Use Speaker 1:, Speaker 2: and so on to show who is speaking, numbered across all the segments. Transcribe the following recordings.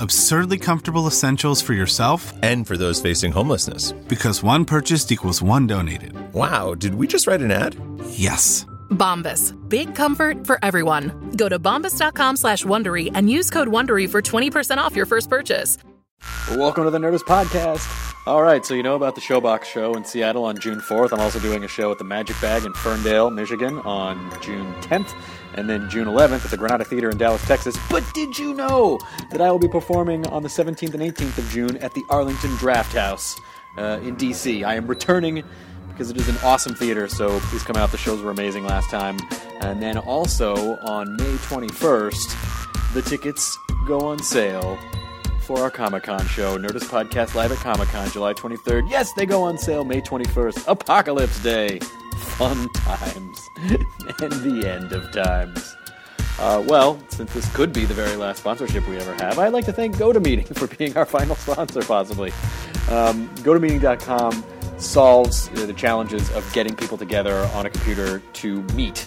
Speaker 1: Absurdly comfortable essentials for yourself
Speaker 2: and for those facing homelessness.
Speaker 1: Because one purchased equals one donated.
Speaker 2: Wow, did we just write an ad?
Speaker 1: Yes.
Speaker 3: Bombas. Big comfort for everyone. Go to bombas.com slash Wondery and use code Wondery for 20% off your first purchase.
Speaker 4: Welcome to the Nerdist Podcast. All right, so you know about the Showbox Show in Seattle on June 4th. I'm also doing a show at the Magic Bag in Ferndale, Michigan on June 10th, and then June 11th at the Granada Theater in Dallas, Texas. But did you know that I will be performing on the 17th and 18th of June at the Arlington Draft House uh, in D.C.? I am returning because it is an awesome theater. So please come out. The shows were amazing last time. And then also on May 21st, the tickets go on sale for our Comic Con show, Nerdist Podcast Live at Comic Con, July 23rd. Yes, they go on sale May 21st, Apocalypse Day. Fun times and the end of times. Uh, well, since this could be the very last sponsorship we ever have, I'd like to thank GoToMeeting for being our final sponsor, possibly. Um, GoToMeeting.com solves uh, the challenges of getting people together on a computer to meet,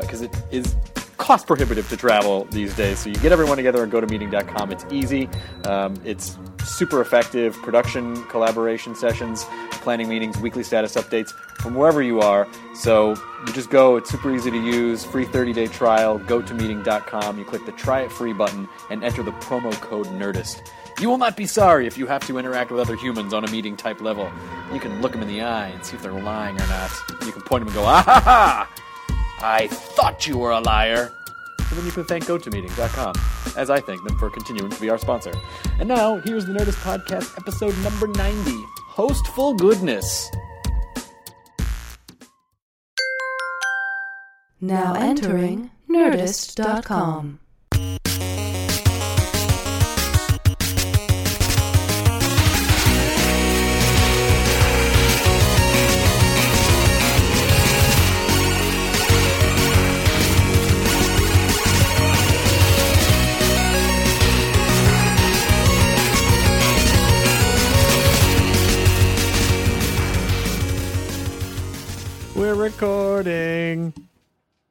Speaker 4: because it is cost prohibitive to travel these days. So you get everyone together on GoToMeeting.com. It's easy. Um, it's super effective. Production collaboration sessions, planning meetings, weekly status updates from wherever you are. So you just go. It's super easy to use. Free 30-day trial. GoToMeeting.com. You click the Try It Free button and enter the promo code Nerdist. You will not be sorry if you have to interact with other humans on a meeting type level. You can look them in the eye and see if they're lying or not. You can point them and go, ah ha ha! I thought you were a liar. And then you can thank GoToMeeting.com, as I thank them for continuing to be our sponsor. And now, here's the Nerdist Podcast, episode number 90 Hostful Goodness.
Speaker 5: Now entering Nerdist.com.
Speaker 4: We're recording.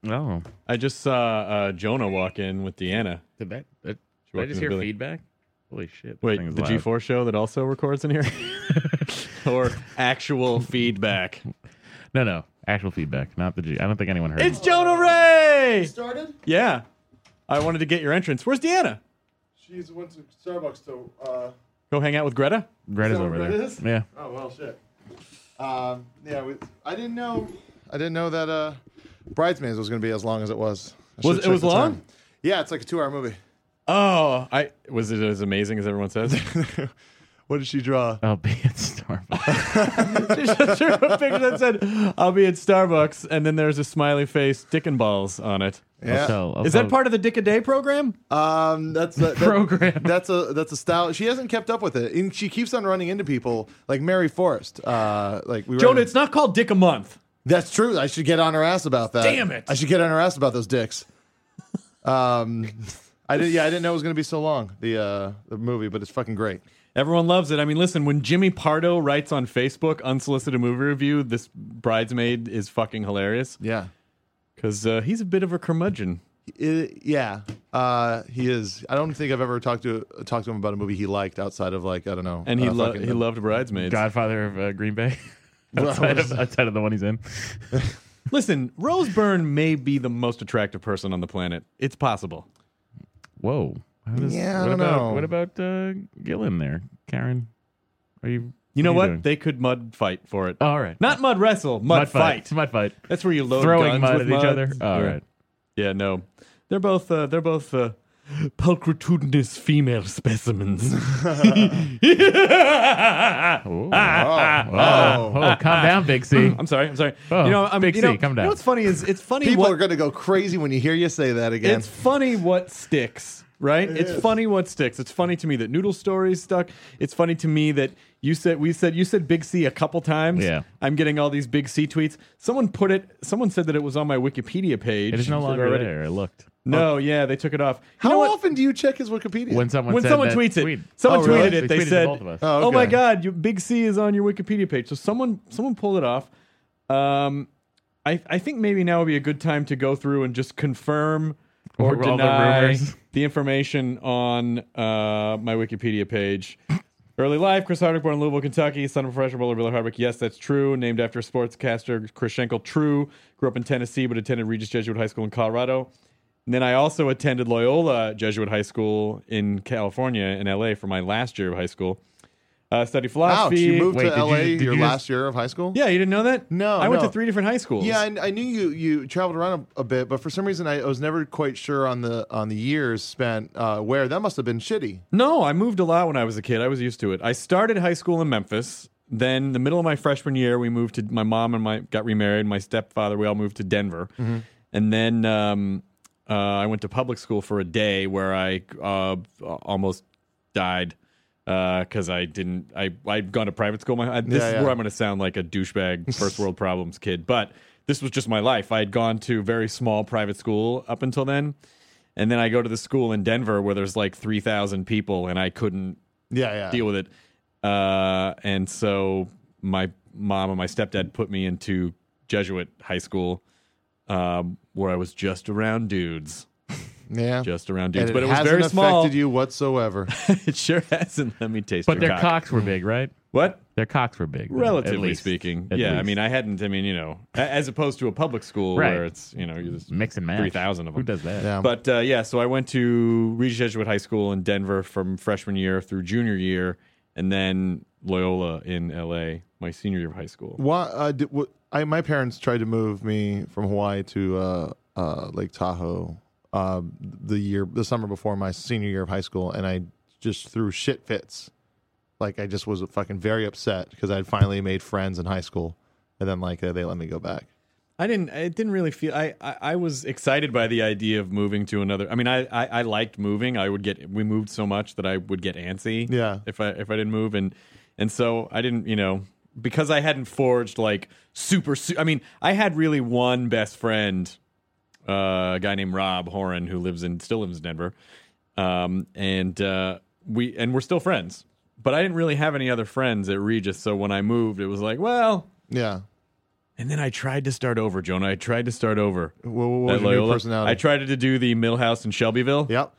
Speaker 6: Oh,
Speaker 4: I just saw uh, Jonah walk in with Deanna.
Speaker 6: did that? that
Speaker 4: She
Speaker 6: did I
Speaker 4: walked in
Speaker 6: just
Speaker 4: the
Speaker 6: hear
Speaker 4: building.
Speaker 6: feedback? Holy shit! that
Speaker 4: Wait,
Speaker 6: thing is
Speaker 4: the
Speaker 6: loud.
Speaker 4: G4 show that also records in here? or actual feedback?
Speaker 6: No, no, actual feedback, not the G. I don't think anyone heard.
Speaker 4: It's
Speaker 6: it.
Speaker 4: Jonah Ray! Started? Yeah. I wanted to get your entrance. Where's Deanna?
Speaker 7: She's went to Starbucks to. Uh,
Speaker 4: Go hang out with Greta?
Speaker 6: Greta's
Speaker 7: is that
Speaker 6: over
Speaker 7: what
Speaker 6: there.
Speaker 7: it is?
Speaker 6: Yeah,
Speaker 7: oh well, shit. Um, yeah, we, I didn't know. I didn't know that uh, Bridesmaids was going to be as long as it was. I
Speaker 4: Was-
Speaker 7: should've
Speaker 4: it
Speaker 7: checked
Speaker 4: was
Speaker 7: the
Speaker 4: long?
Speaker 7: time. Yeah, it's like a two-hour movie.
Speaker 4: Oh, I was it as amazing as everyone says?
Speaker 7: What did she draw?
Speaker 6: I'll be at Starbucks.
Speaker 4: She just drew a picture that said, "I'll be at Starbucks," and then there's a smiley face dick and balls on it. Is
Speaker 7: Yeah.
Speaker 6: So,
Speaker 4: that part of the Dick a Day program?
Speaker 7: Um, that's a, that,
Speaker 6: Program.
Speaker 7: That's a that's a style. She hasn't kept up with it, and she keeps on running into people like Mary Forrest. Uh, like we.
Speaker 4: Jonah,
Speaker 7: ran-
Speaker 4: it's not called Dick a Month.
Speaker 7: That's true. I should get on her ass about that.
Speaker 4: Damn it.
Speaker 7: I should get on her ass about those dicks. Um, I did. Yeah, I didn't know it was going to be so long. The uh, the movie, but it's fucking great.
Speaker 4: Everyone loves it. I mean, listen, when Jimmy Pardo writes on Facebook unsolicited movie review, this bridesmaid is fucking hilarious
Speaker 7: Yeah.
Speaker 4: because uh, he's a bit of a curmudgeon.
Speaker 7: It, yeah. Uh, he is. I don't think I've ever talked to talked to him about a movie he liked outside of like I don't know.
Speaker 4: And he,
Speaker 7: uh,
Speaker 4: lo-
Speaker 7: fucking-
Speaker 4: he loved bridesmaids.
Speaker 6: Godfather of uh, Green Bay. outside, of, outside of the one he's in.
Speaker 4: Listen, Rose Byrne may be the most attractive person on the planet. It's possible.
Speaker 6: Whoa. How does-
Speaker 7: Yeah, I
Speaker 6: what
Speaker 7: don't
Speaker 6: about
Speaker 7: know.
Speaker 6: what about uh, Gillen there, Karen? Are you
Speaker 8: You know
Speaker 6: are you
Speaker 8: what?
Speaker 6: doing?
Speaker 8: They could mud fight for it.
Speaker 6: All right.
Speaker 8: Not mud wrestle, mud, fight.
Speaker 6: Mud fight.
Speaker 8: That's where you load
Speaker 6: Throwing
Speaker 8: guns
Speaker 6: mud at
Speaker 8: with
Speaker 6: each
Speaker 8: mud.
Speaker 6: other. All
Speaker 8: yeah.
Speaker 6: right.
Speaker 8: Yeah, no. They're both uh, they're both uh, pulchritudinous female specimens.
Speaker 6: Oh, calm down, Big C.
Speaker 8: Ah. I'm sorry. I'm sorry.
Speaker 6: Oh,
Speaker 8: you know, I'm,
Speaker 6: Big
Speaker 8: you know,
Speaker 6: C, come
Speaker 8: you know
Speaker 6: down.
Speaker 8: what's funny is it's funny
Speaker 7: People
Speaker 8: what
Speaker 7: are going to go crazy when you hear you say that again.
Speaker 8: It's funny what sticks, right? it's funny what sticks. It's funny to me that noodle stories stuck. It's funny to me that you said we said you said Big C a couple times.
Speaker 6: Yeah.
Speaker 8: I'm getting all these Big C tweets. Someone put it. Someone said that it was on my Wikipedia page.
Speaker 6: It is no
Speaker 8: Said
Speaker 6: longer
Speaker 8: already-
Speaker 6: there. I looked.
Speaker 8: No, yeah, they took it off. You know
Speaker 7: How
Speaker 8: what?
Speaker 7: often do you check his Wikipedia?
Speaker 6: When someone
Speaker 8: when
Speaker 6: said
Speaker 8: someone
Speaker 6: that
Speaker 8: tweets it,
Speaker 6: tweet.
Speaker 8: someone
Speaker 7: Oh,
Speaker 8: tweeted
Speaker 7: really?
Speaker 8: it.
Speaker 6: They
Speaker 8: They,
Speaker 6: tweeted
Speaker 8: said,
Speaker 6: both of us.
Speaker 8: Oh,
Speaker 7: Oh, okay.
Speaker 8: my God, you, Big C is on your Wikipedia page." So someone someone pulled it off. Um, I I think maybe now would be a good time to go through and just confirm or
Speaker 6: All the
Speaker 8: deny
Speaker 6: rumors.
Speaker 8: the information on uh, my Wikipedia page. Early life, Chris Hardwick, born in Louisville, Kentucky, son of a professional bowler, Billy Hardwick. Yes, that's true. Named after sportscaster Chris Schenkel. True. Grew up in Tennessee, but attended Regis Jesuit High School in Colorado. And then I also attended Loyola Jesuit High School in California, in LA, for my last year of high school. Uh, studied
Speaker 7: Ouch,
Speaker 8: philosophy.
Speaker 7: you moved
Speaker 6: Wait, did
Speaker 7: to
Speaker 6: you-
Speaker 7: LA
Speaker 6: did
Speaker 7: your
Speaker 6: you just-
Speaker 7: last year of high school?
Speaker 8: Yeah, you didn't know that?
Speaker 7: No,
Speaker 8: I went
Speaker 7: no.
Speaker 8: to three different high schools.
Speaker 7: Yeah, I, I knew you you traveled around a, a bit, but for some reason I, I was never quite sure on the on the years spent uh, where. That must have been shitty.
Speaker 8: No, I moved a lot when I was a kid. I was used to it. I started high school in Memphis. Then, the middle of my freshman year, we moved to my mom and my got remarried. My stepfather, we all moved to Denver,
Speaker 7: Mm-hmm.
Speaker 8: and then um, uh, I went to public school for a day where I uh, almost died because I didn't. I I'd gone to private school. My I, this
Speaker 7: Yeah,
Speaker 8: is
Speaker 7: yeah.
Speaker 8: where I'm going to sound like a douchebag first world problems kid, but this was just my life. I had gone to very small private school up until then. And then I go to the school in Denver where there's like 3,000 people and I couldn't
Speaker 7: Yeah, yeah.
Speaker 8: deal with it. Uh, and so my mom and my stepdad put me into Jesuit high school um, where I was just around dudes.
Speaker 7: yeah.
Speaker 8: Just around
Speaker 7: and
Speaker 8: dudes. but it was
Speaker 7: hasn't
Speaker 8: very small.
Speaker 7: affected you whatsoever.
Speaker 8: it sure hasn't. Let me taste
Speaker 6: But their
Speaker 8: your cock.
Speaker 6: cocks were big, right?
Speaker 8: What?
Speaker 6: Their cocks were big. though, at
Speaker 8: Relatively
Speaker 6: least.
Speaker 8: speaking.
Speaker 6: At
Speaker 8: yeah. I
Speaker 6: least.
Speaker 8: mean, I hadn't, I mean, you know, a- as opposed to a public school
Speaker 6: Right.
Speaker 8: where it's, you know, you just
Speaker 6: mix and match.
Speaker 8: 3,000 of them.
Speaker 6: Who does that?
Speaker 7: Yeah.
Speaker 8: But uh, yeah, so I went to Regis Jesuit High School in Denver from freshman year through junior year, and then Loyola in LA, my senior year of high school.
Speaker 7: Why, uh, did, wh- I, my parents tried to move me from Hawaii to uh, uh, Lake Tahoe uh, the year, the summer before my senior year of high school, and I just threw shit fits. Like I just was fucking very upset because I'd finally made friends in high school, and then like uh, they let me go back.
Speaker 8: I didn't. It didn't really feel. I, I I was excited by the idea of moving to another. I mean, I, I I liked moving. I would get. We moved so much that I would get antsy.
Speaker 7: Yeah.
Speaker 8: If I if I didn't move and and so I didn't. You know. Because I hadn't forged like super, su- I mean, I had really one best friend uh, a guy named Rob Horan who lives in still lives in Denver, um, and uh, we and we're still friends. But I didn't really have any other friends at Regis, so when I moved, it was like, well.
Speaker 7: Yeah.
Speaker 8: And then I tried to start over, Jonah. I tried to start over.
Speaker 7: Wh- wh- What, was your
Speaker 8: at
Speaker 7: new
Speaker 8: Loyola.
Speaker 7: personality?
Speaker 8: I tried to do the Millhouse in Shelbyville,
Speaker 7: Yep.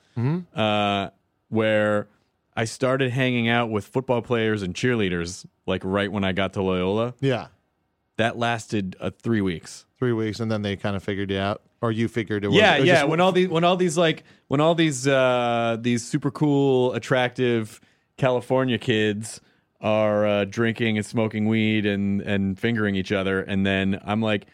Speaker 8: uh, where I started hanging out with football players and cheerleaders, like right when I got to Loyola.
Speaker 7: Yeah.
Speaker 8: That lasted uh, three weeks.
Speaker 7: Three weeks, and then they kind of figured you out, or you figured it. Was,
Speaker 8: yeah,
Speaker 7: it was
Speaker 8: yeah.
Speaker 7: just-
Speaker 8: when all these, when all these, like, when all these, uh, these super cool, attractive California kids are uh, drinking and smoking weed and and fingering each other, and then I'm like,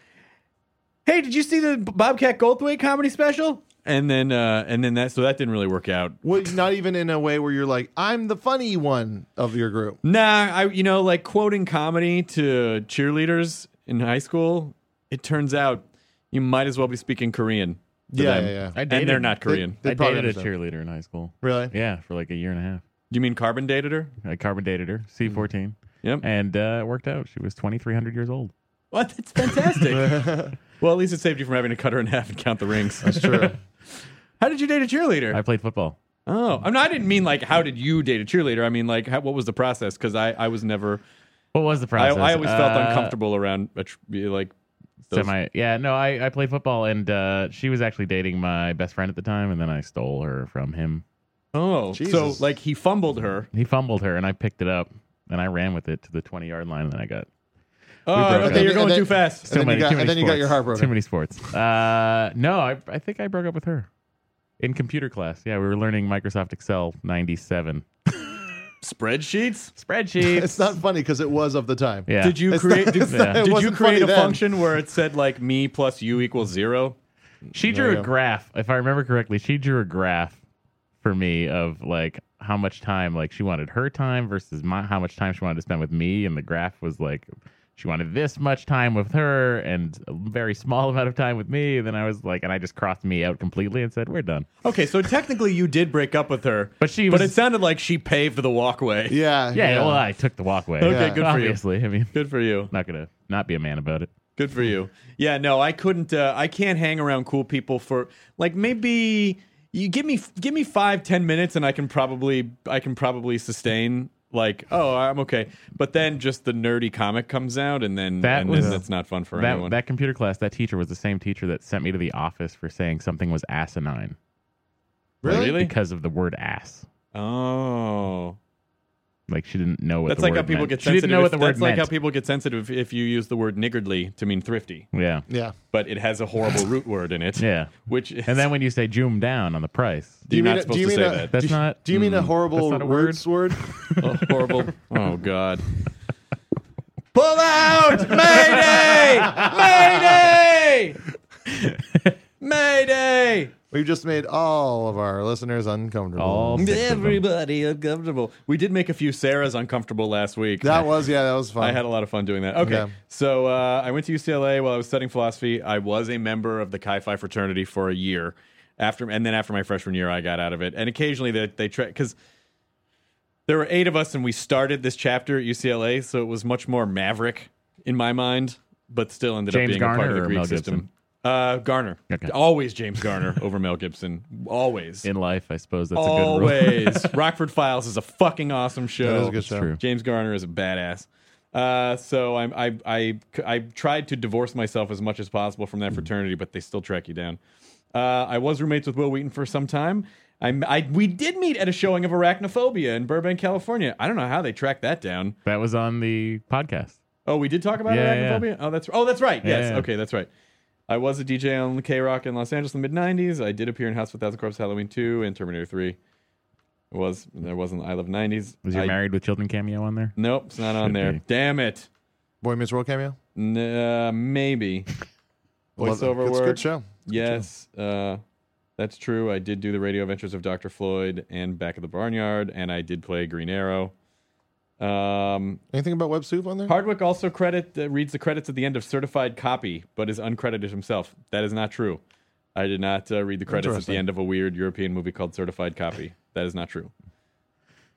Speaker 8: "Hey, did you see the Bobcat Goldthwait comedy special?" And then, uh, and then that, so that didn't really work out.
Speaker 7: What- not even in a way where you're like, I'm the funny one of your group.
Speaker 8: Nah, I, you know, like quoting comedy to cheerleaders in high school, it turns out you might as well be speaking Korean. to
Speaker 7: Yeah,
Speaker 8: them.
Speaker 7: yeah, yeah.
Speaker 6: I dated,
Speaker 8: And they're not Korean.
Speaker 7: They
Speaker 6: I
Speaker 7: probably
Speaker 6: dated a
Speaker 7: understand.
Speaker 6: cheerleader in high school.
Speaker 7: Really?
Speaker 6: Yeah, for like a year and a half.
Speaker 8: You mean carbon dated her?
Speaker 6: I carbon dated her, C14,
Speaker 7: Hmm.
Speaker 8: Yep.
Speaker 6: and uh, it worked out. She was 2,300 years old.
Speaker 8: Well, that's fantastic. well, at least it saved you from having to cut her in half and count the rings. That's
Speaker 7: Sure.
Speaker 8: How did you date a cheerleader?
Speaker 6: I played football.
Speaker 8: oh, I, mean, I didn't mean like how did you date a cheerleader. I mean like how, what was the process? Because I, I was never.
Speaker 6: What was the
Speaker 8: I,
Speaker 6: process?
Speaker 8: I always felt
Speaker 6: Uh,
Speaker 8: uncomfortable around a tr- be like. those-
Speaker 6: Semi, yeah, no, I, I played football, and uh, she was actually dating my best friend at the time, and then I stole her from him.
Speaker 8: Oh, so
Speaker 7: Jesus.
Speaker 8: like he fumbled her.
Speaker 6: He fumbled her, and I picked it up, and I ran with it to the 20 yard line, and then I got
Speaker 8: Oh,
Speaker 6: broke
Speaker 8: okay,
Speaker 6: up.
Speaker 8: you're going
Speaker 7: And then-
Speaker 8: too
Speaker 7: and
Speaker 8: fast.
Speaker 7: then
Speaker 6: too many,
Speaker 7: you got,
Speaker 6: too many
Speaker 7: and then you got your
Speaker 6: sports.
Speaker 7: heart broken.
Speaker 6: Too many sports. Uh, no, I, I think I broke up with her in computer class. Yeah, we were learning Microsoft Excel 97.
Speaker 8: Spreadsheets?
Speaker 6: Spreadsheets.
Speaker 7: It's not funny because it was of the time.
Speaker 6: Yeah.
Speaker 8: Did you
Speaker 7: It's
Speaker 8: create?
Speaker 7: not-
Speaker 8: did
Speaker 7: it's not- it
Speaker 8: did you
Speaker 7: wasn't
Speaker 8: create
Speaker 7: funny
Speaker 8: a
Speaker 7: then.
Speaker 8: function where it said like me plus you equals zero?
Speaker 6: She
Speaker 7: you
Speaker 6: drew a
Speaker 7: go.
Speaker 6: graph, if I remember correctly. She drew a graph for me of like how much time, like she wanted her time versus my, how much time she wanted to spend with me, and the graph was like she wanted this much time with her and a very small amount of time with me. And then I was like, and I just crossed me out completely and said, "We're done."
Speaker 8: Okay, so technically you did break up with her,
Speaker 6: But she
Speaker 8: but
Speaker 6: was-
Speaker 8: it sounded like she paved the walkway.
Speaker 7: Yeah.
Speaker 6: Yeah, well, I took the walkway.
Speaker 8: Uh, Okay,
Speaker 7: Yeah.
Speaker 8: good for you.
Speaker 6: Obviously, I mean,
Speaker 8: Good for you.
Speaker 6: not gonna not be a man about it.
Speaker 8: Good for you. Yeah, no, I couldn't. Uh, I can't hang around cool people for like maybe you give me give me five ten minutes and I can probably I can probably sustain like oh I'm okay. But then just the nerdy comic comes out and then
Speaker 6: That
Speaker 8: and
Speaker 6: was-
Speaker 8: then that's not fun for
Speaker 6: That,
Speaker 8: anyone.
Speaker 6: that computer class, that teacher was the same teacher that sent me to the office for saying something was asinine
Speaker 7: really?
Speaker 8: Really?
Speaker 6: because of the word ass.
Speaker 8: oh,
Speaker 6: Like she didn't know what
Speaker 8: that's
Speaker 6: the
Speaker 8: like how
Speaker 6: word
Speaker 8: people
Speaker 6: meant.
Speaker 8: get
Speaker 6: She
Speaker 8: sensitive.
Speaker 6: didn't know what
Speaker 8: if-
Speaker 6: the word
Speaker 8: that's like
Speaker 6: meant.
Speaker 8: how people get sensitive if you use the word niggardly to mean thrifty,
Speaker 6: yeah,
Speaker 7: Yeah.
Speaker 8: but it has a horrible root word in it.
Speaker 6: yeah.
Speaker 8: which is,
Speaker 6: And then when you say "zoom down" on the price,
Speaker 8: you're not
Speaker 7: a-
Speaker 8: supposed to say
Speaker 7: a,
Speaker 8: that.
Speaker 6: That's
Speaker 7: do you-
Speaker 6: not-
Speaker 7: Do you mean a
Speaker 6: mm,
Speaker 7: horrible
Speaker 6: that's not a word.
Speaker 7: words word?
Speaker 8: Oh, horrible. Oh, God. Pull out! Mayday! Mayday! Mayday!
Speaker 7: We've just made all of our listeners uncomfortable.
Speaker 6: all six of them.
Speaker 8: Everybody uncomfortable. We did make a few Sarahs uncomfortable last week.
Speaker 7: that was yeah, that was fun.
Speaker 8: I had a lot of fun doing that. Okay.
Speaker 7: Yeah.
Speaker 8: So uh, I went to UCLA while I was studying philosophy. I was a member of the Chi Phi fraternity for a year. After and then after my freshman year, I got out of it. And occasionally they they try because there were eight of us and we started this chapter at UCLA, so it was much more maverick in my mind, but still ended
Speaker 6: James
Speaker 8: up being a part
Speaker 6: Garner
Speaker 8: of the
Speaker 6: or
Speaker 8: Greek
Speaker 6: Mel
Speaker 8: system.
Speaker 6: Gibson?
Speaker 8: Uh, Garner,
Speaker 6: Okay.
Speaker 8: always James Garner over Mel Gibson, always,
Speaker 6: in life. I suppose that's a good rule.
Speaker 8: always. Rockford Files is a fucking awesome show.
Speaker 7: That was a good show.
Speaker 6: true.
Speaker 8: James Garner is a badass. Uh, so I, I, I, I tried to divorce myself as much as possible from
Speaker 6: Mm.
Speaker 8: that fraternity, but they still track you down. Uh, I was roommates with Will Wheaton for some time. I, I, we did meet at a showing of Arachnophobia in Burbank, California. I don't know how they tracked that down.
Speaker 6: that was on the podcast.
Speaker 8: Oh, we did talk about
Speaker 6: Yeah,
Speaker 8: Arachnophobia. Oh, that's oh, that's right.
Speaker 6: Yeah,
Speaker 8: Yes.
Speaker 6: yeah.
Speaker 8: Okay, that's right. I was a DJ on K Rock in Los Angeles in the mid '90s. I did appear in House of a Thousand Corpses, Halloween Two, and Terminator Three. It was there wasn't I Love '90s.
Speaker 6: Was your
Speaker 8: I-
Speaker 6: married with children cameo on there?
Speaker 8: Nope, it's not on
Speaker 6: Should
Speaker 8: there.
Speaker 6: be.
Speaker 8: Damn it.
Speaker 7: Boy Meets World cameo.
Speaker 8: N- uh, maybe.
Speaker 7: Love it.
Speaker 8: Voiceover
Speaker 7: It's a
Speaker 8: work.
Speaker 7: good show.
Speaker 8: Yes, uh, that's true. I did do the Radio Adventures of Doctor Floyd and Back of the Barnyard, and I did play Green Arrow. Um,
Speaker 7: Anything about Web Soup on there?
Speaker 8: Hardwick also credit uh, reads the credits at the end of Certified Copy, but is uncredited himself. That is not true. I did not uh, read the credits at the
Speaker 7: Interesting.
Speaker 8: end of a weird European movie called Certified Copy. That is not true.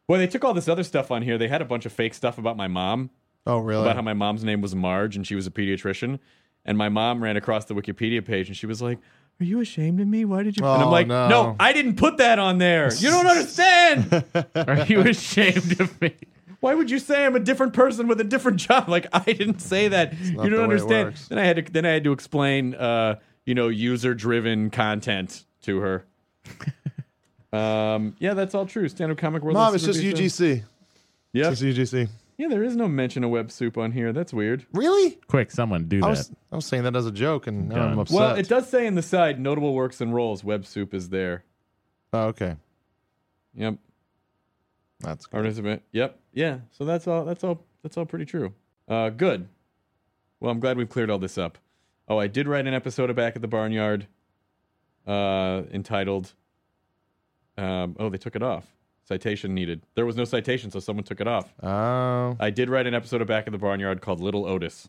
Speaker 8: Well, they took all this other stuff on here. They had a bunch of fake stuff about my mom.
Speaker 7: Oh really?
Speaker 8: about how my mom's name was Marge and she was a pediatrician. And my mom ran across the Wikipedia page and she was like, Are you ashamed of me? Why did you? and I'm
Speaker 7: Oh,
Speaker 8: like,
Speaker 7: no.
Speaker 8: I didn't put that on there. You don't understand.
Speaker 6: Are you ashamed of me?
Speaker 8: Why would you say I'm a different person with a different job? Like I didn't say that.
Speaker 7: not
Speaker 8: You
Speaker 7: the
Speaker 8: don't
Speaker 7: way it
Speaker 8: understand.
Speaker 7: works.
Speaker 8: Then I had to then I had to explain, uh, you know, user driven content to her. um, yeah, that's all true. Stand up comic world.
Speaker 7: Mom,
Speaker 8: and
Speaker 7: it's just
Speaker 8: Superbeast.
Speaker 7: UGC.
Speaker 8: Yeah,
Speaker 7: It's just UGC.
Speaker 8: yeah. There is no mention of web soup on here. That's weird.
Speaker 7: Really?
Speaker 6: Quick, someone do
Speaker 7: I
Speaker 6: that.
Speaker 7: was I was saying that as a joke, and now I'm
Speaker 6: Done.
Speaker 7: upset.
Speaker 8: Well, it does say in the side notable works and roles. Web Soup is there.
Speaker 7: Oh, okay.
Speaker 8: Yep.
Speaker 7: That's good.
Speaker 8: Participant. Yep. Yeah. So that's all. That's all. That's all pretty true. Uh, good. Well, I'm glad we've cleared all this up. Oh, I did write an episode of Back at the Barnyard, uh, entitled. Um, oh, they took it off. Citation needed. There was no citation, so someone took it off.
Speaker 7: Oh,
Speaker 8: I did write an episode of Back at the Barnyard called Little Otis.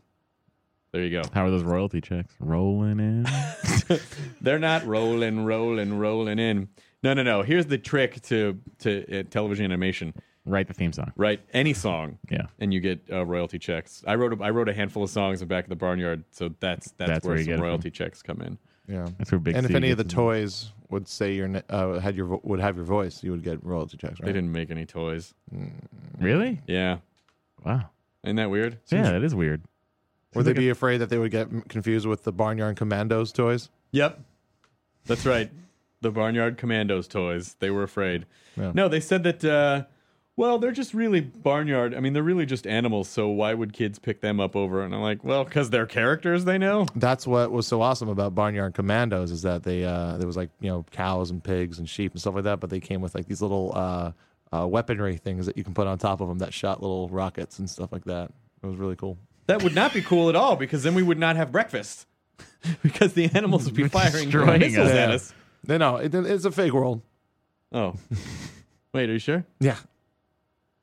Speaker 8: There you go.
Speaker 6: How are those royalty checks rolling in?
Speaker 8: They're not rolling, rolling, rolling in. No, no, no. Here's the trick to to uh, television animation.
Speaker 6: Write the theme song.
Speaker 8: Write any song,
Speaker 6: Yeah.
Speaker 8: and you get uh, royalty checks. I wrote a, I wrote a handful of songs in back of the barnyard, so that's that's,
Speaker 6: That's
Speaker 8: where,
Speaker 6: where you get it
Speaker 8: some
Speaker 6: from.
Speaker 8: royalty checks come in.
Speaker 7: yeah.
Speaker 6: That's where Big
Speaker 7: and if
Speaker 6: C
Speaker 7: any of the
Speaker 6: gets his-
Speaker 7: toys would say your ne- uh, had your vo- would have your voice, you would get royalty checks,
Speaker 8: They
Speaker 7: right?
Speaker 8: didn't make any toys.
Speaker 6: Really?
Speaker 8: Yeah,
Speaker 6: Wow.
Speaker 8: isn't that weird?
Speaker 6: Yeah, that is weird.
Speaker 7: Would they
Speaker 6: like a-
Speaker 7: be afraid that they would get m- confused with the Barnyard Commandos toys?
Speaker 8: Yep, that's right. The barnyard commandos toys. They were afraid.
Speaker 7: Yeah.
Speaker 8: No, they said that. Uh, well, they're just really barnyard. I mean, they're really just animals. So why would kids pick them up over? And I'm like, well, because they're characters they know.
Speaker 7: That's what was so awesome about Barnyard Commandos is that they uh, there was like you know cows and pigs and sheep and stuff like that, but they came with like these little uh, uh, weaponry things that you can put on top of them that shot little rockets and stuff like that. It was really cool.
Speaker 8: That would not be cool at all because then we would not have breakfast because the animals would be firing
Speaker 6: Destroying
Speaker 8: missiles
Speaker 6: us.
Speaker 8: at us.
Speaker 7: No, no, it, it's a fake world.
Speaker 8: Oh, wait, are you sure?
Speaker 7: Yeah,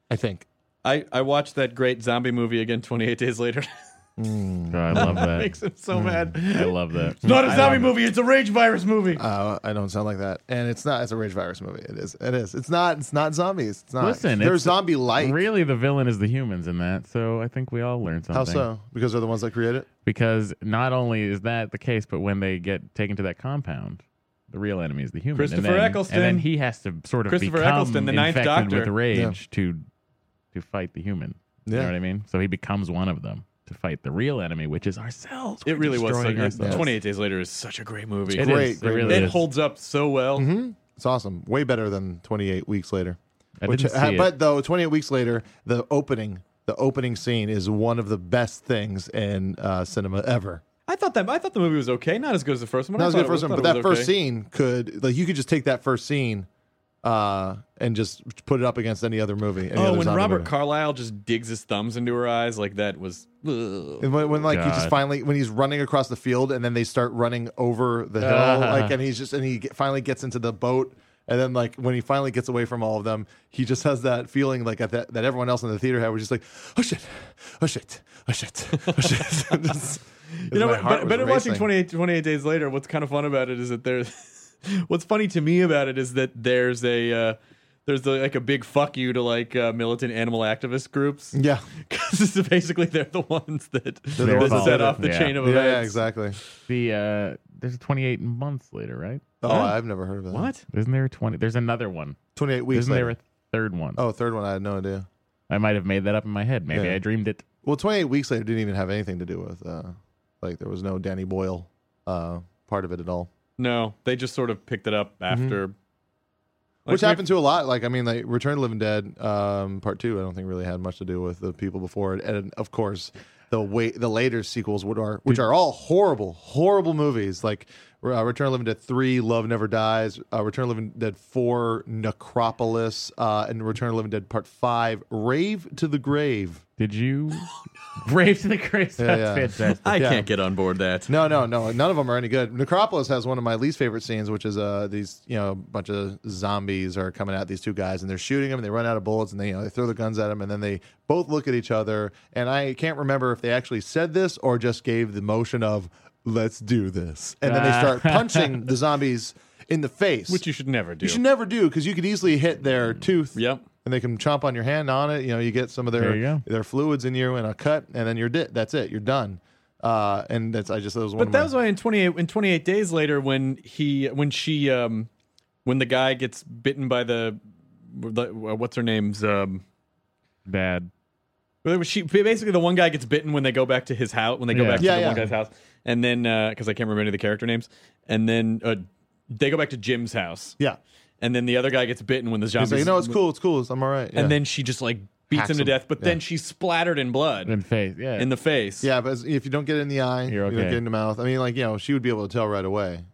Speaker 7: I think.
Speaker 8: I, I watched that great zombie movie again 28 days later.
Speaker 6: Oh, I love that.
Speaker 8: Makes him so mad.
Speaker 6: I love that.
Speaker 8: It's not a zombie movie. It's a rage virus movie.
Speaker 7: Uh, I don't sound like that. And it's not. It's a rage virus movie. It is. It is. It's not. It's not zombies. It's not.
Speaker 6: Listen,
Speaker 7: they're
Speaker 6: it's-
Speaker 7: zombie like.
Speaker 6: Really, the villain is the humans in that, so I think we all learned something.
Speaker 7: How so? Because they're the ones that create it.
Speaker 6: Because not only is that the case, but when they get taken to that compound, the real enemy is the human.
Speaker 8: Christopher
Speaker 6: and then,
Speaker 8: Eccleston.
Speaker 6: and then he has to sort of
Speaker 8: Christopher
Speaker 6: become
Speaker 8: Eccleston, the ninth
Speaker 6: infected
Speaker 8: Doctor.
Speaker 6: with rage to to fight the human. You
Speaker 7: Yeah.
Speaker 6: know what I mean? So he becomes one of them to fight the real enemy, which is ourselves.
Speaker 8: It
Speaker 6: We're
Speaker 8: really was so
Speaker 6: destroying
Speaker 8: good.
Speaker 6: ourselves.
Speaker 8: 28 days later is such a great movie.
Speaker 6: It
Speaker 7: Great,
Speaker 6: is.
Speaker 7: great
Speaker 6: it really
Speaker 8: it
Speaker 6: is.
Speaker 8: holds up so well.
Speaker 7: It's awesome. Way better than 28 weeks later.
Speaker 6: I didn't
Speaker 7: ha-
Speaker 6: see it.
Speaker 7: but though 28 weeks later, the opening, the opening scene is one of the best things in uh, cinema ever.
Speaker 8: I thought that I thought the movie was okay, not as good as the first one.
Speaker 7: That
Speaker 8: I
Speaker 7: was a good
Speaker 8: thought it
Speaker 7: first one, but
Speaker 8: thought it
Speaker 7: that
Speaker 8: was
Speaker 7: first
Speaker 8: okay.
Speaker 7: scene could like you could just take that first scene uh, and just put it up against any other movie. Any
Speaker 8: Oh,
Speaker 7: other
Speaker 8: when
Speaker 7: zombie
Speaker 8: Robert
Speaker 7: movie.
Speaker 8: Carlyle just digs his thumbs into her eyes, like that was. ugh.
Speaker 7: And when, when like you just
Speaker 6: God.
Speaker 7: finally when he's running across the field and then they start running over the hill like and he's just and he get, finally gets into the boat and then like when he finally gets away from all of them he just has that feeling like at that, that everyone else in the theater had was just like oh shit oh shit oh shit oh shit
Speaker 8: You know, what, but, better watching 28, 28 days later. What's kind of fun about it is that there's. what's funny to me about it is that there's a. Uh, there's the, like a big fuck you to like uh, militant animal activist groups
Speaker 7: yeah
Speaker 8: because basically they're the ones that,
Speaker 7: the
Speaker 8: that
Speaker 7: ones that
Speaker 8: set
Speaker 7: did
Speaker 8: off
Speaker 6: it.
Speaker 8: the
Speaker 6: Yeah.
Speaker 8: chain of
Speaker 7: yeah,
Speaker 8: events.
Speaker 7: yeah exactly
Speaker 6: the uh, there's 28 months later, right?
Speaker 7: oh I've never heard of that
Speaker 8: What?
Speaker 6: Isn't there a 20? There's another one.
Speaker 7: 28 weeks
Speaker 6: Isn't
Speaker 7: later
Speaker 6: there a third one?
Speaker 7: oh third one I had no idea
Speaker 6: I might have made that up in my head. Maybe
Speaker 7: Yeah.
Speaker 6: I dreamed it.
Speaker 7: well 28 weeks later didn't even have anything to do with uh like there was no Danny Boyle uh part of it at all
Speaker 8: No, they just sort of picked it up after. Like,
Speaker 7: Mm-hmm. Which
Speaker 8: we-
Speaker 7: happened to a lot. Like, I mean, like Return to Living Dead, um, part two, I don't think really had much to do with the people before it. And of course, the way the later sequels, would are which are all horrible, horrible movies. Like uh, Return of the Living Dead three, Love Never Dies. Uh, Return of the Living Dead four, Necropolis, uh, and Return of the Living Dead part five, Rave to the Grave.
Speaker 6: Did you?
Speaker 8: Oh,
Speaker 6: Brave to the grave.
Speaker 7: Yeah,
Speaker 6: That's
Speaker 7: yeah.
Speaker 6: fantastic.
Speaker 8: I
Speaker 7: Yeah.
Speaker 8: can't get on board that.
Speaker 7: No, no, no. None of them are any good. Necropolis has one of my least favorite scenes, which is uh these you know a bunch of zombies are coming at these two guys and they're shooting them and they run out of bullets and they you know they throw their guns at them and then they both look at each other and I can't remember if they actually said this or just gave the motion of let's do this and then they start punching the zombies in the face,
Speaker 8: Which you should never do.
Speaker 7: you should never do because you could easily hit their tooth.
Speaker 8: Yep.
Speaker 7: And they can chomp on your hand on it. You know, you get some of
Speaker 6: There you go.
Speaker 7: their their fluids in you and a cut, and then you're di- that's it. You're done. Uh, and that's I just that was one.
Speaker 8: But
Speaker 7: of
Speaker 8: that
Speaker 7: my-
Speaker 8: was why in twenty eight in twenty eight days later, when he when she um when the guy gets bitten by the, the uh, what's her name's um
Speaker 6: Bad.
Speaker 8: well, she basically the one guy gets bitten when they go back to his house when they go
Speaker 6: Yeah.
Speaker 8: back to
Speaker 7: Yeah,
Speaker 8: the
Speaker 7: yeah.
Speaker 8: one guy's house and then because I can't remember any of the character names and then uh, they go back to Jim's house
Speaker 7: yeah.
Speaker 8: and then the other guy gets bitten when the
Speaker 7: He's
Speaker 8: zombies
Speaker 7: like, you know, it's cool, it's cool, I'm all right. Yeah.
Speaker 8: and then she just like beats
Speaker 7: Hacks
Speaker 8: him to
Speaker 7: him.
Speaker 8: death but
Speaker 7: Yeah.
Speaker 8: then she's splattered in blood
Speaker 6: In face. Yeah.
Speaker 8: in the face
Speaker 7: yeah, but if you don't get it in the eye,
Speaker 6: You're
Speaker 7: you don't
Speaker 6: okay.
Speaker 7: get it in the mouth. I mean, like you know, she would be able to tell right away.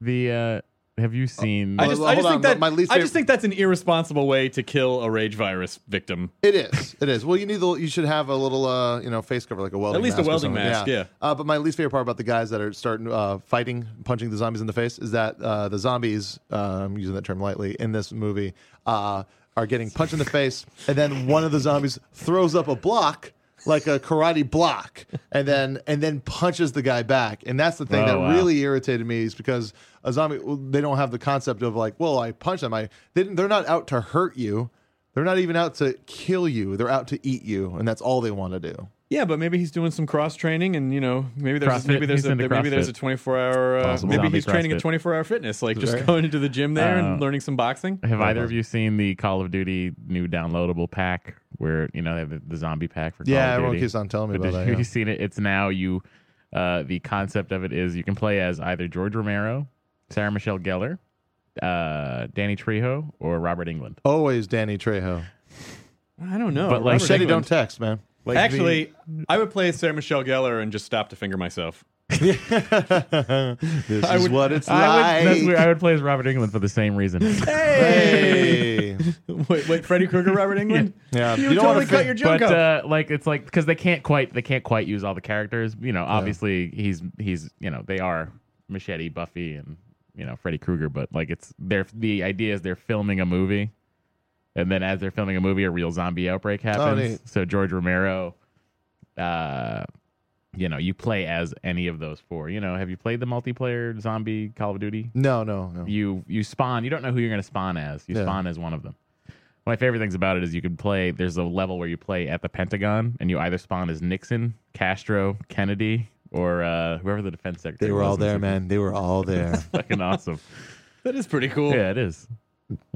Speaker 6: the uh, have you seen?
Speaker 8: I just,
Speaker 7: Well,
Speaker 8: I just
Speaker 7: hold
Speaker 8: think
Speaker 7: on,
Speaker 8: that
Speaker 7: my least
Speaker 8: I just
Speaker 7: favorite-
Speaker 8: think that's an irresponsible way to kill a rage virus victim.
Speaker 7: It is. It is. Well, you need the. You should have a little, uh, you know, face cover like a welding.
Speaker 8: least a
Speaker 7: mask or
Speaker 8: welding
Speaker 7: something.
Speaker 8: mask, yeah.
Speaker 7: Uh, but my least favorite part about the guys that are starting uh, fighting, punching the zombies in the face, is that uh, the zombies. Uh, I'm using that term lightly in this movie. Uh, are getting punched in the face, and then one of the zombies throws up a block. Like a karate block, and then and then punches the guy back, and that's the thing
Speaker 6: Oh,
Speaker 7: that
Speaker 6: wow.
Speaker 7: really irritated me is because a zombie well, they don't have the concept of like, well, I punch them. I they didn't, they're not out to hurt you. They're not even out to kill you. They're out to eat you, and that's all they want to
Speaker 6: Oh,
Speaker 7: do.
Speaker 8: Yeah, but maybe he's doing some cross training, and you know, maybe there's
Speaker 6: CrossFit.
Speaker 8: maybe there's
Speaker 6: He's
Speaker 8: a,
Speaker 6: into
Speaker 8: maybe there's a
Speaker 6: CrossFit.
Speaker 8: 24 hour uh,
Speaker 6: Possible.
Speaker 8: maybe
Speaker 6: Zombie
Speaker 8: he's training a
Speaker 6: CrossFit. Uh,
Speaker 8: 24 hour fitness, like just going into the gym there and learning some boxing.
Speaker 6: have either of you seen the Call of Duty new downloadable pack where you know they have the, the zombie pack for
Speaker 7: Yeah,
Speaker 6: Call of
Speaker 7: everyone
Speaker 6: Duty?
Speaker 7: keeps on telling me
Speaker 6: But
Speaker 7: about
Speaker 6: did
Speaker 7: that,
Speaker 6: you-
Speaker 7: yeah.
Speaker 6: you seen it? It's now you. Uh, the concept of it is you can play as either George Romero, Sarah Michelle Gellar, uh, Danny Trejo, or Robert England.
Speaker 7: Always Danny Trejo.
Speaker 8: I don't know,
Speaker 6: But, like,
Speaker 8: Robert
Speaker 7: Machete
Speaker 8: Englund.
Speaker 7: don't text, man.
Speaker 8: Actually, I would play Sarah Michelle Gellar and just stop to finger myself.
Speaker 7: this
Speaker 8: I
Speaker 7: is
Speaker 8: would-
Speaker 7: what it's
Speaker 6: I would,
Speaker 7: like.
Speaker 6: that's weird. I would play as Robert England for the same reason.
Speaker 7: Hey.
Speaker 8: wait, wait, Freddy Krueger, Robert England?
Speaker 7: Yeah,
Speaker 8: You,
Speaker 7: you don't wanna
Speaker 8: totally cut
Speaker 7: fit-
Speaker 8: your junk
Speaker 6: but
Speaker 8: up.
Speaker 6: uh, like it's like because they can't quite they can't quite use all the characters. You know, obviously he's he's you know they are Machete, Buffy, and you know Freddy Krueger. But like it's they're the idea is they're filming a movie, and then as they're filming a movie, a real zombie outbreak happens.
Speaker 7: neat.
Speaker 6: so George Romero, uh, you know, you play as any of those four. You know, have you played the multiplayer zombie Call of Duty?
Speaker 7: no, no, no.
Speaker 6: you you spawn. You don't know who you're going to spawn as. You
Speaker 7: Yeah.
Speaker 6: spawn as one of them. One of my favorite things about it is you can play. There's a level where you play at the Pentagon, and you either spawn as Nixon, Castro, Kennedy, or uh, whoever the defense secretary.
Speaker 7: They were all
Speaker 6: was in
Speaker 7: there,
Speaker 6: Super-
Speaker 7: man. They were all there.
Speaker 6: Fucking awesome.
Speaker 8: that is pretty cool.
Speaker 6: Yeah, it is.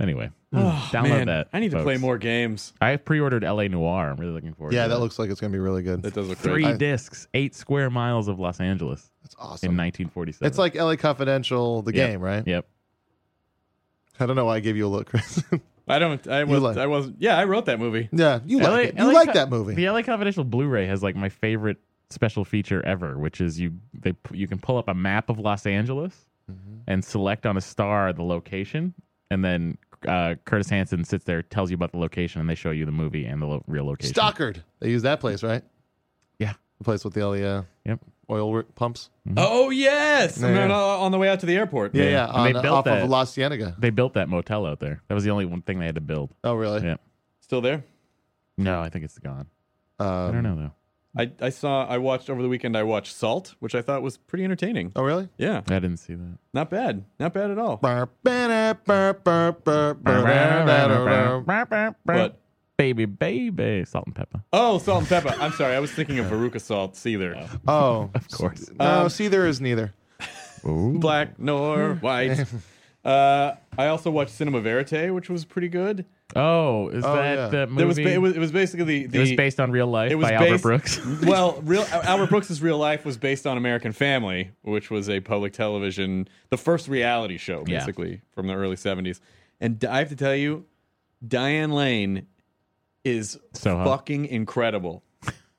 Speaker 6: Anyway,
Speaker 8: Oh,
Speaker 6: Hmm. download
Speaker 8: man.
Speaker 6: that.
Speaker 8: I need to
Speaker 6: folks.
Speaker 8: play more games.
Speaker 6: I pre-ordered L.A. Noir. I'm really looking forward.
Speaker 7: yeah,
Speaker 6: to
Speaker 7: that looks like it's gonna be really good.
Speaker 8: That does look
Speaker 6: three
Speaker 8: great.
Speaker 6: discs, eight square miles of Los Angeles
Speaker 7: That's
Speaker 6: in
Speaker 7: awesome.
Speaker 6: 1947.
Speaker 7: It's like LA Confidential, the
Speaker 6: Yep.
Speaker 7: game, right?
Speaker 6: Yep.
Speaker 7: I don't know why I gave you a look, Chris.
Speaker 8: I don't. I was.
Speaker 7: like-
Speaker 8: I wasn't. Yeah, I wrote that movie.
Speaker 7: yeah, you
Speaker 6: LA
Speaker 7: like it. You
Speaker 6: LA
Speaker 7: like
Speaker 6: Co-
Speaker 7: that movie.
Speaker 6: The LA Confidential Blu-ray has like my favorite special feature ever, which is you they pu- you can pull up a map of Los Angeles
Speaker 7: Mm-hmm.
Speaker 6: and select on a star the location, and then uh, Curtis Hanson sits there, tells you about the location, and they show you the movie and the lo- real location.
Speaker 7: Stockard. They use that place, right?
Speaker 6: Yeah.
Speaker 7: The place with the LA uh,
Speaker 6: Yep.
Speaker 7: oil work pumps.
Speaker 6: Mm-hmm.
Speaker 8: Oh yes,
Speaker 7: Yeah,
Speaker 8: No,
Speaker 7: yeah.
Speaker 8: no, on the way out to the airport.
Speaker 7: Yeah, uh, yeah.
Speaker 6: And they
Speaker 7: on-
Speaker 6: built
Speaker 7: off
Speaker 6: that-
Speaker 7: of La Cienega.
Speaker 6: They built that motel out there. That was the only one thing they had to build.
Speaker 7: Oh, really?
Speaker 6: Yeah.
Speaker 8: Still there.
Speaker 6: No, I think it's gone.
Speaker 7: Um,
Speaker 6: I don't know though.
Speaker 8: I, I saw. I watched over the weekend. I watched Salt, which I thought was pretty entertaining.
Speaker 7: Oh, really?
Speaker 8: Yeah,
Speaker 6: I didn't see that.
Speaker 8: not bad. Not bad at all. But
Speaker 6: baby, baby, salt and pepper.
Speaker 8: oh, Salt and Pepper. I'm sorry. I was thinking of Veruca Salt. Seether.
Speaker 7: Oh,
Speaker 6: Of course.
Speaker 7: no, see, there is neither.
Speaker 8: black nor white. Uh, I also watched Cinema Verite, which was pretty good.
Speaker 6: Oh, is
Speaker 7: Oh,
Speaker 6: that
Speaker 7: yeah.
Speaker 6: the movie?
Speaker 8: There was ba- it was it was basically the, the
Speaker 6: it was based on real life
Speaker 8: it was
Speaker 6: by Albert
Speaker 8: based-
Speaker 6: Brooks.
Speaker 8: well, real Albert Brooks's real life was based on American Family, which was a public television, the first reality show
Speaker 6: Yeah.
Speaker 8: basically from the early '70s. And I have to tell you, Diane Lane is
Speaker 6: So hot.
Speaker 8: fucking incredible.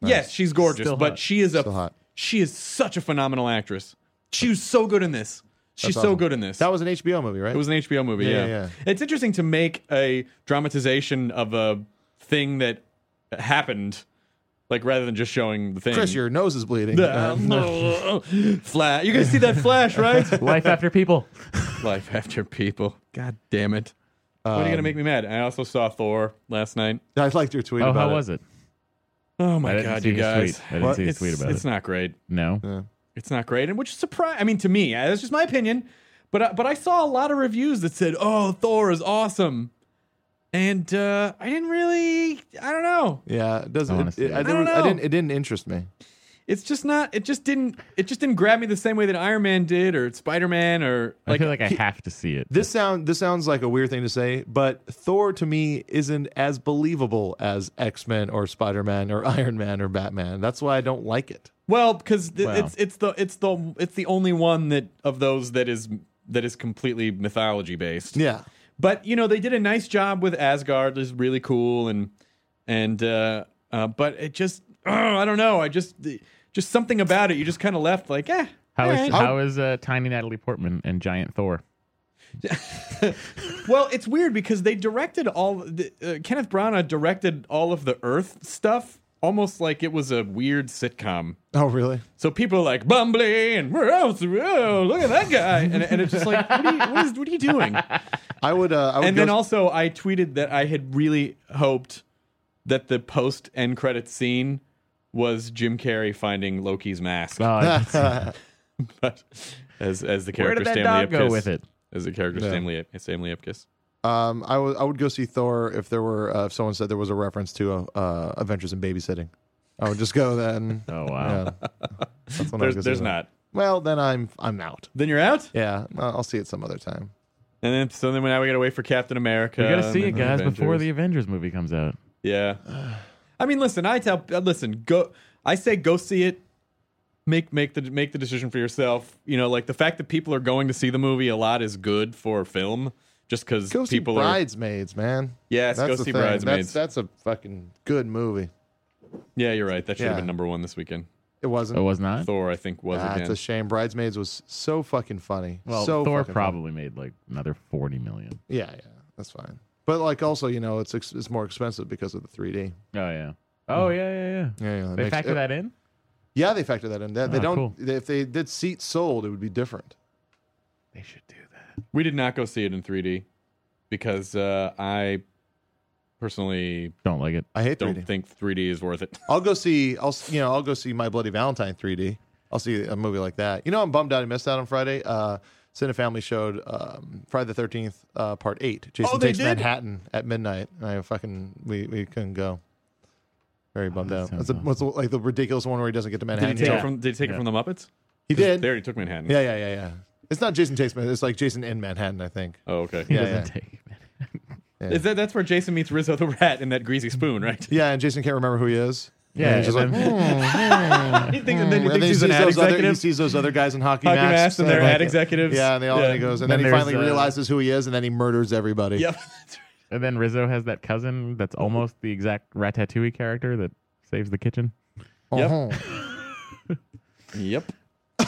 Speaker 8: Yes, she's gorgeous,
Speaker 6: Still
Speaker 8: but
Speaker 6: hot.
Speaker 8: she is a
Speaker 7: Still hot.
Speaker 8: she is such a phenomenal actress. She was so good in this. She's so
Speaker 7: awesome.
Speaker 8: good in this.
Speaker 7: That was an HBO movie, right?
Speaker 8: It was an HBO movie.
Speaker 7: Yeah,
Speaker 8: Yeah,
Speaker 7: yeah.
Speaker 8: It's interesting to make a dramatization of a thing that happened, like rather than just showing the thing.
Speaker 7: Chris, your nose is bleeding.
Speaker 8: Uh, flash. You guys see that flash, right?
Speaker 6: life after people.
Speaker 8: Life after people. God damn it. what are
Speaker 7: Um,
Speaker 8: you gonna make me mad? I also saw Thor last night.
Speaker 7: I liked your tweet.
Speaker 6: Oh,
Speaker 7: about
Speaker 6: how was it?
Speaker 8: Oh
Speaker 6: I
Speaker 8: my
Speaker 6: didn't
Speaker 8: god,
Speaker 6: see
Speaker 8: you
Speaker 6: his
Speaker 8: guys.
Speaker 6: tweet. I didn't see his
Speaker 8: it's,
Speaker 6: tweet about
Speaker 8: it's
Speaker 6: it.
Speaker 8: not great.
Speaker 6: No.
Speaker 8: It's not great, and which is surprise. I mean, to me, uh, that's just my opinion. But I, but I saw a lot of reviews that said, "Oh, Thor is awesome," and uh, I didn't really. I don't know.
Speaker 7: Yeah, it doesn't.
Speaker 6: I wanna
Speaker 7: It,
Speaker 6: see
Speaker 7: it-
Speaker 6: it.
Speaker 7: I,
Speaker 6: I
Speaker 7: didn't,
Speaker 8: don't
Speaker 7: I
Speaker 8: know.
Speaker 7: didn't. It didn't interest me.
Speaker 8: It's just not. It just didn't. It just didn't grab me the same way that Iron Man did, or Spider Man, or
Speaker 6: I
Speaker 8: like.
Speaker 6: feel like I have to see it.
Speaker 7: This sound. This sounds like a weird thing to say, but Thor to me isn't as believable as X Men or Spider Man or Iron Man or Batman. That's why I don't like it.
Speaker 8: well, because
Speaker 6: Wow.
Speaker 8: it's it's the it's the it's the only one that of those that is that is completely mythology based.
Speaker 7: Yeah.
Speaker 8: but you know they did a nice job with Asgard. It was really cool and and uh, uh, but it just oh, I don't know. I just just something about it. You just kind of left like eh.
Speaker 6: How is
Speaker 8: alright.
Speaker 6: how is uh, tiny Natalie Portman and giant Thor?
Speaker 8: well, it's weird because they directed all the, uh, Kenneth Branagh directed all of the Earth stuff almost like it was a weird sitcom.
Speaker 7: Oh, really?
Speaker 8: So people are like Bumbly and where else? Whoa, look at that guy, and, and it's just like what are you, what, is, what are you doing?
Speaker 7: I would. Uh, I would.
Speaker 8: and
Speaker 7: go
Speaker 8: then
Speaker 7: s-
Speaker 8: also I tweeted that I had really hoped that the post end credit scene was Jim Carrey finding Loki's mask,
Speaker 6: Oh,
Speaker 8: but as as the
Speaker 6: where
Speaker 8: character
Speaker 6: did that
Speaker 8: Stanley
Speaker 6: dog
Speaker 8: Ipkiss,
Speaker 6: go with it?
Speaker 8: as the character
Speaker 7: Yeah.
Speaker 8: Stanley Stanley Ipkiss.
Speaker 7: Um, I would I would go see Thor if there were uh, if someone said there was a reference to uh, Adventures in Babysitting. I would just go then.
Speaker 6: Oh wow.
Speaker 7: Yeah. That's when I was
Speaker 8: There's
Speaker 7: gonna
Speaker 8: there's
Speaker 7: say that.
Speaker 8: not.
Speaker 7: Well, then I'm I'm out.
Speaker 8: Then you're out.
Speaker 7: Yeah, I'll I'll see it some other time.
Speaker 8: And then so then now we gotta wait for Captain America.
Speaker 6: We gotta
Speaker 8: and
Speaker 6: see
Speaker 8: then
Speaker 6: it, guys, before
Speaker 8: Avengers.
Speaker 6: the Avengers movie comes out.
Speaker 8: Yeah. I mean, listen. I tell. uh, Listen. Go. I say go see it. Make make the make the decision for yourself. You know, like the fact that people are going to see the movie a lot is good for film. Just because
Speaker 7: Go see
Speaker 8: people are.
Speaker 7: Bridesmaids, man.
Speaker 8: Yes,
Speaker 7: that's
Speaker 8: go
Speaker 7: the
Speaker 8: see
Speaker 7: thing.
Speaker 8: Bridesmaids.
Speaker 7: That's, that's a fucking good movie.
Speaker 8: Yeah, you're right. That should
Speaker 7: Yeah.
Speaker 8: have been number one this weekend.
Speaker 7: It wasn't.
Speaker 6: Oh, It was not.
Speaker 8: Thor, I think, Oh, was
Speaker 7: Ah, it's
Speaker 8: again.
Speaker 7: a shame. Bridesmaids was so fucking funny.
Speaker 6: well,
Speaker 7: so
Speaker 6: Thor
Speaker 7: fucking funny.
Speaker 6: probably made like another forty million.
Speaker 7: Yeah, yeah, that's fine. But like, also, you know, it's ex- it's more expensive because of the 3D.
Speaker 6: Oh yeah. Oh yeah yeah yeah.
Speaker 7: Yeah, yeah. it
Speaker 6: They
Speaker 7: makes-
Speaker 6: factor
Speaker 7: it-
Speaker 6: that in.
Speaker 7: Yeah, they factor that in. They, they
Speaker 6: Ah,
Speaker 7: don't.
Speaker 6: cool.
Speaker 7: they- if they did seats sold, it would be different.
Speaker 6: They should do that.
Speaker 8: We did not go see it in 3D because uh, I personally
Speaker 6: Don't like it.
Speaker 7: I hate
Speaker 8: don't
Speaker 7: 3D.
Speaker 8: think 3D is worth it.
Speaker 7: I'll go see. I'll s- you know I'll go see My Bloody Valentine 3D. I'll see a movie like that. You know I'm bummed out I missed out on Friday. Uh, Cine Family showed um, Friday the 13th uh, Part Eight. Jason
Speaker 8: Oh, they
Speaker 7: takes
Speaker 8: did?
Speaker 7: Manhattan at midnight. And I fucking we we couldn't go. Very bummed out.
Speaker 6: sounds
Speaker 7: That's a, what's the, like the ridiculous one where he doesn't get to
Speaker 8: Did he
Speaker 7: Manhattan.
Speaker 8: take,
Speaker 6: Yeah.
Speaker 8: it, from, did he take it
Speaker 6: Yeah.
Speaker 8: from the Muppets?
Speaker 7: He did.
Speaker 8: They already took Manhattan.
Speaker 7: Yeah, yeah, yeah, yeah. It's not Jason takes Manhattan. It's like Jason in Manhattan. I think.
Speaker 8: Oh, okay.
Speaker 7: Yeah,
Speaker 6: Doesn't
Speaker 7: yeah.
Speaker 6: take it, man.
Speaker 7: Yeah.
Speaker 8: Is that that's where Jason meets Rizzo the Rat in that greasy spoon, right?
Speaker 7: Yeah, and Jason can't remember who he is.
Speaker 6: Yeah,
Speaker 7: and he's just
Speaker 6: and
Speaker 7: like,
Speaker 6: then-
Speaker 8: he thinks, and then he
Speaker 7: And then
Speaker 8: thinks
Speaker 7: he
Speaker 8: he's an
Speaker 7: sees
Speaker 8: ad
Speaker 7: those other- E he
Speaker 8: executive.
Speaker 7: sees those other guys in hockey,
Speaker 8: Hockey
Speaker 7: masks,
Speaker 8: masks and they're
Speaker 7: uh, like-
Speaker 8: ad executives.
Speaker 7: Yeah, and they all.
Speaker 8: Yeah.
Speaker 7: And he goes, and then,
Speaker 6: Then
Speaker 7: he
Speaker 6: there's,
Speaker 7: finally
Speaker 6: uh,
Speaker 7: realizes who he is, and then he murders everybody.
Speaker 8: Yep.
Speaker 6: And then Rizzo has that cousin that's almost the exact Ratatouille character that saves the kitchen.
Speaker 8: Yep.
Speaker 7: Uh-huh.
Speaker 8: yep.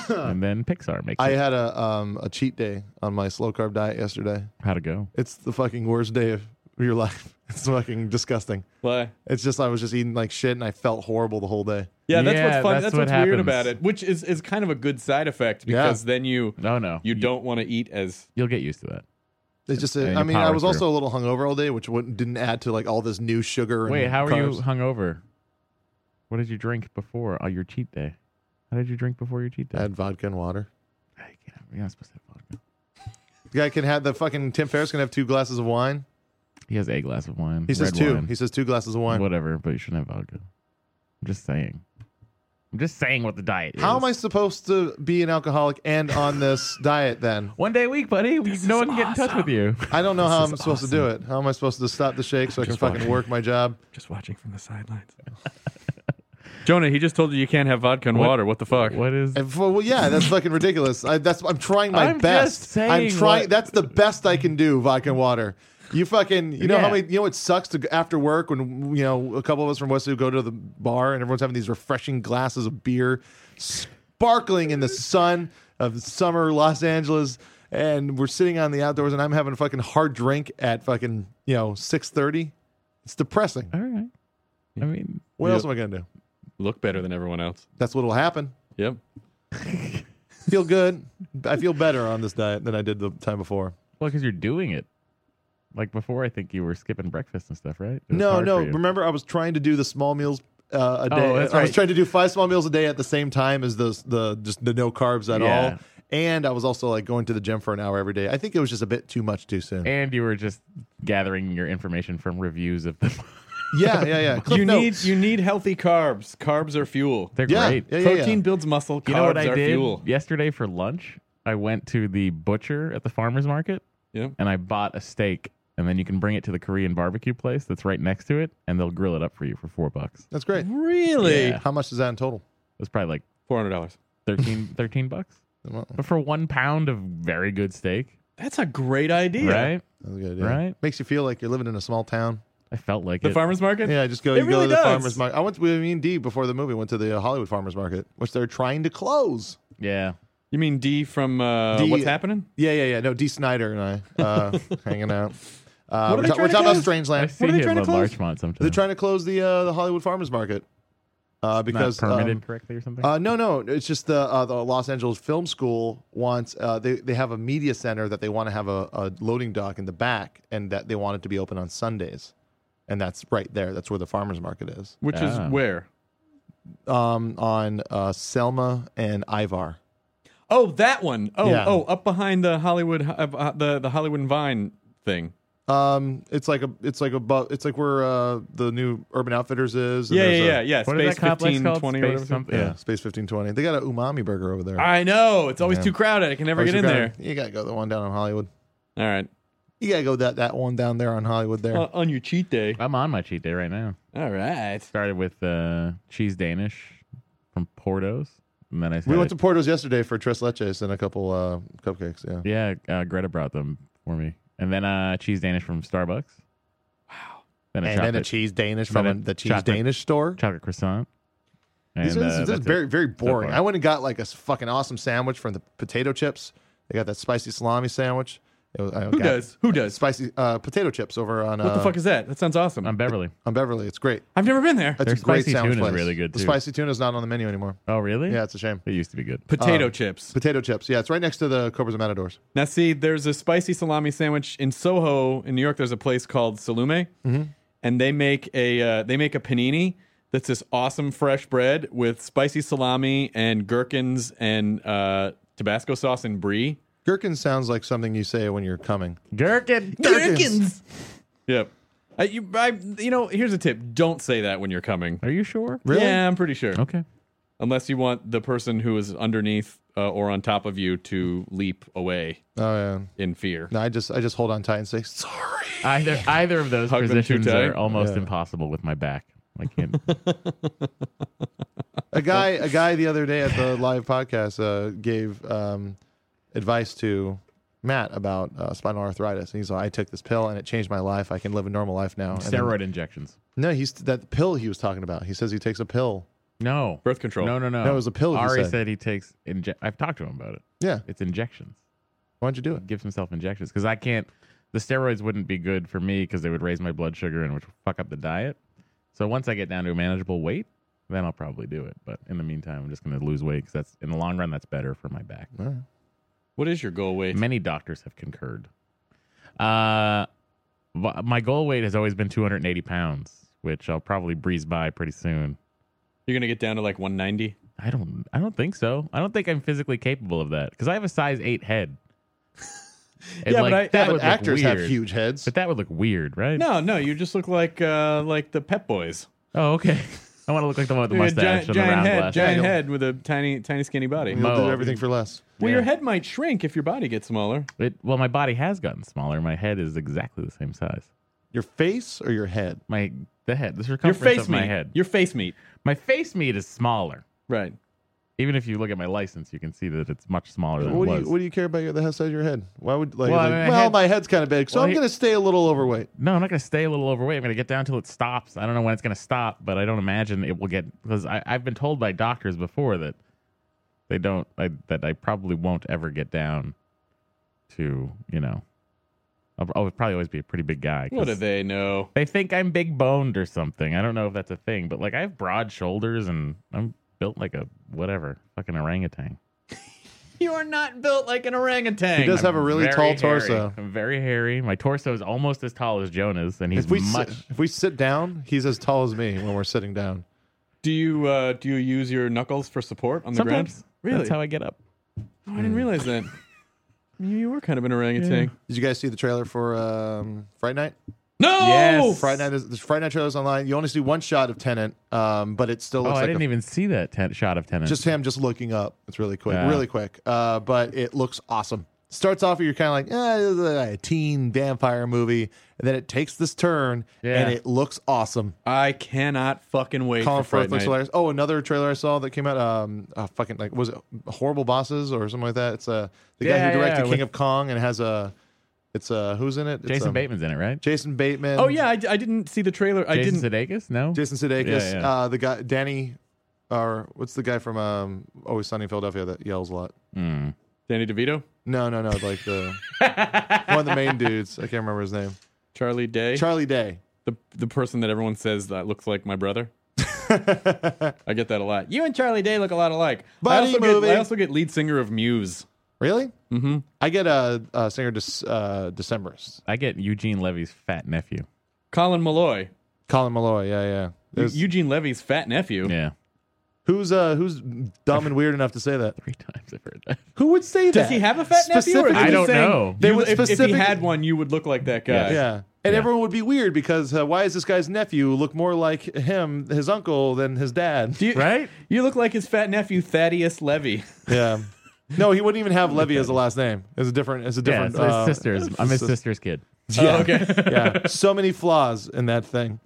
Speaker 6: and then Pixar makes
Speaker 7: I
Speaker 6: it.
Speaker 7: had a um a cheat day on my slow carb diet yesterday.
Speaker 6: How to go?
Speaker 7: It's the fucking worst day of your life. It's fucking disgusting.
Speaker 8: Why?
Speaker 7: It's just I was just eating like shit, and I felt horrible the whole day.
Speaker 8: Yeah, that's
Speaker 6: Yeah,
Speaker 8: what's fun. That's,
Speaker 6: that's
Speaker 8: what's
Speaker 6: what
Speaker 8: weird
Speaker 6: happens.
Speaker 8: about it, which is is kind of a good side effect
Speaker 7: Yeah.
Speaker 8: because then you
Speaker 6: No, Oh, no.
Speaker 8: you don't want to eat as
Speaker 6: You'll get used to that.
Speaker 7: It's just uh,
Speaker 6: And you
Speaker 7: I mean I
Speaker 6: power
Speaker 7: was also
Speaker 6: through.
Speaker 7: a little hungover all day, which wouldn't, didn't add to like all this new sugar. And
Speaker 6: Wait, how are you
Speaker 7: carbs.
Speaker 6: hungover? What did you drink before uh, your cheat day? How did you drink before your cheat day?
Speaker 7: I had vodka and water.
Speaker 6: I can't- You're not supposed to have vodka.
Speaker 7: The guy can have the fucking Tim Ferriss can have two glasses of wine.
Speaker 6: He has a glass of wine.
Speaker 7: He says
Speaker 6: red
Speaker 7: two.
Speaker 6: wine,
Speaker 7: He says two glasses of wine.
Speaker 6: Whatever, but you shouldn't have vodka. I'm just saying. I'm just saying what the diet is.
Speaker 7: How am I supposed to be an alcoholic and on this diet then?
Speaker 6: One day a week, buddy. no one can get in touch with you.
Speaker 7: I don't know how I'm supposed to do it. How am I supposed to stop the shake so I can fucking work my job?
Speaker 8: just watching from the sidelines. Jonah, he just told you you can't have vodka and water. What the fuck?
Speaker 6: What is?
Speaker 7: And for, well, yeah, that's fucking ridiculous. I, that's I'm trying my
Speaker 6: I'm just
Speaker 7: best. I'm
Speaker 6: saying
Speaker 7: trying.
Speaker 6: what-
Speaker 7: That's the best I can do. Vodka and water. You fucking. You know how
Speaker 6: Yeah.
Speaker 7: many. You know it sucks to go- after work when you know a couple of us from West Westview go to the bar and everyone's having these refreshing glasses of beer, sparkling in the sun of summer Los Angeles, and we're sitting on the outdoors and I'm having a fucking hard drink at fucking you know six thirty. It's depressing.
Speaker 6: All right. I mean,
Speaker 7: What
Speaker 8: Yeah.
Speaker 7: else am I gonna do?
Speaker 8: Look better than everyone else.
Speaker 7: That's what'll happen.
Speaker 8: Yep.
Speaker 7: Feel good. I feel better on this diet than I did the time before.
Speaker 6: well, because you're doing it. Like before, I think you were skipping breakfast and stuff, right? It was
Speaker 7: No,
Speaker 6: hard
Speaker 7: no.
Speaker 6: for you.
Speaker 7: Remember, I was trying to do the small meals uh, a day.
Speaker 6: that's
Speaker 7: I was
Speaker 6: right.
Speaker 7: trying to do five small meals a day at the same time as the the just the no carbs at
Speaker 6: Yeah.
Speaker 7: all. And I was also like going to the gym for an hour every day. I think it was just a bit too much too soon.
Speaker 6: And you were just gathering your information from reviews of them.
Speaker 7: yeah, yeah, yeah. Cliff
Speaker 8: you
Speaker 7: notes.
Speaker 8: need you need healthy carbs. Carbs are fuel.
Speaker 6: They're
Speaker 7: yeah,
Speaker 6: great.
Speaker 7: yeah, yeah, yeah.
Speaker 8: Protein builds muscle. Carbs
Speaker 6: You know what I
Speaker 8: are
Speaker 6: did
Speaker 8: fuel.
Speaker 6: yesterday for lunch? I went to the butcher at the farmer's market
Speaker 8: Yep.
Speaker 6: and I bought a steak. And then you can bring it to the Korean barbecue place that's right next to it, and they'll grill it up for you for four bucks.
Speaker 7: That's great.
Speaker 8: Really?
Speaker 6: Yeah.
Speaker 7: How much is that in total?
Speaker 6: It's probably like
Speaker 8: Four hundred dollars.
Speaker 6: 13, 13 bucks.
Speaker 7: Well,
Speaker 6: But for one pound of very good steak,
Speaker 8: That's a great idea.
Speaker 6: right?
Speaker 7: That's a good idea.
Speaker 6: Right?
Speaker 7: Makes you feel like you're living in a small town.
Speaker 6: I felt like
Speaker 8: The
Speaker 6: it.
Speaker 8: farmers market.
Speaker 7: Yeah, just go.
Speaker 8: It
Speaker 7: you go
Speaker 8: really
Speaker 7: to the
Speaker 8: does.
Speaker 7: farmers market. I went. To, me and D before the movie went to the uh, Hollywood farmers market, which they're trying to close.
Speaker 6: yeah.
Speaker 8: You mean D from uh,
Speaker 7: D-
Speaker 8: What's Happening?
Speaker 7: Yeah, yeah, yeah. No, D. Snyder and I uh, hanging out. Uh,
Speaker 8: What are
Speaker 7: we're
Speaker 8: they
Speaker 7: ta-
Speaker 8: trying
Speaker 7: we're talking
Speaker 8: to
Speaker 7: about
Speaker 8: close?
Speaker 6: I
Speaker 7: Strangeland.
Speaker 6: see
Speaker 8: are they
Speaker 6: him
Speaker 8: trying to
Speaker 6: on
Speaker 8: close?
Speaker 6: Larchmont sometimes.
Speaker 7: They're trying to close the uh, the Hollywood Farmers Market uh, because
Speaker 6: Not permitted
Speaker 7: um,
Speaker 6: correctly or something.
Speaker 7: uh, no, no, it's just the uh, the Los Angeles Film School wants uh, they they have a media center that they want to have a, a loading dock in the back, and that they want it to be open on Sundays, and that's right there. That's where the farmers market is
Speaker 8: Which
Speaker 6: Ah.
Speaker 8: is where?
Speaker 7: um, on uh, Selma and Ivar.
Speaker 8: Oh, that one. Oh,
Speaker 7: Yeah.
Speaker 8: oh, up behind the Hollywood, uh, uh, the the Hollywood and Vine thing.
Speaker 7: Um, it's like a it's like above it's like where uh, the new Urban Outfitters is. and
Speaker 8: Yeah,
Speaker 7: there's
Speaker 8: yeah,
Speaker 7: a-
Speaker 8: yeah, yeah.
Speaker 6: What is
Speaker 8: Space
Speaker 6: that complex
Speaker 8: fifteen
Speaker 6: called?
Speaker 8: twenty
Speaker 6: Space
Speaker 8: or whatever.
Speaker 6: something?
Speaker 7: Yeah,
Speaker 6: Yeah.
Speaker 7: Space fifteen twenty. They got an umami burger over there.
Speaker 8: I know it's always
Speaker 7: Yeah.
Speaker 8: too crowded. I can never
Speaker 7: Or
Speaker 8: get
Speaker 7: you
Speaker 8: in
Speaker 7: gotta-
Speaker 8: there.
Speaker 7: You gotta go the one down on Hollywood.
Speaker 8: All right,
Speaker 7: You gotta go that that one down there on Hollywood there.
Speaker 8: Uh, on your cheat day.
Speaker 6: I'm on my cheat day right now.
Speaker 8: All right.
Speaker 6: Started with uh, cheese Danish from Porto's, and then I
Speaker 7: we
Speaker 6: had-
Speaker 7: went to Porto's yesterday for tres leches and a couple uh, cupcakes. Yeah.
Speaker 6: yeah. Uh, Greta brought them for me, and then uh, cheese Danish from Starbucks. Wow. Then a
Speaker 7: And
Speaker 6: chocolate,
Speaker 7: then a cheese Danish
Speaker 6: Then
Speaker 7: from
Speaker 6: a
Speaker 7: a- the cheese
Speaker 6: chocolate-
Speaker 7: Danish store.
Speaker 6: chocolate croissant. And,
Speaker 7: These are, this,
Speaker 6: uh,
Speaker 7: is- this is
Speaker 6: that's it
Speaker 7: very, very
Speaker 6: so
Speaker 7: boring.
Speaker 6: far.
Speaker 7: I went and got like a s- fucking awesome sandwich from the potato chips. They got that spicy salami sandwich. It was, I
Speaker 8: Who
Speaker 7: got
Speaker 8: does? Who does?
Speaker 7: Spicy uh, potato chips over on
Speaker 8: What
Speaker 7: uh,
Speaker 8: the fuck is that? That sounds awesome.
Speaker 6: on Beverly.
Speaker 7: on Beverly. It's great.
Speaker 8: I've never been there.
Speaker 7: That's
Speaker 6: Their
Speaker 7: a great
Speaker 6: spicy
Speaker 7: sandwich
Speaker 6: tuna's
Speaker 7: place.
Speaker 6: really good,
Speaker 7: The
Speaker 6: too.
Speaker 7: spicy tuna is not on the menu anymore.
Speaker 6: Oh, really?
Speaker 7: Yeah, it's a shame.
Speaker 6: It used to be good.
Speaker 8: Potato chips.
Speaker 7: Potato chips. Yeah, it's right next to the Cobras and Matadors.
Speaker 8: Now, see, there's a spicy salami sandwich in Soho, in New York. There's a place called Salume, and they make a uh, they make a panini that's this awesome fresh bread with spicy salami and gherkins and uh, Tabasco sauce and brie.
Speaker 7: Gherkin sounds like something you say when you're coming.
Speaker 6: Gherkin.
Speaker 7: Gherkins.
Speaker 8: Yep. I, you, I, you know, here's a tip: don't say that when you're coming.
Speaker 6: Are you sure?
Speaker 8: Yeah, I'm pretty sure.
Speaker 6: Okay.
Speaker 8: Unless you want the person who is underneath uh, or on top of you to leap away
Speaker 7: Oh yeah.
Speaker 8: in fear.
Speaker 7: No, I just I just hold on tight and say sorry.
Speaker 6: Either either of those
Speaker 8: Hug them too
Speaker 6: positions are
Speaker 8: tight?
Speaker 6: almost
Speaker 7: Yeah.
Speaker 6: impossible with my back. I can't.
Speaker 7: A guy a guy the other day at the live podcast uh, gave um, advice to Matt about uh, spinal arthritis. And he's like, I took this pill and it changed my life. I can live a normal life now. And then-
Speaker 6: steroid injections.
Speaker 7: no, he's that pill he was talking about. He says he takes a pill.
Speaker 6: No.
Speaker 8: Birth control.
Speaker 6: No, no, no.
Speaker 7: No, it was a pill, he
Speaker 6: Ari
Speaker 7: said.
Speaker 6: said. he takes. Inje- I've talked to him about it.
Speaker 7: Yeah.
Speaker 6: It's injections.
Speaker 7: Why don't you do it?
Speaker 6: Gives himself injections because I can't. The steroids wouldn't be good for me because they would raise my blood sugar and which would fuck up the diet. So once I get down to a manageable weight, then I'll probably do it. But in the meantime, I'm just going to lose weight because that's in the long run that's better for my back.
Speaker 7: All right.
Speaker 8: What is your goal weight?
Speaker 6: Many doctors have concurred. Uh, v- my goal weight has always been 280 pounds, which I'll probably breeze by pretty soon.
Speaker 8: You're gonna get down to like 190.
Speaker 6: I don't. I don't think so. I don't think I'm physically capable of that because I have a size eight head. And,
Speaker 8: Yeah, but I-
Speaker 7: Yeah,
Speaker 6: that
Speaker 7: but
Speaker 6: would look
Speaker 7: actors have
Speaker 6: weird.
Speaker 7: huge heads.
Speaker 6: But that would look weird, right?
Speaker 8: No, no, you just look like uh, like the Pep Boys.
Speaker 6: Oh, okay. I want to look like the one with the
Speaker 8: Yeah,
Speaker 6: mustache and
Speaker 8: giant,
Speaker 6: the
Speaker 8: giant
Speaker 6: round
Speaker 8: head,
Speaker 6: lash.
Speaker 8: giant
Speaker 7: Yeah,
Speaker 8: head with a tiny, tiny, skinny body.
Speaker 7: You'll
Speaker 6: Mo.
Speaker 7: do everything for less.
Speaker 8: Well,
Speaker 6: Yeah.
Speaker 8: your head might shrink if your body gets smaller.
Speaker 6: It, well, my body has gotten smaller. My head is exactly the same size.
Speaker 7: Your face or your head?
Speaker 6: My the head, the
Speaker 8: Your
Speaker 6: circumference
Speaker 8: face
Speaker 6: of my
Speaker 8: meat.
Speaker 6: head.
Speaker 8: Your face meat.
Speaker 6: my face meat is smaller.
Speaker 8: Right.
Speaker 6: Even if you look at my license, you can see that it's much smaller than
Speaker 7: What
Speaker 6: it
Speaker 7: do
Speaker 6: was.
Speaker 7: you What do you care about your, the size of your head? Why would like?
Speaker 6: Well, I
Speaker 7: like,
Speaker 6: mean, my
Speaker 7: well,
Speaker 6: head-
Speaker 7: my head's kind of big, so
Speaker 6: Well,
Speaker 7: I'm
Speaker 6: he-
Speaker 7: going to stay a little overweight.
Speaker 6: No, I'm not going to stay a little overweight. I'm going to get down till it stops. I don't know when it's going to stop, but I don't imagine it will get because I've been told by doctors before that they don't I, that I probably won't ever get down to you know I'll, I'll probably always be a pretty big guy. 'cause
Speaker 8: What do they know?
Speaker 6: They think I'm big boned or something. I don't know if that's a thing, but like I have broad shoulders and I'm built like a whatever fucking orangutan.
Speaker 8: You are not built like an orangutan.
Speaker 7: He does have a really
Speaker 6: Very
Speaker 7: tall
Speaker 6: hairy.
Speaker 7: torso.
Speaker 6: I'm very hairy. My torso is almost as tall as Jonah's, and he's
Speaker 7: If we
Speaker 6: much.
Speaker 7: sit, if we sit down, he's as tall as me when we're sitting down.
Speaker 8: do you uh, do you use your knuckles for support on the
Speaker 6: Sometimes
Speaker 8: ground?
Speaker 6: that's how I get up.
Speaker 8: Oh, I
Speaker 7: Hmm.
Speaker 8: didn't realize that. you were kind of an orangutan.
Speaker 7: Did you guys see the trailer for um, Fright Night?
Speaker 8: No.
Speaker 6: Yes.
Speaker 7: Fright Night is the Fright Night trailers online. You only see one shot of Tenant, um, but it still
Speaker 6: Oh,
Speaker 7: looks
Speaker 6: I
Speaker 7: like
Speaker 6: didn't
Speaker 7: a-
Speaker 6: even see that ten- shot of tennis.
Speaker 7: just him just looking up. It's really quick,
Speaker 6: Yeah.
Speaker 7: really quick. Uh, but it looks awesome. Starts off, you're kind of like eh, this is a teen vampire movie, and then it takes this turn,
Speaker 6: Yeah.
Speaker 7: and it looks awesome.
Speaker 8: I cannot fucking wait
Speaker 7: Colin
Speaker 8: for Fright
Speaker 7: Firth looks
Speaker 8: Night.
Speaker 7: hilarious. Oh, another trailer I saw that came out. Um, uh, fucking like was it horrible bosses or something like that? It's uh, the guy
Speaker 6: Yeah,
Speaker 7: who directed
Speaker 6: yeah,
Speaker 7: King
Speaker 6: with-
Speaker 7: of Kong and has a. It's uh, who's in it? It's,
Speaker 6: Jason
Speaker 7: um,
Speaker 6: Bateman's in it, right?
Speaker 7: Jason Bateman.
Speaker 8: Oh yeah, I, I didn't see the trailer. I
Speaker 6: Jason
Speaker 8: didn't.
Speaker 6: Sudeikis? No.
Speaker 7: Jason Sudeikis.
Speaker 6: Yeah, yeah.
Speaker 7: Uh, the guy Danny, or what's the guy from um, Always Sunny in Philadelphia that yells a lot?
Speaker 6: Mm.
Speaker 8: Danny DeVito,
Speaker 7: No, no, no. Like the one of the main dudes. I can't remember his name.
Speaker 8: Charlie Day,
Speaker 7: Charlie Day.
Speaker 8: the the person that everyone says that looks like my brother. I get that a lot. You and Charlie Day look a lot alike.
Speaker 7: Buddy
Speaker 8: I also
Speaker 7: movie.
Speaker 8: Get, I also get lead singer of Muse.
Speaker 7: Really? Mm-hmm. I get a, a singer Dec- uh, Decemberist.
Speaker 6: I get Eugene Levy's fat nephew.
Speaker 8: Colin Malloy,
Speaker 7: Colin Malloy. Yeah, yeah. There's-
Speaker 8: Eugene Levy's fat nephew.
Speaker 6: Yeah.
Speaker 7: who's uh, who's dumb and weird enough to say that?
Speaker 6: Three times I've heard that.
Speaker 7: Who would say that?
Speaker 8: Does he have a fat nephew? Or
Speaker 7: Specifically-
Speaker 8: is he
Speaker 6: I don't
Speaker 8: saying
Speaker 6: know.
Speaker 7: They
Speaker 8: you-
Speaker 7: would
Speaker 8: if, if he
Speaker 7: specific-
Speaker 8: had one, you would look like that guy.
Speaker 7: Yeah. And
Speaker 6: Yeah.
Speaker 7: everyone would be weird because uh, why is this guy's nephew look more like him, his uncle, than his dad?
Speaker 8: Do you,
Speaker 6: Right?
Speaker 8: You look like his fat nephew Thaddeus Levy.
Speaker 7: Yeah. No, he wouldn't even have Levy as a last name. It's a different. It's a
Speaker 6: Yeah,
Speaker 7: different.
Speaker 6: it's his
Speaker 7: uh,
Speaker 6: sister's. I'm his sister's kid.
Speaker 7: Yeah.
Speaker 8: okay.
Speaker 7: yeah. So many flaws in that thing.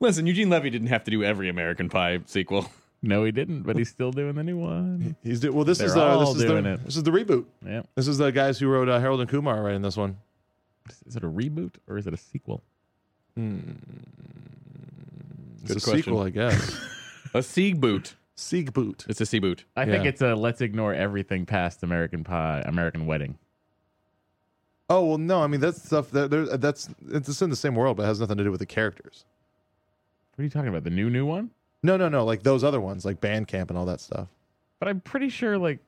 Speaker 8: Listen, Eugene Levy didn't have to do every American Pie sequel.
Speaker 6: No, he didn't, but he's still doing the new one.
Speaker 7: He's do- well. This
Speaker 6: They're
Speaker 7: is uh,
Speaker 6: all
Speaker 7: this is
Speaker 6: doing
Speaker 7: the
Speaker 6: it.
Speaker 7: this is the reboot.
Speaker 6: Yeah.
Speaker 7: This is the guys who wrote uh, Harold and Kumar right in this one.
Speaker 6: Is it a reboot or is it a sequel?
Speaker 7: It's a
Speaker 8: question.
Speaker 7: sequel, I guess.
Speaker 8: A sea boot.
Speaker 7: Sieg boot.
Speaker 8: It's a sea boot.
Speaker 6: I think
Speaker 8: Yeah.
Speaker 6: it's a let's ignore everything past American Pie, American Wedding.
Speaker 7: Oh well, no. I mean that's stuff that there, that's it's just in the same world, but it has nothing to do with the characters.
Speaker 6: What are you talking about? The new new one?
Speaker 7: No, no, no. Like those other ones, like Bandcamp and all that stuff.
Speaker 6: But I'm pretty sure like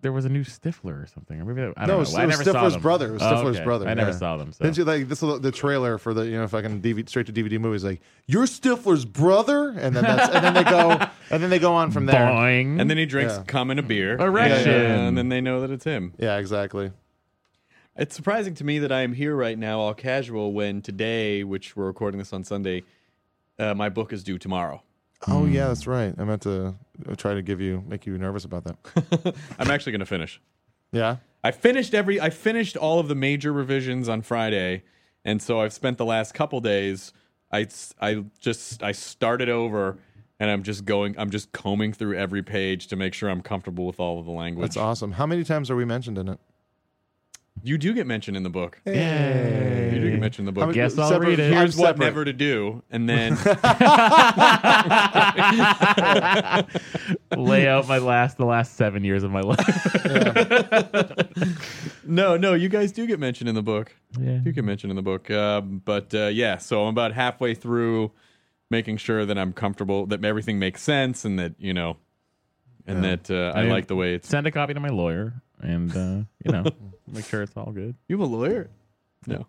Speaker 6: there was a new Stifler or something. Or maybe that, I
Speaker 7: No,
Speaker 6: don't
Speaker 7: it
Speaker 6: know.
Speaker 7: was-
Speaker 6: I
Speaker 7: it was
Speaker 6: never saw
Speaker 7: Stifler's
Speaker 6: them.
Speaker 7: brother. It was
Speaker 6: Oh,
Speaker 7: Stifler's
Speaker 6: okay.
Speaker 7: brother,
Speaker 6: I never
Speaker 7: yeah.
Speaker 6: saw them. So.
Speaker 7: Didn't you like this? Little, the trailer for the you know fucking DV, straight to DVD movies like you're Stifler's brother, and then that's and then they go and then they go on from there.
Speaker 6: Boing.
Speaker 8: And then he drinks
Speaker 7: Yeah.
Speaker 8: common a beer.
Speaker 6: Erection.
Speaker 8: And then they know that it's him.
Speaker 7: Yeah, exactly.
Speaker 8: It's surprising to me that I am here right now, all casual, when today, which we're recording this on Sunday, uh, my book is due tomorrow.
Speaker 7: Oh yeah, that's right. I meant to uh, try to give you make you nervous about that.
Speaker 8: I'm actually going to finish.
Speaker 7: Yeah.
Speaker 8: I finished every. I finished all of the major revisions on Friday, and so I've spent the last couple days. I s- I just I started over, and I'm just going. I'm just combing through every page to make sure I'm comfortable with all of the language.
Speaker 7: That's awesome. How many times are we mentioned in it?
Speaker 8: You do get mentioned in the book.
Speaker 6: Yay.
Speaker 8: You do get mentioned in the
Speaker 7: How
Speaker 8: book.
Speaker 7: many-
Speaker 6: Guess I'll
Speaker 7: separate-
Speaker 6: read it.
Speaker 8: Here's
Speaker 7: I'm
Speaker 8: what
Speaker 7: separate.
Speaker 8: never to do, and then
Speaker 6: lay out my last the last seven years of my life.
Speaker 8: no, no, you guys do get mentioned in the book.
Speaker 6: Yeah.
Speaker 8: You get mentioned in the book. Um, but uh, yeah, so I'm about halfway through making sure that I'm comfortable, that everything makes sense, and that you know, and that uh, I
Speaker 6: Yeah.
Speaker 8: like the way it's.
Speaker 6: Send a copy to my lawyer and uh, you know, make sure it's all good.
Speaker 8: You have a lawyer? No.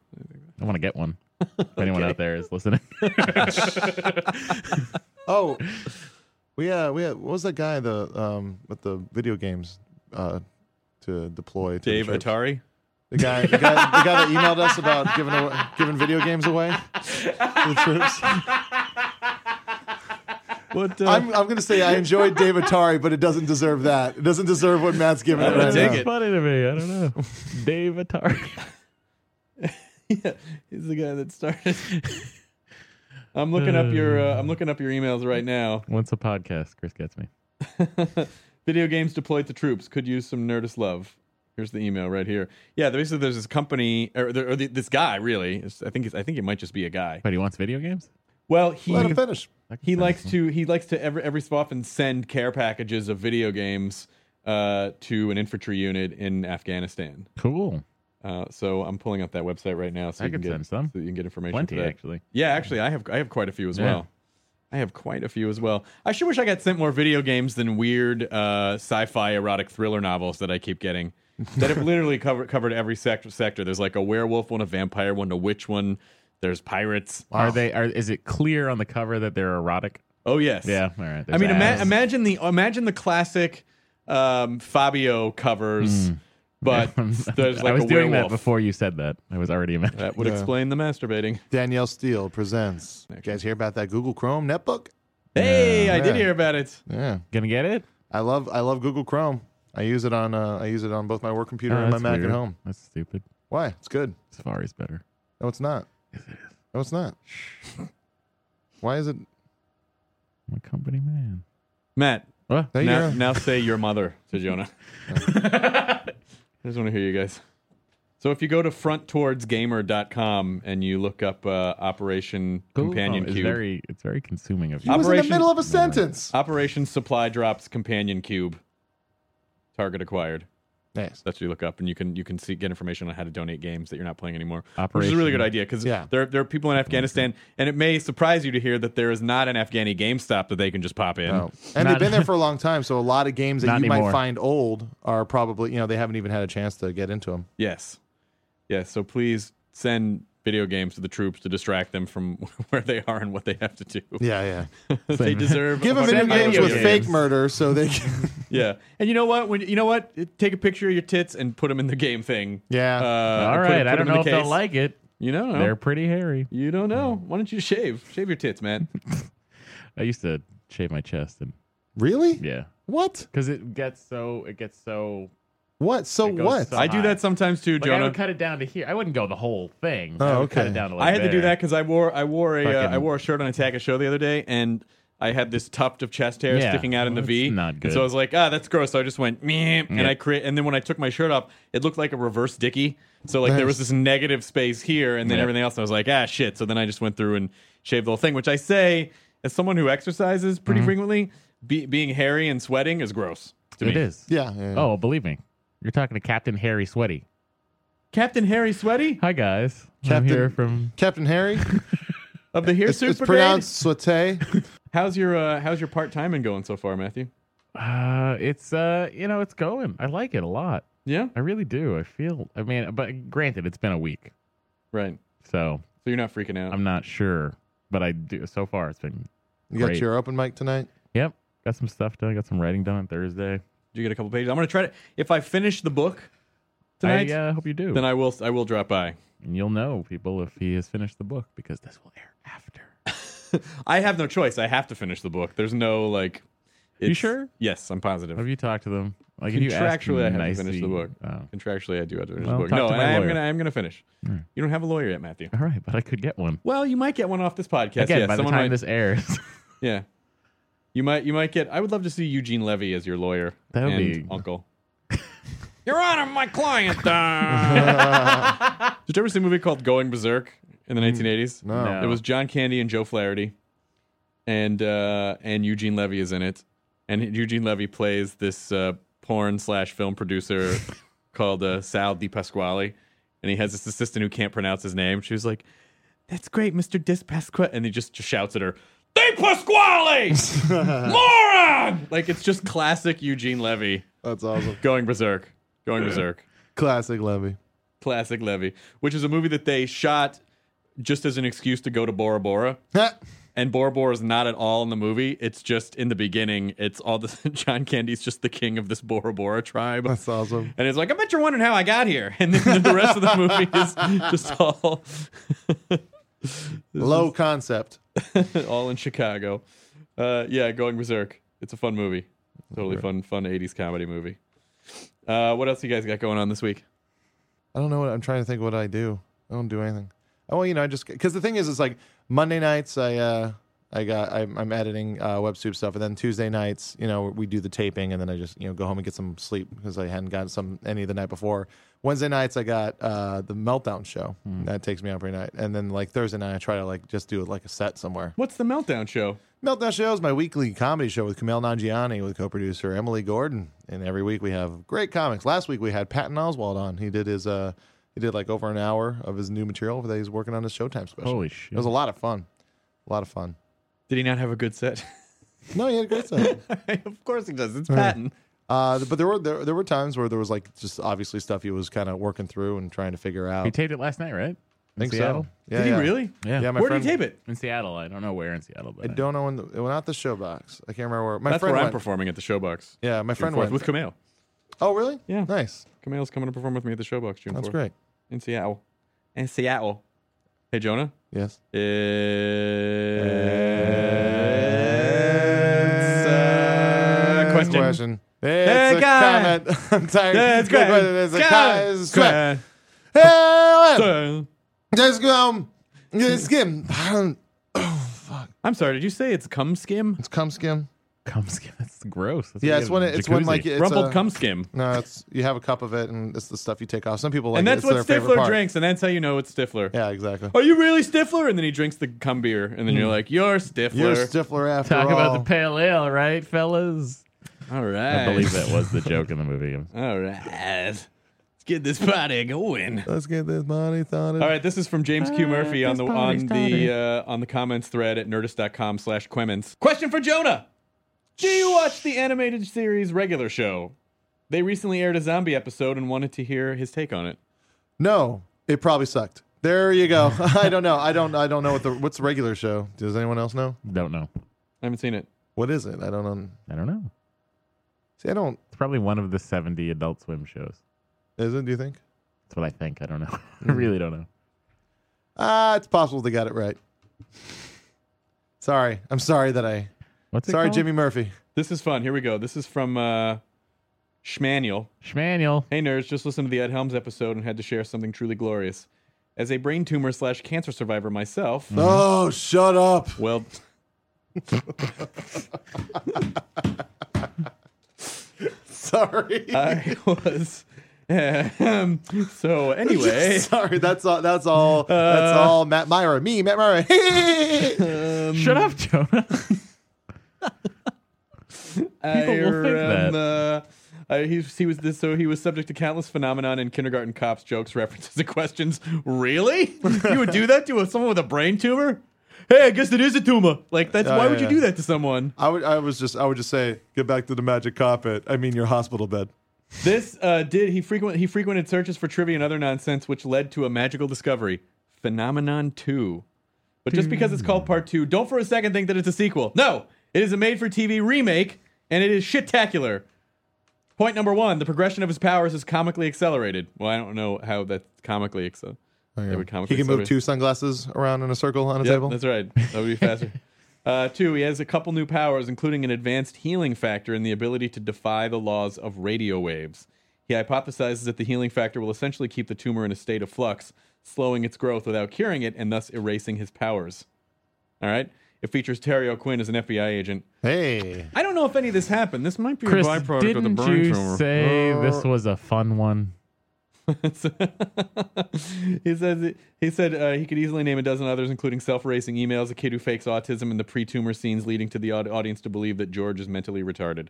Speaker 6: I want to get one. If anyone out there is listening.
Speaker 7: Oh, we uh we had, what was that guy the um with the video games uh to deploy? To the
Speaker 8: Dave
Speaker 7: troops?
Speaker 8: Atari.
Speaker 7: The guy, the guy, the guy that emailed us about giving away, giving video games away to the troops.
Speaker 8: What? Uh,
Speaker 7: I'm, I'm going to say I enjoyed Dave Atari, but it doesn't deserve that. It doesn't deserve what Matt's giving it
Speaker 8: gonna
Speaker 7: right
Speaker 8: take
Speaker 7: now.
Speaker 8: it.
Speaker 6: funny to me. I don't know. Dave Atari.
Speaker 8: yeah, he's the guy that started. I'm looking up your. Uh, I'm looking up your emails right now.
Speaker 6: Once a podcast, Chris gets me.
Speaker 8: Video games deployed to troops could use some Nerdist love. Here's the email right here. Yeah, basically, there's this company or, there- or the, this guy. Really, It's- I think it's, I think it might just be a guy.
Speaker 6: But he wants video games?
Speaker 8: Well, he
Speaker 7: Let him finish.
Speaker 8: he likes to he likes to every every so often send care packages of video games uh, to an infantry unit in Afghanistan.
Speaker 6: Cool.
Speaker 8: Uh, so I'm pulling up that website right now so
Speaker 6: I
Speaker 8: you can
Speaker 6: could
Speaker 8: get
Speaker 6: send some.
Speaker 8: so you can get information. for
Speaker 6: Plenty
Speaker 8: that.
Speaker 6: actually.
Speaker 8: Yeah, actually, I have I have quite a few as
Speaker 6: Yeah.
Speaker 8: well. I have quite a few as well. I sure wish I got sent more video games than weird uh, sci-fi erotic thriller novels that I keep getting. that have literally covered covered every sector. Sector. There's like a werewolf one, a vampire one, a witch one. There's pirates.
Speaker 6: Are they are is it clear on the cover that they're erotic?
Speaker 8: Oh yes.
Speaker 6: Yeah, all right.
Speaker 8: I mean,
Speaker 6: There's
Speaker 8: ima-
Speaker 6: ass.
Speaker 8: imagine the imagine the classic um, Fabio covers, but there's like
Speaker 6: Hmm. I was
Speaker 8: a
Speaker 6: doing
Speaker 8: werewolf.
Speaker 6: that before you said that. I was already imagining.
Speaker 8: That would
Speaker 7: Yeah.
Speaker 8: explain the masturbating.
Speaker 7: Danielle Steele presents. You guys hear about that Google Chrome netbook?
Speaker 8: Hey, I did
Speaker 7: Yeah.
Speaker 8: hear about it.
Speaker 7: Yeah,
Speaker 6: Gonna get it?
Speaker 7: I love I love Google Chrome. I use it on uh, I use it on both my work computer
Speaker 6: Oh,
Speaker 7: and my
Speaker 6: that's
Speaker 7: Mac
Speaker 6: weird.
Speaker 7: at home.
Speaker 6: That's stupid.
Speaker 7: Why? It's good.
Speaker 6: Safari's better.
Speaker 7: No, it's not. No, it's not. Why is it?
Speaker 6: I'm a company man.
Speaker 8: Matt,
Speaker 6: What?
Speaker 7: Hey,
Speaker 8: now,
Speaker 7: you're-
Speaker 8: now say your mother to Jonah. I just want to hear you guys. So if you go to fronttowardsgamer.com and you look up uh, Operation Companion
Speaker 6: Oh, It's
Speaker 8: Cube,
Speaker 6: very it's very consuming of
Speaker 7: He
Speaker 6: you.
Speaker 7: was in the
Speaker 8: Operation-
Speaker 7: middle of a sentence.
Speaker 8: Operation Supply Drops Companion Cube, target acquired.
Speaker 7: Nice.
Speaker 8: That's what you look up, and you can you can see get information on how to donate games that you're not playing anymore. Which is a
Speaker 6: Operation-
Speaker 8: really good idea because
Speaker 7: Yeah.
Speaker 8: there there are people in Afghanistan, and it may surprise you to hear that there is not an Afghani GameStop that they can just pop in.
Speaker 7: Oh. And
Speaker 6: Not-
Speaker 7: they've been there for a long time, so a lot of games that
Speaker 6: Not
Speaker 7: you might
Speaker 6: anymore.
Speaker 7: find old are probably, you know, they haven't even had a chance to get into them.
Speaker 8: Yes, yes. So please send video games to the troops to distract them from where they are and what they have to do.
Speaker 7: Yeah, yeah.
Speaker 8: they deserve
Speaker 7: Give them video
Speaker 8: fucking
Speaker 7: games
Speaker 6: video
Speaker 7: with
Speaker 6: games.
Speaker 7: fake murder so they can.
Speaker 8: Yeah, and you know what? When you know what, take a picture of your tits and put them in the game thing.
Speaker 7: Yeah.
Speaker 8: Uh,
Speaker 6: All
Speaker 8: and put-
Speaker 6: right,
Speaker 8: put
Speaker 6: I
Speaker 8: 'em
Speaker 6: don't
Speaker 8: in
Speaker 6: know
Speaker 8: the
Speaker 6: if they'll
Speaker 8: case. Oh.
Speaker 6: like it.
Speaker 8: You don't know.
Speaker 6: They're pretty hairy.
Speaker 8: you don't know. Why don't you shave? Shave your tits, man.
Speaker 6: I used to shave my chest and
Speaker 7: Really?
Speaker 6: yeah,
Speaker 7: What?
Speaker 6: because it gets so it gets so.
Speaker 7: What? So
Speaker 6: It goes
Speaker 7: what?
Speaker 6: so-
Speaker 8: I do
Speaker 6: high.
Speaker 8: that sometimes too,
Speaker 6: Like I
Speaker 8: Jonah.
Speaker 6: would cut it down to here. I wouldn't go the whole thing.
Speaker 7: Oh,
Speaker 6: I would Cut
Speaker 7: okay.
Speaker 6: it down to like
Speaker 8: I had to do
Speaker 6: there.
Speaker 8: that because I wore I wore a uh,
Speaker 6: Fucking-
Speaker 8: I wore a shirt on Attack a Show the other day, and I had this tuft of chest hair
Speaker 6: Yeah.
Speaker 8: sticking out in the
Speaker 6: Well,
Speaker 8: V.
Speaker 6: that's not
Speaker 8: And
Speaker 6: good.
Speaker 8: so I was like, ah, that's gross. So I just went meh, and
Speaker 6: Yeah.
Speaker 8: I create, and then when I took my shirt off, it looked like a reverse dicky. So like there was this negative space here, and then
Speaker 6: Yeah.
Speaker 8: everything else. And I was like, ah, shit. So then I just went through and shaved the whole thing, which I say as someone who exercises
Speaker 6: Mm-hmm.
Speaker 8: pretty frequently, be, being hairy and sweating is gross to
Speaker 6: It
Speaker 8: me.
Speaker 6: is.
Speaker 7: Yeah. yeah, yeah.
Speaker 6: Oh, believe me. You're talking to Captain Harry Sweaty.
Speaker 8: Captain Hairy Sweaty
Speaker 6: Hi guys. I'm
Speaker 7: Captain-
Speaker 6: here from
Speaker 7: Captain Harry.
Speaker 8: of the Hirsute
Speaker 7: it's, it's
Speaker 8: Brigade.
Speaker 7: pronounced Swate.
Speaker 8: How's your uh, how's your part timing going so far, Matthew?
Speaker 6: uh it's uh you know, it's going. I like it a lot.
Speaker 8: Yeah,
Speaker 6: I really do. I feel I mean, but granted it's been a week.
Speaker 8: right.
Speaker 6: So,
Speaker 8: So you're not freaking out.
Speaker 6: I'm not sure, but I do so far it's been
Speaker 7: You got
Speaker 6: Great.
Speaker 7: your open mic tonight.
Speaker 6: Yep. Got some stuff done. Got some writing done on Thursday.
Speaker 8: Did you get a couple pages? I'm gonna try to. If I finish the book tonight,
Speaker 6: I uh, hope you do.
Speaker 8: then I will. I will drop by.
Speaker 6: and you'll know people if he has finished the book because this will air after.
Speaker 8: I have no choice. I have to finish the book. There's no like. it's-
Speaker 6: sure?
Speaker 8: Yes, I'm positive.
Speaker 6: Have you talked to them? Like if you asked
Speaker 8: Contractually, I
Speaker 6: them
Speaker 8: haven't
Speaker 6: nicely,
Speaker 8: finished the book.
Speaker 6: Oh.
Speaker 8: Contractually, I do have to finish
Speaker 6: Well,
Speaker 8: the book.
Speaker 6: talk
Speaker 8: No,
Speaker 6: to
Speaker 8: and
Speaker 6: my
Speaker 8: I am
Speaker 6: lawyer. Hmm.
Speaker 8: gonna. I am gonna finish. You don't have a lawyer yet, Matthew.
Speaker 6: All right, but I could get one.
Speaker 8: Well, you might get one off this podcast.
Speaker 6: Again,
Speaker 8: yeah,
Speaker 6: by the
Speaker 8: someone
Speaker 6: time
Speaker 8: might,
Speaker 6: this airs,
Speaker 8: Yeah, you might. You might get. I would love to see Eugene Levy as your lawyer.
Speaker 6: That would
Speaker 8: and
Speaker 6: be-
Speaker 8: uncle. Your Honor, my client. uh. Did you ever see a movie called Going Berserk in the 1980s?
Speaker 7: No.
Speaker 6: No.
Speaker 8: It was John Candy and Joe Flaherty, and uh, and Eugene Levy is in it, and Eugene Levy plays this uh, porn slash film producer called uh, Sal Di Pasquale, and he has this assistant who can't pronounce his name. She was like, "That's great, Mister Dis Pasquale," and he just, just shouts at her. Di Pasquale! Moron! Like, it's just classic Eugene Levy
Speaker 7: That's awesome.
Speaker 8: going berserk. Going berserk
Speaker 7: Classic Levy.
Speaker 8: classic Levy, which is a movie that they shot just as an excuse to go to Bora Bora. And Bora Bora is not at all in the movie. It's just in the beginning. It's all this. John Candy's just the king of this Bora Bora tribe.
Speaker 7: That's awesome.
Speaker 8: And it's like, I bet you're wondering how I got here. And then the rest of the movie is just all
Speaker 7: Low concept.
Speaker 8: all in Chicago. Uh, yeah, going berserk. It's a fun movie. Totally fun, fun '80s comedy movie. Uh, what else you guys got going on this week?
Speaker 7: I don't know what I'm trying to think what I do. I don't do anything. Oh, well, you know, I just because the thing is, it's like Monday nights I uh I got I'm, I'm editing uh, web soup stuff, and then Tuesday nights, you know, we do the taping, and then I just you know go home and get some sleep because I hadn't gotten some any the night before. Wednesday nights I got uh the meltdown show that takes me out every night, and then like Thursday night I try to like just do like a set somewhere.
Speaker 8: What's the meltdown show?
Speaker 7: Meltdown Show is my weekly comedy show with Kumail Nanjiani with co-producer Emily Gordon, and every week we have great comics. Last week we had Patton Oswald on. He did his uh, he did like over an hour of his new material that he's working on his Showtime special.
Speaker 6: Holy shit.
Speaker 7: It was a lot of fun, a lot of fun.
Speaker 8: Did he not have a good set?
Speaker 7: No, he had a great time.
Speaker 8: of course he does. It's Patton.
Speaker 7: uh, but there were there, there were times where there was like just obviously stuff he was kind of working through and trying to figure out.
Speaker 6: we taped it last night, right?
Speaker 7: I think
Speaker 6: Seattle?
Speaker 7: so. Yeah,
Speaker 8: Did
Speaker 7: yeah.
Speaker 8: he really?
Speaker 6: Yeah.
Speaker 7: Yeah, my
Speaker 8: Where
Speaker 7: friend,
Speaker 8: did he tape it?
Speaker 6: In Seattle. I don't know where in Seattle, but
Speaker 7: I don't know when the, well, not the Showbox. I can't remember where. My
Speaker 8: That's
Speaker 7: friend
Speaker 8: where I'm
Speaker 7: went.
Speaker 8: performing at the Showbox.
Speaker 7: Yeah, my
Speaker 8: June
Speaker 7: friend
Speaker 8: 4th
Speaker 7: went
Speaker 8: with Camille.
Speaker 7: Oh, really?
Speaker 8: Yeah.
Speaker 7: Nice.
Speaker 8: Camille's coming to perform with me at the Showbox June
Speaker 7: That's
Speaker 8: 4th.
Speaker 7: great.
Speaker 8: In Seattle. In Seattle. Hey, Jonah.
Speaker 7: Yes.
Speaker 8: It's a
Speaker 7: It's
Speaker 8: question.
Speaker 7: It's
Speaker 8: Hey,
Speaker 7: a
Speaker 8: guy.
Speaker 7: comment. I'm tired.
Speaker 8: Yeah, it's
Speaker 7: Good
Speaker 8: great.
Speaker 7: question. It's a
Speaker 8: Good.
Speaker 7: comment. It's
Speaker 8: Good.
Speaker 7: great. Hey,
Speaker 8: So-
Speaker 7: just go. um, Just skim.
Speaker 8: I'm sorry. Did you say it's cum skim?
Speaker 7: It's cum skim.
Speaker 6: Cum skin. That's gross. That's
Speaker 7: Yeah,
Speaker 6: like
Speaker 7: it's
Speaker 6: a
Speaker 7: when it, it's when
Speaker 6: jacuzzi.
Speaker 7: like it's
Speaker 8: Rumpled
Speaker 7: a,
Speaker 8: cum skim.
Speaker 7: No, it's you have a cup of it, and it's the stuff you take off. Some people like
Speaker 8: and
Speaker 7: it.
Speaker 8: that's
Speaker 7: It's
Speaker 8: what
Speaker 7: their favorite
Speaker 8: Stifler
Speaker 7: part.
Speaker 8: drinks, and that's how you know it's Stifler.
Speaker 7: Yeah, exactly.
Speaker 8: Are you really Stifler? And then he drinks the cum beer, and then you're like, you're Stifler.
Speaker 7: Hmm. You're a Stifler after
Speaker 6: Talk
Speaker 7: all.
Speaker 6: about the pale ale, right, fellas?
Speaker 8: All right.
Speaker 6: I believe that was the joke in the movie.
Speaker 8: All right. Let's get this party going.
Speaker 7: Let's get this money started.
Speaker 8: All right, this is from James Q. Murphy on the on the uh, on the comments thread at nerdist.com slash quemens. Question for Jonah. Do you watch the animated series regular show? They recently aired a zombie episode and wanted to hear his take on it.
Speaker 7: No, it probably sucked. There you go. I don't know. I don't. I don't know what the what's the regular show. Does anyone else know?
Speaker 6: Don't know.
Speaker 8: I haven't seen it.
Speaker 7: What is it? I don't know.
Speaker 6: I don't know.
Speaker 7: See, I don't.
Speaker 6: It's probably one of the 70 Adult Swim shows.
Speaker 7: Is it? Do you think?
Speaker 6: That's what I think. I don't know. I really don't know.
Speaker 7: Ah, it's possible they got it right. Sorry, I'm sorry that I.
Speaker 6: What's it
Speaker 7: sorry,
Speaker 6: called?
Speaker 7: Jimmy Murphy.
Speaker 8: This is fun. Here we go. This is from uh Schmanuel.
Speaker 6: Schmanuel.
Speaker 8: Hey nerds, just listened to the Ed Helms episode and had to share something truly glorious. As a brain tumor slash cancer survivor myself,
Speaker 6: Mm-hmm.
Speaker 7: Oh, shut up.
Speaker 8: Well.
Speaker 7: Sorry.
Speaker 8: I was Um, so anyway,
Speaker 7: Sorry, that's all. That's
Speaker 6: Uh.
Speaker 7: all. that's all. Matt Myra, me, Matt Myra.
Speaker 6: Shut up, Jonah. People will think
Speaker 8: I,
Speaker 6: that.
Speaker 8: um, uh, I- he, he was this, so he was subject to countless phenomenon and kindergarten cops jokes, references, and questions. Really, you would do that to a, someone with a brain tumor? Hey, I guess it is a tumor. Like that's
Speaker 7: Oh,
Speaker 8: why
Speaker 7: yeah,
Speaker 8: would you
Speaker 7: yeah.
Speaker 8: do that to someone?
Speaker 7: I would. I was just. I would just say, get back to the magic carpet. I mean, your hospital bed.
Speaker 8: This uh, did he frequent he frequented searches for trivia and other nonsense, which led to a magical discovery, Phenomenon Two. But just because it's called Part Two, don't for a second think that it's a sequel. No, it is a made-for-TV remake, and it is shittacular. Point number one: the progression of his powers is comically accelerated. Well, I don't know how that's comically accelerated.
Speaker 7: Oh, He can move two sunglasses around in a circle on a
Speaker 8: Yep,
Speaker 7: table.
Speaker 8: That's right. That would be faster. uh, two, he has a couple new powers, including an advanced healing factor and the ability to defy the laws of radio waves. He hypothesizes that the healing factor will essentially keep the tumor in a state of flux, slowing its growth without curing it and thus erasing his powers. All right. It features Terry O'Quinn as an FBI agent.
Speaker 7: Hey,
Speaker 8: I don't know if any of this happened. This might be
Speaker 6: Chris,
Speaker 8: a byproduct of the
Speaker 6: didn't
Speaker 8: burn
Speaker 6: you
Speaker 8: tumor. Uh,
Speaker 6: say this was a fun one?
Speaker 8: he says it- he said uh, he could easily name a dozen others, including self-erasing emails, a kid who fakes autism, and the pre-tumor scenes leading to the aud- audience to believe that George is mentally retarded.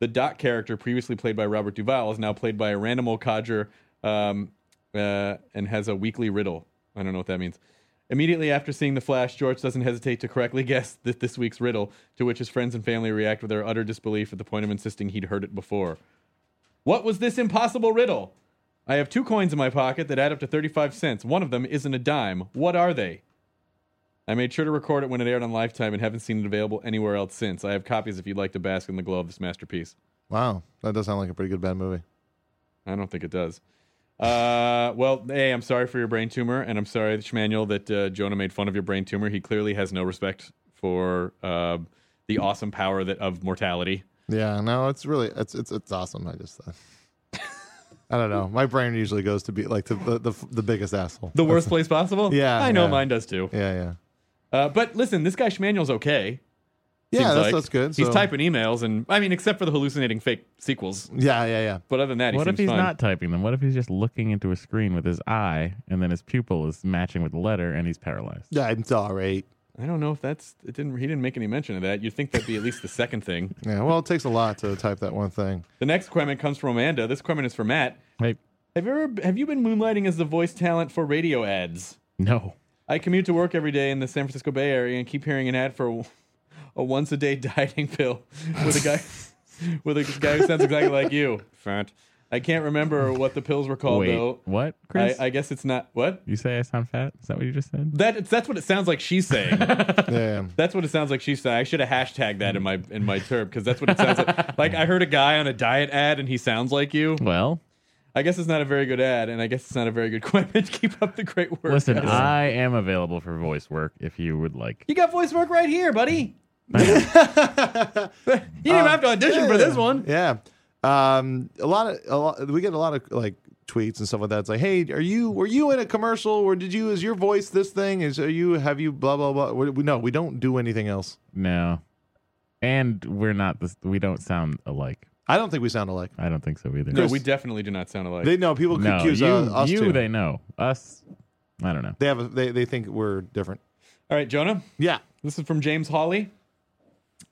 Speaker 8: The Doc character, previously played by Robert Duvall, is now played by a random old codger um, uh, and has a weekly riddle. I don't know what that means. Immediately after seeing the Flash, George doesn't hesitate to correctly guess that this week's riddle, to which his friends and family react with their utter disbelief at the point of insisting he'd heard it before. What was this impossible riddle? I have two coins in my pocket that add up to 35 cents. One of them isn't a dime. What are they? I made sure to record it when it aired on Lifetime and haven't seen it available anywhere else since. I have copies if you'd like to bask in the glow of this masterpiece.
Speaker 7: wow, that does sound like a pretty good bad movie.
Speaker 8: I don't think it does. Uh, well, hey, I'm sorry for your brain tumor, and I'm sorry, Shmanuel, that uh, Jonah made fun of your brain tumor. He clearly has no respect for uh, the awesome power that of mortality.
Speaker 7: Yeah, no, it's really it's it's it's awesome. I just uh, I don't know. My brain usually goes to be like to the the, the biggest asshole.
Speaker 8: The worst place possible?
Speaker 7: Yeah,
Speaker 8: I know
Speaker 7: yeah.
Speaker 8: mine does too.
Speaker 7: Yeah, yeah,
Speaker 8: Uh, but listen, this guy Shmanuel's okay.
Speaker 7: yeah.
Speaker 8: seems
Speaker 7: That's,
Speaker 8: like.
Speaker 7: that's good.
Speaker 8: He's
Speaker 7: so-
Speaker 8: typing emails, and I mean, except for the hallucinating fake sequels.
Speaker 7: Yeah, yeah, yeah.
Speaker 8: But other than that, he
Speaker 6: what if
Speaker 8: seems
Speaker 6: he's
Speaker 8: fine.
Speaker 6: not typing them? What if he's just looking into a screen with his eye and then his pupil is matching with the letter and he's paralyzed?
Speaker 7: Yeah, it's all right.
Speaker 8: I don't know if that's. It didn't. He didn't make any mention of that. You'd think that'd be at least the second thing.
Speaker 7: Yeah, well, it takes a lot to type that one thing.
Speaker 8: The next comment comes from Amanda. This comment is for Matt.
Speaker 6: Wait,
Speaker 8: Have you ever? Have you been moonlighting as the voice talent for radio ads?
Speaker 6: no.
Speaker 8: I commute to work every day in the San Francisco Bay Area and keep hearing an ad for a, a once a day dieting pill with a guy with a guy who sounds exactly like you. Fat. I can't remember what the pills were called
Speaker 6: Wait,
Speaker 8: though.
Speaker 6: what,
Speaker 8: I,
Speaker 6: Chris?
Speaker 8: I guess it's not what.
Speaker 6: you say I sound fat? Is that what you just said?
Speaker 8: That that's what it sounds like she's saying.
Speaker 7: Yeah,
Speaker 8: that's what it sounds like she's saying. I should have hashtagged that in my in my term because that's what it sounds like. Like I heard a guy on a diet ad and he sounds like you.
Speaker 6: Well,
Speaker 8: I guess it's not a very good ad, and I guess it's not a very good equipment. Keep up the great work.
Speaker 6: listen,
Speaker 8: guys.
Speaker 6: I am available for voice work if you would like.
Speaker 8: you got voice work right here, buddy. you didn't even have to audition for this one.
Speaker 7: yeah. Um, a lot of a lot. We get a lot of like tweets and stuff like that. It's like, hey, are you were you in a commercial or did you is your voice this thing? Is are you have you blah blah blah? We, we- no, we don't do anything else.
Speaker 6: No. And we're not this we don't sound alike.
Speaker 7: I don't think we sound alike.
Speaker 6: I don't think so either.
Speaker 8: No, we definitely do not sound alike.
Speaker 7: They know people could
Speaker 6: No,
Speaker 7: accuse
Speaker 6: you,
Speaker 7: uh, us
Speaker 6: you
Speaker 7: too.
Speaker 6: they know. Us I don't know.
Speaker 7: They have a, they they think we're different.
Speaker 8: All right, Jonah.
Speaker 7: Yeah.
Speaker 8: This is from James Hawley.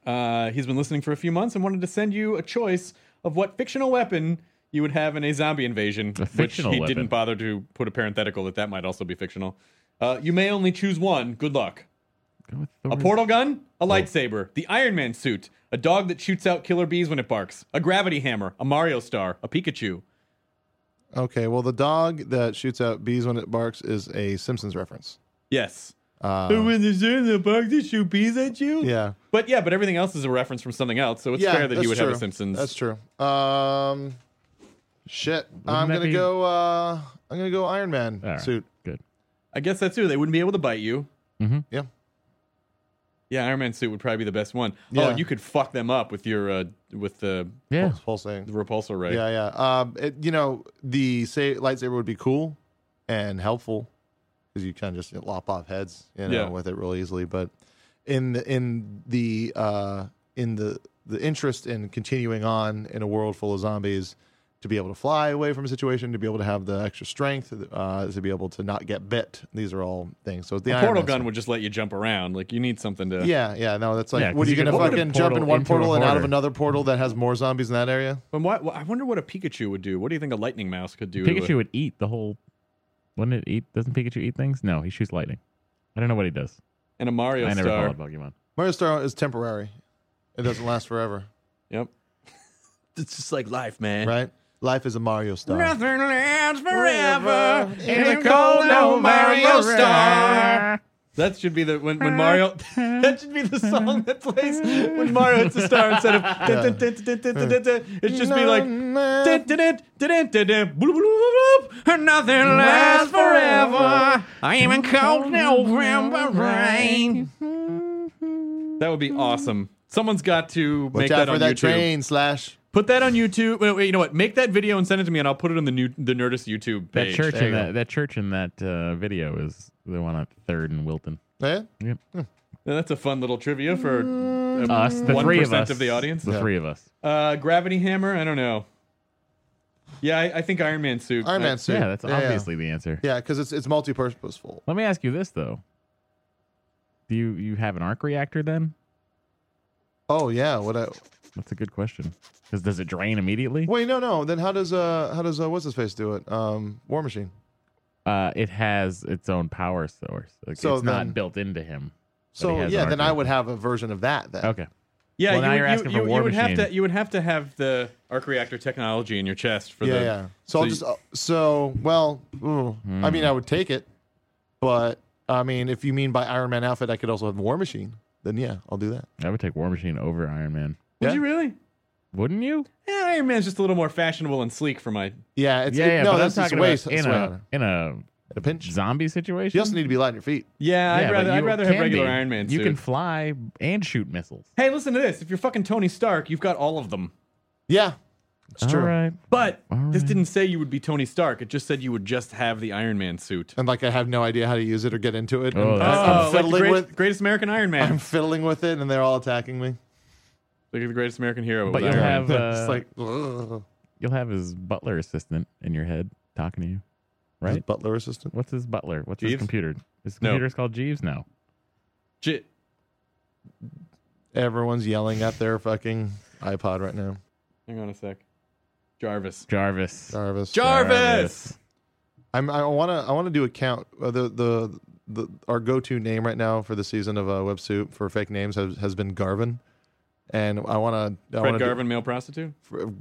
Speaker 8: Uh, he's been listening for a few months and wanted to send you a choice of what fictional weapon you would have in a zombie invasion,
Speaker 6: A fictional
Speaker 8: which he
Speaker 6: weapon.
Speaker 8: didn't bother to put a parenthetical that that might also be fictional. Uh, you may only choose one. Good luck.
Speaker 6: Go with the
Speaker 8: A
Speaker 7: Mm-hmm.
Speaker 6: res-
Speaker 8: portal gun,
Speaker 7: Oh.
Speaker 8: a lightsaber, the Iron Man suit, a dog that shoots out killer bees when it barks, a gravity hammer, a Mario star, a Pikachu.
Speaker 7: Okay. Well, the dog that shoots out bees when it barks is a Simpsons reference.
Speaker 8: Yes.
Speaker 7: Uh,
Speaker 8: when there's a dog that shoots bees at you?
Speaker 7: yeah.
Speaker 8: But yeah, but everything else is a reference from something else, so it's fair that
Speaker 7: that's
Speaker 8: he would have
Speaker 7: true.
Speaker 8: a Simpsons.
Speaker 7: That's true. Um, shit, I'm
Speaker 6: that
Speaker 7: gonna
Speaker 6: be-
Speaker 7: go. Uh, I'm gonna go Iron Man
Speaker 6: All right.
Speaker 7: suit.
Speaker 6: Good.
Speaker 8: I guess that's true. They wouldn't be able to bite you.
Speaker 7: Yeah,
Speaker 8: Yeah, Iron Man suit would probably be the best one. Oh,
Speaker 7: Yeah.
Speaker 8: and you could fuck them up with your uh, with the,
Speaker 6: Yeah.
Speaker 7: Pulse- pulsating.
Speaker 8: the repulsor ray.
Speaker 7: Yeah, yeah. Um, it, you know, the say lightsaber would be cool and helpful because you kind of just lop off heads, you know,
Speaker 8: Yeah.
Speaker 7: with it real easily. But in the in the uh, in the the interest in continuing on in a world full of zombies, to be able to fly away from a situation, to be able to have the extra strength, uh, to be able to not get bit. These are all things. So the
Speaker 8: A
Speaker 7: Iron
Speaker 8: portal
Speaker 7: Man
Speaker 8: gun
Speaker 7: stuff.
Speaker 8: would just let you jump around. Like you need something to.
Speaker 7: Yeah, yeah, no, that's like,
Speaker 6: Yeah,
Speaker 7: what
Speaker 6: 'cause
Speaker 7: are you,
Speaker 6: you
Speaker 7: gonna
Speaker 6: could open a
Speaker 7: fucking jump in
Speaker 6: portal
Speaker 7: one
Speaker 6: into a
Speaker 7: portal and out of
Speaker 6: hoarder.
Speaker 7: another portal that has more zombies in that area?
Speaker 8: But why, why- I wonder what a Pikachu would do. What do you think a lightning mouse could do? to
Speaker 6: Pikachu would eat the whole. Wouldn't it eat? Doesn't Pikachu eat things? No, he shoots lightning. I don't know what he does.
Speaker 8: a- and a Mario
Speaker 6: I never
Speaker 8: star.
Speaker 6: followed Pokemon.
Speaker 7: Mario Star is temporary; it doesn't last forever,
Speaker 8: Yep. it's just like life, man.
Speaker 7: right? Life is a Mario Star.
Speaker 8: Nothing lasts
Speaker 7: Forever.
Speaker 8: forever in
Speaker 7: In
Speaker 8: the
Speaker 7: a
Speaker 8: cold
Speaker 7: cold
Speaker 8: old Mario
Speaker 7: Mario
Speaker 8: star. That should be the when, when Mario. That should be the song that plays when Mario hits the star instead of. dun, dun, dun, dun, dun, dun, dun, dun. It's just be like. dun, dun, dun, dun, dun, dun, dun, bloop, bloop, bloop, bloop. Nothing lasts forever. I am in cold November rain. That would be awesome. Someone's got to
Speaker 7: Watch
Speaker 8: make
Speaker 7: out
Speaker 8: that
Speaker 7: for
Speaker 8: on
Speaker 7: that
Speaker 8: YouTube.
Speaker 7: train slash.
Speaker 8: Put that on YouTube. Wait, wait, you know what? Make that video and send it to me, and I'll put it on the new the Nerdist YouTube
Speaker 6: That
Speaker 8: page.
Speaker 6: church
Speaker 7: There
Speaker 6: in
Speaker 7: you go.
Speaker 6: that, that church in that uh, video is the one on Third and Wilton.
Speaker 7: Yeah?
Speaker 6: Yep.
Speaker 8: And that's a fun little trivia for uh,
Speaker 6: Us, the three of
Speaker 8: 1%
Speaker 6: us,
Speaker 8: the audience.
Speaker 6: the three of us.
Speaker 8: Uh, gravity hammer. I don't know. Yeah, I, I think Iron Man suit.
Speaker 7: Iron Man
Speaker 8: I-
Speaker 7: suit.
Speaker 6: yeah, that's obviously the answer.
Speaker 7: Yeah, because it's it's multi-purposeful.
Speaker 6: Let me ask you this though: Do you you have an arc reactor then?
Speaker 7: Oh yeah, what? I,
Speaker 6: That's a good question. Because does it drain immediately?
Speaker 7: wait, no, no. Then how does uh how does uh what's his face do it? Um, War Machine.
Speaker 6: Uh, it has its own power source. Like,
Speaker 7: So
Speaker 6: it's
Speaker 7: then-
Speaker 6: not built into him. but he
Speaker 7: So
Speaker 6: has an
Speaker 7: yeah,
Speaker 6: arc
Speaker 7: then I
Speaker 6: reactor.
Speaker 7: would have a version of that then.
Speaker 6: Okay.
Speaker 8: Yeah,
Speaker 6: Well, now
Speaker 8: you,
Speaker 6: you're
Speaker 8: would- you-
Speaker 6: asking for
Speaker 8: you-
Speaker 6: War
Speaker 8: you would have
Speaker 6: Machine.
Speaker 8: to. You would have to have the arc reactor technology in your chest for
Speaker 7: yeah,
Speaker 8: the.
Speaker 7: yeah. So, I'll
Speaker 8: you-
Speaker 7: just uh, so well. ooh, I mean, I
Speaker 6: Hmm.
Speaker 7: would take it, but I mean, if you mean by Iron Man outfit, I could also have War Machine. Then yeah, I'll do that.
Speaker 6: I would take War Machine over Iron Man.
Speaker 8: Would
Speaker 7: Yeah.
Speaker 8: you really?
Speaker 6: Wouldn't you?
Speaker 8: Yeah, Iron Man's just a little more fashionable and sleek for my.
Speaker 7: Yeah, it's
Speaker 6: yeah,
Speaker 7: it-
Speaker 6: yeah.
Speaker 7: no,
Speaker 6: but
Speaker 7: that's
Speaker 6: I'm
Speaker 7: just
Speaker 6: talking
Speaker 7: waste.
Speaker 6: about in a in a
Speaker 7: a pinch.
Speaker 6: zombie situation.
Speaker 7: You also need to be light on your feet.
Speaker 8: Yeah,
Speaker 6: Yeah,
Speaker 8: I'd
Speaker 6: but
Speaker 8: rather. I'd
Speaker 6: you
Speaker 8: rather have
Speaker 6: can
Speaker 8: regular
Speaker 6: be.
Speaker 8: Iron Man
Speaker 6: You
Speaker 8: suit.
Speaker 6: can fly and shoot missiles.
Speaker 8: Hey, listen to this. If you're fucking Tony Stark, you've got all of them.
Speaker 7: Yeah, it's true.
Speaker 6: All right.
Speaker 8: But
Speaker 6: All
Speaker 8: this
Speaker 6: right.
Speaker 8: didn't say you would be Tony Stark. It just said you would just have the Iron Man suit.
Speaker 7: And like, I have no idea how to use it or get into it.
Speaker 6: Oh,
Speaker 7: and
Speaker 6: that's
Speaker 7: I'm
Speaker 8: Oh, like the
Speaker 7: fiddling
Speaker 8: great-
Speaker 7: with.
Speaker 8: greatest American Iron Man.
Speaker 7: I'm fiddling with it, and they're all attacking me.
Speaker 8: like the greatest American hero.
Speaker 6: But
Speaker 8: with
Speaker 6: you'll
Speaker 8: Iron
Speaker 6: have
Speaker 8: Man.
Speaker 6: uh,
Speaker 7: it's like ugh.
Speaker 6: you'll have his butler assistant in your head talking to you,
Speaker 7: His
Speaker 6: right?
Speaker 7: butler assistant.
Speaker 6: What's his butler? What's
Speaker 8: Jeeves?
Speaker 6: his computer? His
Speaker 8: No.
Speaker 6: computer's called Jeeves now.
Speaker 8: J-
Speaker 7: Everyone's yelling at their fucking iPod right now.
Speaker 8: Hang on a sec. Jarvis.
Speaker 6: Jarvis.
Speaker 7: Jarvis.
Speaker 8: Jarvis.
Speaker 7: I'm, I want to. I want to do a count. Uh, the the the our go to name right now for the season of uh, Web Soup for fake names has, has been Garvin, and I want to.
Speaker 8: Fred Garvin, male prostitute.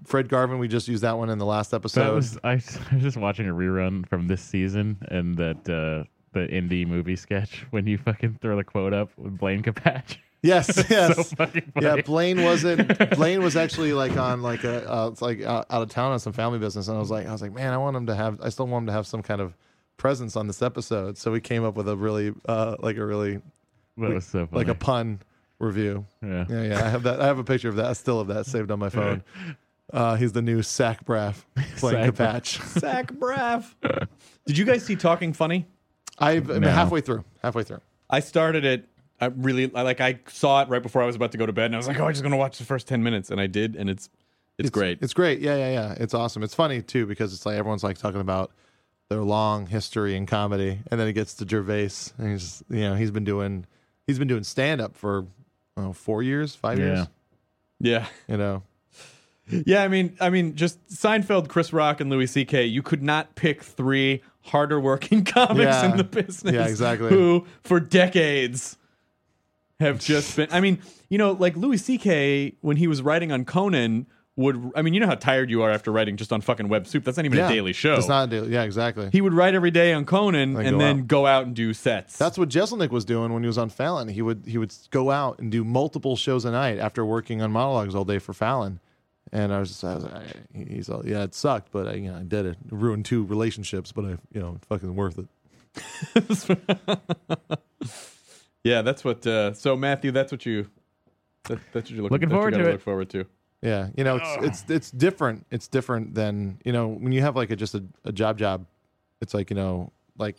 Speaker 7: Fred Garvin. We just used that one in the last episode.
Speaker 6: That was I, s- I was just watching a rerun from this season and that uh the indie movie sketch when you fucking throw the quote up with Blaine Capatch.
Speaker 7: yes, yes.
Speaker 6: so fucking funny.
Speaker 7: yeah, Blaine wasn't. Blaine was actually like on like a uh, it's like out, out of town on some family business, and I was like, I was like, man, I want him to have. I still want him to have some kind of presence on this episode. So we came up with a really uh like a really
Speaker 6: that was so funny.
Speaker 7: like a pun review.
Speaker 6: yeah.
Speaker 7: Yeah, yeah. I have that. I have a picture of that. I still have that saved on my phone. Uh, he's the new Sack Braff
Speaker 6: Sack Braff.
Speaker 7: playing Capatch.
Speaker 8: Zach Braff. Did you guys see Talking Funny?
Speaker 7: I've I'm
Speaker 6: No.
Speaker 7: halfway through. Halfway through.
Speaker 8: I started it. I really I, like. I saw it right before I was about to go to bed, and I was like, "Oh, I'm just gonna watch the first ten minutes," and I did, and it's it's, great.
Speaker 7: It's great. Yeah, yeah, yeah. It's awesome. It's funny too because it's like everyone's like talking about their long history in comedy, and then it gets to Gervais, and he's you know he's been doing he's been doing stand up for oh, four years, five
Speaker 6: Yeah.
Speaker 7: years.
Speaker 8: yeah,
Speaker 7: You know,
Speaker 8: yeah. I mean, I mean, just Seinfeld, Chris Rock, and Louis C.K. You could not pick three harder working comics
Speaker 7: Yeah.
Speaker 8: in the business.
Speaker 7: Yeah, exactly.
Speaker 8: Who for decades have just been. I mean, you know, like Louis C.K. when he was writing on Conan would. I mean, you know how tired you are after writing just on fucking Web Soup. That's not even
Speaker 7: yeah.
Speaker 8: a daily show.
Speaker 7: It's not a daily. Yeah, exactly.
Speaker 8: He would write every day on Conan
Speaker 7: And
Speaker 8: and,
Speaker 7: go
Speaker 8: then
Speaker 7: out.
Speaker 8: go out and do sets.
Speaker 7: That's what Jeselnik was doing when he was on Fallon. He would he would go out and do multiple shows a night after working on monologues all day for Fallon. And I was just, I was like, I- he's all, yeah, it sucked, but I, you know, I did it. Ruined two relationships, but I, you know, it's fucking worth it.
Speaker 8: yeah, that's what. Uh, so Matthew, that's what you. That, that's what you're
Speaker 6: Looking
Speaker 8: looking, that's what
Speaker 6: forward
Speaker 8: you
Speaker 6: to
Speaker 8: gotta
Speaker 6: it.
Speaker 8: Look forward to.
Speaker 7: Yeah, you know, it's it's it's different. It's different than you know when you have like a just a, a job job. It's like you know like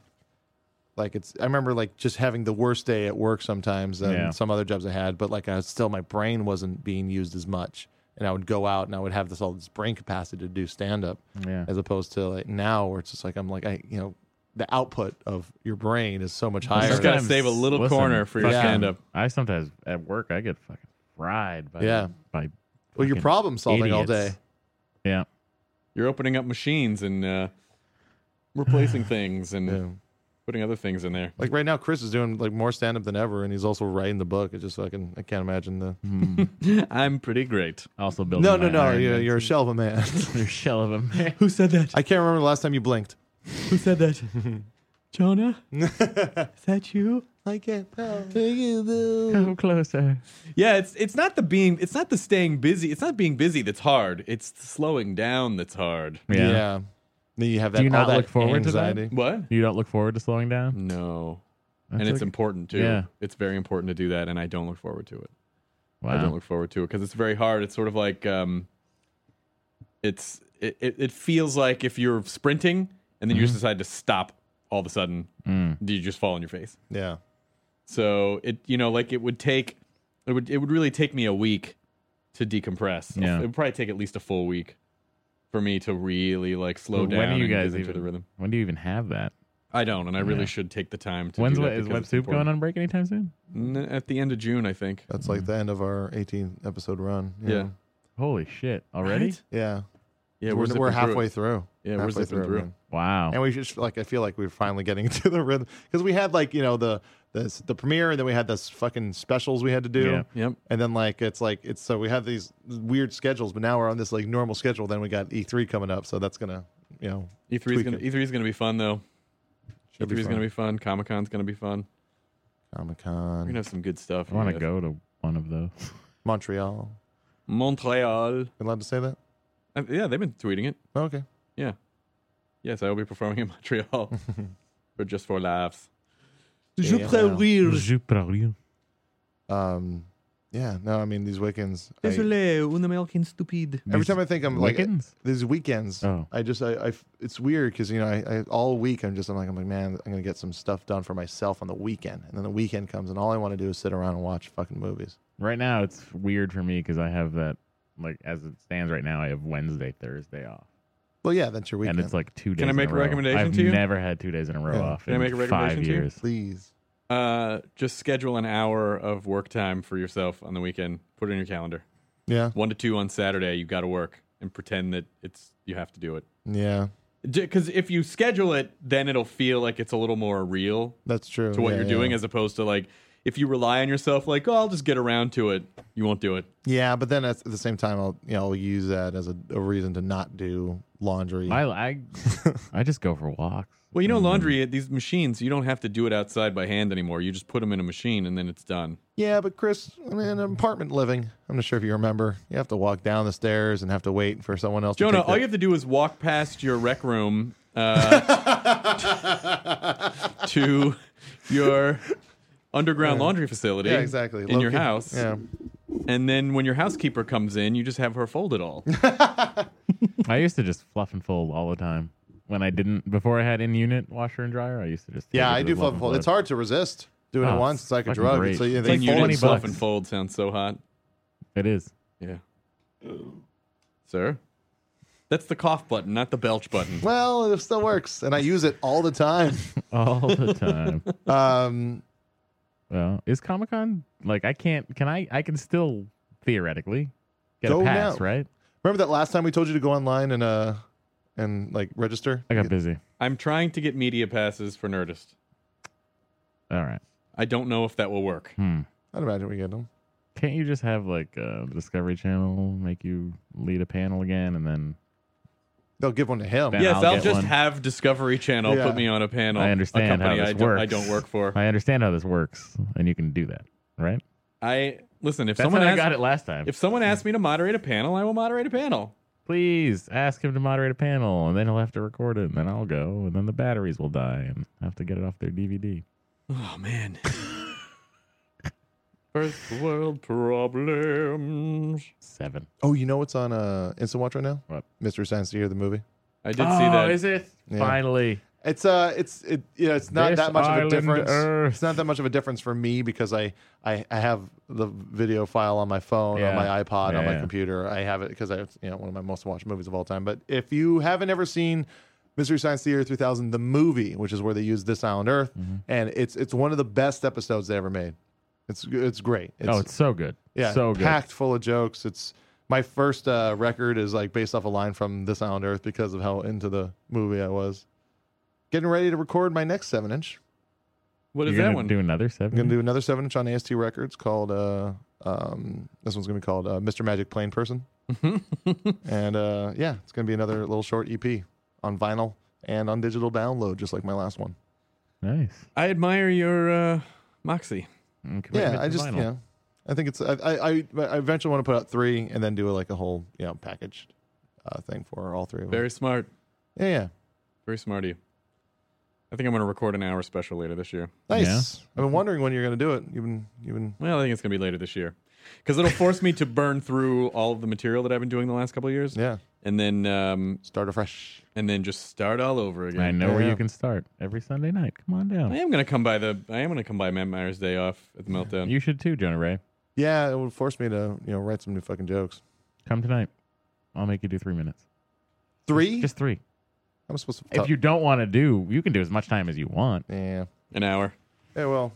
Speaker 7: like it's. I remember like just having the worst day at work sometimes than
Speaker 6: Yeah.
Speaker 7: some other jobs I had, but like I was still my brain wasn't being used as much. and I would go out and I would have this all this brain capacity to do stand up
Speaker 6: Yeah.
Speaker 7: as opposed to like now where it's just like I'm like I you know the output of your brain is so much higher.
Speaker 8: just gotta
Speaker 6: Sometimes-
Speaker 8: save a little corner for your
Speaker 6: fucking-
Speaker 8: stand-up.
Speaker 6: I sometimes at work I get fucking fried by
Speaker 7: Yeah.
Speaker 6: by
Speaker 7: well, you're
Speaker 6: fucking
Speaker 7: problem solving all day.
Speaker 6: idiots. yeah.
Speaker 8: You're opening up machines and uh, replacing things and
Speaker 7: Yeah.
Speaker 8: putting other things in there.
Speaker 7: Like right now, Chris is doing like more stand up than ever, and he's also writing the book. It's just fucking I can't imagine the
Speaker 8: I'm pretty great.
Speaker 6: Also building
Speaker 7: no no
Speaker 6: my
Speaker 7: no.
Speaker 6: Iron
Speaker 7: You're,
Speaker 6: Man.
Speaker 7: you're a shell of a man.
Speaker 6: You're a shell of a man.
Speaker 8: Who said that?
Speaker 7: I can't remember the last time you blinked.
Speaker 8: Who said that? Jonah? Is that you?
Speaker 7: I can't tell.
Speaker 6: Come closer.
Speaker 8: Yeah, it's it's not the being it's not the staying busy. It's not being busy that's hard. It's the slowing down that's hard.
Speaker 7: Yeah. Then you have that.
Speaker 6: Do you
Speaker 7: all
Speaker 6: not
Speaker 7: that
Speaker 6: look forward to that?
Speaker 7: anxiety.
Speaker 8: What?
Speaker 6: You don't look forward to slowing down.
Speaker 8: No.
Speaker 6: That's
Speaker 8: and it's
Speaker 6: like-
Speaker 8: important too.
Speaker 6: Yeah.
Speaker 8: It's very important to do that and I don't look forward to it.
Speaker 6: Wow.
Speaker 8: I don't look forward to it because it's very hard. It's sort of like um, it's it, it, it feels like if you're sprinting and then you
Speaker 6: Mm-hmm.
Speaker 8: just decide to stop all of a sudden,
Speaker 6: Mm.
Speaker 8: you just fall on your face.
Speaker 7: Yeah.
Speaker 8: So it you know like it would take it would it would really take me a week to decompress.
Speaker 6: Yeah.
Speaker 8: It would probably take at least a full week for me to really like slow
Speaker 6: But
Speaker 8: down.
Speaker 6: when do you
Speaker 8: and
Speaker 6: guys
Speaker 8: get into
Speaker 6: even?
Speaker 8: the rhythm?
Speaker 6: When do you even have that?
Speaker 8: I don't, and I really
Speaker 6: Yeah.
Speaker 8: should take the time to.
Speaker 6: When's
Speaker 8: do
Speaker 6: what,
Speaker 8: that
Speaker 6: is
Speaker 8: because
Speaker 6: Web
Speaker 8: it's
Speaker 6: Soup going
Speaker 8: important.
Speaker 6: on break anytime soon?
Speaker 8: N- at the end of June? I think.
Speaker 7: That's like the end of our 18 episode run.
Speaker 8: Yeah.
Speaker 6: Holy shit! Already?
Speaker 8: Right?
Speaker 7: Yeah.
Speaker 8: Yeah,
Speaker 7: we're,
Speaker 8: zipping
Speaker 7: we're
Speaker 8: through it.
Speaker 7: halfway through.
Speaker 8: Yeah, we're
Speaker 7: halfway
Speaker 8: zipping through.
Speaker 7: man.
Speaker 6: Wow.
Speaker 7: And we just like I feel like we're finally getting into the rhythm because we had like you know the the the premiere, and then we had this fucking specials we had to do.
Speaker 6: Yeah.
Speaker 8: Yep.
Speaker 7: And then like it's like it's so we have these weird schedules, but now we're on this like normal schedule. Then we got E3 coming up, so that's gonna you know
Speaker 8: E3 E is
Speaker 7: tweak
Speaker 8: gonna
Speaker 7: it.
Speaker 8: E3 is gonna be fun though.
Speaker 7: Should
Speaker 8: E3
Speaker 7: be
Speaker 8: E is gonna
Speaker 7: fun.
Speaker 8: be fun. Comic Con's gonna be fun.
Speaker 7: Comic
Speaker 8: We're gonna
Speaker 7: Con
Speaker 8: have some good stuff.
Speaker 6: I want to
Speaker 8: guys.
Speaker 6: go to one of those.
Speaker 7: Montreal.
Speaker 8: Montreal.
Speaker 7: We allowed to say that?
Speaker 8: Uh, yeah, they've been tweeting it.
Speaker 7: Oh, okay.
Speaker 8: Yeah. Yes, I will be performing in Montreal for just for laughs.
Speaker 7: Je Yeah. préviens.
Speaker 6: Je préviens.
Speaker 7: Um, yeah. No, I mean these weekends. I-
Speaker 8: un American stupid.
Speaker 7: every time I think I'm like
Speaker 6: Weekends?
Speaker 7: these weekends.
Speaker 6: Oh.
Speaker 7: I just I, I it's weird because you know I, I all week I'm just I'm like I'm like man I'm gonna get some stuff done for myself on the weekend and then the weekend comes and all I want to do is sit around and watch fucking movies.
Speaker 6: Right now, it's weird for me because I have that. Like as it stands right now, I have Wednesday, Thursday off,
Speaker 7: Well, yeah, that's your weekend.
Speaker 6: and it's like two days.
Speaker 8: I
Speaker 6: in
Speaker 8: make a
Speaker 6: row.
Speaker 8: recommendation
Speaker 6: I've
Speaker 8: to you?
Speaker 6: never had two days in a row
Speaker 7: Yeah.
Speaker 6: off.
Speaker 8: Can I
Speaker 6: in
Speaker 8: make a recommendation
Speaker 6: five
Speaker 8: to you?
Speaker 6: years.
Speaker 7: please.
Speaker 8: Uh, just schedule an hour of work time for yourself on the weekend. Put it in your calendar.
Speaker 7: Yeah,
Speaker 8: One to two on Saturday. You got to work and pretend that it's you have to do it.
Speaker 7: yeah,
Speaker 8: Because if you schedule it, then it'll feel like it's a little more real
Speaker 7: that's true.
Speaker 8: to what
Speaker 7: Yeah,
Speaker 8: you're
Speaker 7: yeah.
Speaker 8: doing, as opposed to like if you rely on yourself, like oh, I'll just get around to it. You won't do it.
Speaker 7: Yeah, but then at the same time I'll you know I'll use that as a, a reason to not do laundry.
Speaker 6: I I, I just go for walks.
Speaker 8: Well, you
Speaker 7: Mm-hmm.
Speaker 8: know, laundry at these machines, you don't have to do it outside by hand anymore. You just put them in a machine and then it's done.
Speaker 7: Yeah, but Chris, I'm in an apartment living. I'm not sure if you remember. You have to walk down the stairs and have to wait for someone else. to
Speaker 8: Jonah,
Speaker 7: take
Speaker 8: all
Speaker 7: the-
Speaker 8: you have to do is walk past your rec room uh, to your underground laundry facility.
Speaker 7: yeah, exactly
Speaker 8: In
Speaker 7: Low
Speaker 8: your
Speaker 7: key.
Speaker 8: house.
Speaker 7: Yeah,
Speaker 8: And then when your housekeeper comes in, you just have her fold it all.
Speaker 6: I used to just fluff and fold all the time. When I didn't before I had in unit washer and dryer, I used to just take
Speaker 7: yeah,
Speaker 6: it
Speaker 7: I
Speaker 6: to
Speaker 7: do
Speaker 6: the
Speaker 7: fluff and fold. It's hard to resist doing
Speaker 6: Oh,
Speaker 7: it once. It's like a
Speaker 6: fucking
Speaker 7: drug.
Speaker 6: great.
Speaker 7: It's like, yeah,
Speaker 6: It's
Speaker 7: they
Speaker 8: And
Speaker 7: fold it.
Speaker 8: you
Speaker 6: units.
Speaker 8: just fluff
Speaker 6: bucks.
Speaker 8: and fold sounds so hot.
Speaker 6: It is.
Speaker 8: Yeah. Um, Sir? That's the cough button, not the belch button.
Speaker 7: Well, it still works, and I use it all the time.
Speaker 6: all the time.
Speaker 7: Um,
Speaker 6: Well, is Comic Con like I can't? Can I? I can still theoretically get
Speaker 7: Go
Speaker 6: a pass,
Speaker 7: now.
Speaker 6: right?
Speaker 7: remember that last time we told you to go online and uh and like register?
Speaker 6: I got busy.
Speaker 8: I'm trying to get media passes for Nerdist.
Speaker 6: All right.
Speaker 8: I don't know if that will work.
Speaker 6: Hmm.
Speaker 7: I'd imagine we get them.
Speaker 6: Can't you just have like uh, the Discovery Channel make you lead a panel again, and then
Speaker 7: They'll give one to him.
Speaker 6: Yeah.
Speaker 8: yes,
Speaker 6: I'll
Speaker 8: I'll,
Speaker 6: get
Speaker 8: just
Speaker 6: one.
Speaker 8: have Discovery Channel
Speaker 7: Yeah.
Speaker 8: put me on a panel.
Speaker 6: I
Speaker 8: a
Speaker 6: understand how
Speaker 8: company
Speaker 6: this
Speaker 8: I don't,
Speaker 6: works.
Speaker 8: I don't work for. I,
Speaker 6: I understand how this works, and you can do that, right?
Speaker 8: listen. If
Speaker 6: That's
Speaker 8: someone
Speaker 6: how
Speaker 8: asks,
Speaker 6: I got it last time.
Speaker 8: if someone asks me to moderate a panel, I will moderate a panel.
Speaker 6: Please ask him to moderate a panel, and then he'll have to record it, and then I'll go, and then the batteries will die, and I have to get it off their DVD.
Speaker 8: Oh man. First world problems.
Speaker 6: Seven.
Speaker 7: Oh, you know what's on uh Instant Watch right now?
Speaker 6: What?
Speaker 7: Mystery Science Theater, the movie.
Speaker 8: I did see
Speaker 6: Oh,
Speaker 8: that.
Speaker 6: it
Speaker 7: Yeah.
Speaker 6: finally?
Speaker 7: It's uh, it's it, you know, it's not
Speaker 6: This
Speaker 7: that much of a
Speaker 6: island
Speaker 7: difference.
Speaker 6: earth.
Speaker 7: It's not that much of a difference for me because I I, I have the video file on my phone,
Speaker 6: Yeah.
Speaker 7: on my iPod, on
Speaker 6: Yeah,
Speaker 7: my
Speaker 6: yeah.
Speaker 7: computer. I have it because I it's, you know one of my most watched movies of all time. But if you haven't ever seen Mystery Science Theater 3000, the movie, which is where they use This Island Earth,
Speaker 6: Mm-hmm.
Speaker 7: and it's it's one of the best episodes they ever made. It's it's great. It's,
Speaker 6: oh, it's so good.
Speaker 7: yeah,
Speaker 6: so good.
Speaker 7: packed full of jokes. It's my first uh, record is like based off a line from This Island Earth because of how into the movie I was. Getting ready to record my next seven inch.
Speaker 8: What is
Speaker 6: You're
Speaker 8: that
Speaker 6: gonna
Speaker 8: one?
Speaker 6: Do another 7
Speaker 7: I'm gonna do another seven inch on AST Records called uh, um, this one's gonna be called uh, Mr. Magic Plane Person, and uh, yeah, it's gonna be another little short EP on vinyl and on digital download, just like my last one.
Speaker 6: nice.
Speaker 8: I admire your uh, moxie.
Speaker 6: And commitment
Speaker 7: Yeah, I
Speaker 6: to
Speaker 7: just
Speaker 6: vinyl.
Speaker 7: yeah, I think it's I I, I I eventually want to put out three and then do like a whole you know packaged uh, thing for all three of them.
Speaker 8: Very smart.
Speaker 7: Yeah, yeah.
Speaker 8: Very smart of you. I think I'm going to record an hour special later this year.
Speaker 7: Nice. I've been wondering when you're going to do it. You've been, you've been.
Speaker 8: Well, I think it's going to be later this year because it'll force me to burn through all of the material that I've been doing the last couple of years,
Speaker 7: Yeah.
Speaker 8: and then um,
Speaker 7: Start afresh.
Speaker 8: and then just start all over again.
Speaker 6: I know where
Speaker 7: Yeah.
Speaker 6: you can start every Sunday night. Come on down.
Speaker 8: I am going to come by the. I am going to come by Matt Meyer's day off at the meltdown.
Speaker 6: You should too, Jonah Ray.
Speaker 7: Yeah, it would force me to, you know, write some new fucking jokes.
Speaker 6: Come tonight. I'll make you do three minutes.
Speaker 7: Three. Oh.
Speaker 6: Just three.
Speaker 7: I'm supposed to.
Speaker 6: If you don't want to do, you can do as much time as you want.
Speaker 7: Yeah.
Speaker 8: An hour.
Speaker 7: Yeah. Well.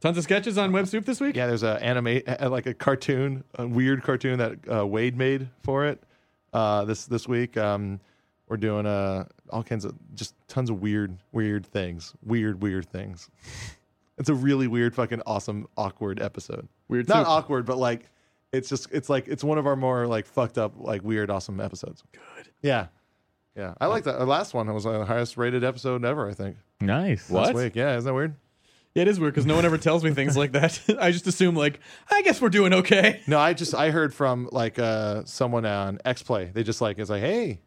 Speaker 8: Tons of sketches on Web Soup this week.
Speaker 7: Yeah. There's a animate, uh, like a cartoon, a weird cartoon that uh, Wade made for it. Uh, this this week, um, we're doing uh all kinds of just tons of weird, weird things, weird, weird things. it's a really weird, fucking awesome, awkward episode.
Speaker 8: Weird
Speaker 7: Not
Speaker 8: soup.
Speaker 7: awkward, but like. It's just, it's like, it's one of our more like fucked up, like weird, awesome episodes.
Speaker 8: Good.
Speaker 7: Yeah. Yeah. I like that. The last one was uh, the highest rated episode ever, I think.
Speaker 6: Nice.
Speaker 8: What?
Speaker 7: Last week. Yeah. Isn't that weird?
Speaker 8: Yeah, it is weird because no one ever tells me things like that. I just assume like I guess we're doing okay.
Speaker 7: No, I just, I heard from like uh someone on X Play. They just like, it's like, hey,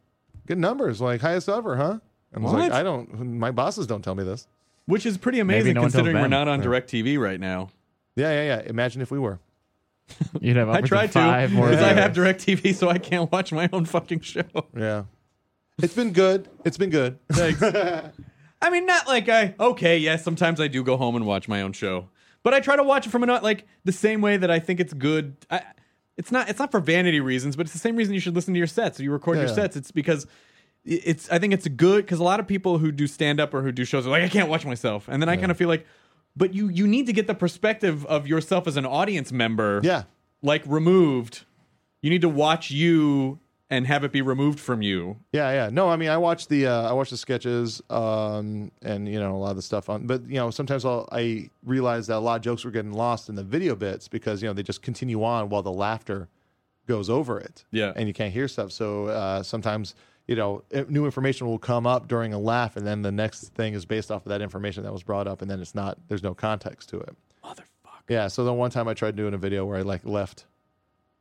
Speaker 7: good numbers. Like, highest ever, huh? And I was like,
Speaker 8: What?
Speaker 7: I don't, my bosses don't tell me this.
Speaker 8: Which is pretty amazing
Speaker 6: no one tells
Speaker 8: considering we're
Speaker 6: them.
Speaker 8: not on DirecTV right now.
Speaker 7: Yeah. Yeah. Yeah. Imagine if we were.
Speaker 6: You'd have
Speaker 8: I
Speaker 6: upwards
Speaker 8: tried
Speaker 6: of five
Speaker 8: to
Speaker 6: more.
Speaker 8: because I
Speaker 6: hours.
Speaker 8: have DirecTV, so I can't watch my own fucking show.
Speaker 7: Yeah. It's been good. It's been good.
Speaker 8: Thanks. I mean, not like I okay, yes, sometimes I do go home and watch my own show, but I try to watch it from not like the same way that I think it's good. I, it's not it's not for vanity reasons, but it's the same reason you should listen to your sets. You record your
Speaker 7: Yeah.
Speaker 8: sets. It's because i- it's I think it's good because a lot of people who do stand up or who do shows are like I can't watch myself, and then I kind of feel like, but you you need to get the perspective of yourself as an audience member.
Speaker 7: yeah.
Speaker 8: like removed. You need to watch you and have it be removed from you.
Speaker 7: Yeah, yeah. No, I mean, I watch the uh, I watch the sketches, um, and you know a lot of the stuff on. But you know, sometimes I'll, I realize that a lot of jokes were getting lost in the video bits because you know they just continue on while the laughter goes over it.
Speaker 8: Yeah.
Speaker 7: and you can't hear stuff. So uh, sometimes you know i- new information will come up during a laugh, and then the next thing is based off of that information that was brought up, and then it's not. There's no context to it. Motherfucker. Yeah. So the one time I tried doing a video where I like left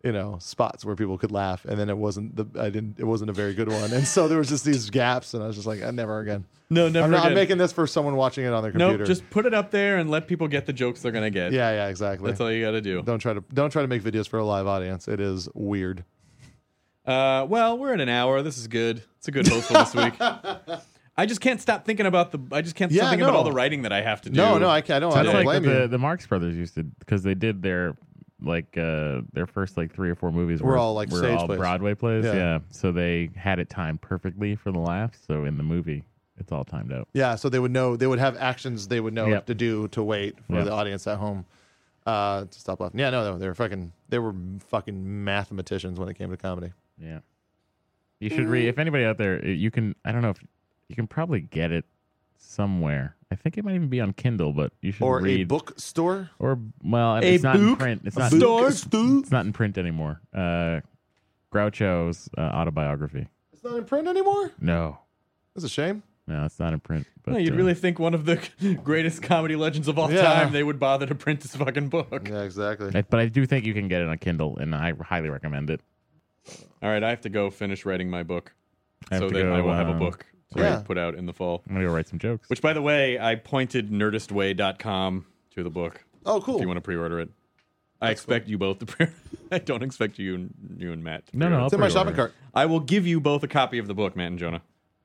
Speaker 7: you know spots where people could laugh and then it wasn't the i didn't it wasn't a very good one and so there was just these gaps and i was just like i never again
Speaker 8: No, never.
Speaker 7: I'm, not, I'm
Speaker 8: again.
Speaker 7: making this for someone watching it on their
Speaker 8: No,
Speaker 7: computer
Speaker 8: just put it up there and let people get the jokes they're gonna get.
Speaker 7: yeah yeah exactly
Speaker 8: that's all you gotta do.
Speaker 7: don't try to don't try to make videos for a live audience it is weird
Speaker 8: Uh, well, we're at an hour. This is good. It's a good host for this week. I just can't stop thinking about the. I just can't stop
Speaker 7: Yeah,
Speaker 8: thinking
Speaker 7: no.
Speaker 8: about all the writing that I have to do.
Speaker 7: no no i, ca- I don't i
Speaker 6: That's
Speaker 7: don't
Speaker 6: like
Speaker 7: blame
Speaker 6: what
Speaker 7: you
Speaker 6: the, the Marx Brothers used to because they did their like uh their first like three or four movies
Speaker 7: Were
Speaker 6: were
Speaker 7: all, like,
Speaker 6: were
Speaker 7: stage
Speaker 6: all
Speaker 7: plays.
Speaker 6: Broadway plays.
Speaker 7: Yeah.
Speaker 6: Yeah. so they had it timed perfectly for the laughs. So in the movie, it's all timed out.
Speaker 7: yeah so they would know they would have actions they would know
Speaker 6: Yep.
Speaker 7: to do to wait for
Speaker 6: Yeah.
Speaker 7: the audience at home uh to stop laughing yeah no no they were fucking they were fucking mathematicians when it came to comedy
Speaker 6: Yeah, you should read. If anybody out there, uh, you can. I don't know if you can probably get it somewhere. I think it might even be on Kindle, but you should
Speaker 7: or
Speaker 6: read
Speaker 7: a bookstore
Speaker 6: Or well,
Speaker 8: A
Speaker 6: it's not in
Speaker 8: book?
Speaker 6: print. It's
Speaker 8: A
Speaker 6: not
Speaker 8: store?
Speaker 6: It's not in print anymore. Uh, Groucho's uh, autobiography.
Speaker 7: it's not in print anymore
Speaker 6: No,
Speaker 7: that's a shame
Speaker 6: no, it's not in print. But
Speaker 8: No, you'd
Speaker 6: uh,
Speaker 8: really think one of the greatest comedy legends of all
Speaker 7: Yeah.
Speaker 8: time they would bother to print this fucking book.
Speaker 7: yeah exactly
Speaker 6: I- but I do think you can get it on Kindle, and I highly recommend it.
Speaker 8: All right, I have to go finish writing my book,
Speaker 6: I have
Speaker 8: so
Speaker 6: to
Speaker 8: that
Speaker 6: go,
Speaker 8: I will have a
Speaker 6: uh,
Speaker 8: book to
Speaker 7: um, Yeah.
Speaker 8: put out in the fall.
Speaker 6: I'm gonna go write some jokes.
Speaker 8: Which, by the way, I pointed nerdistway.com to the book.
Speaker 7: oh cool
Speaker 8: If you want to pre-order it, I expect you both to pre. I don't expect you, and you and Matt. to
Speaker 6: No,
Speaker 8: pre-order
Speaker 6: no,
Speaker 8: it.
Speaker 7: It's in my
Speaker 6: pre-order.
Speaker 7: shopping cart.
Speaker 8: I will give you both a copy of the book, Matt and Jonah.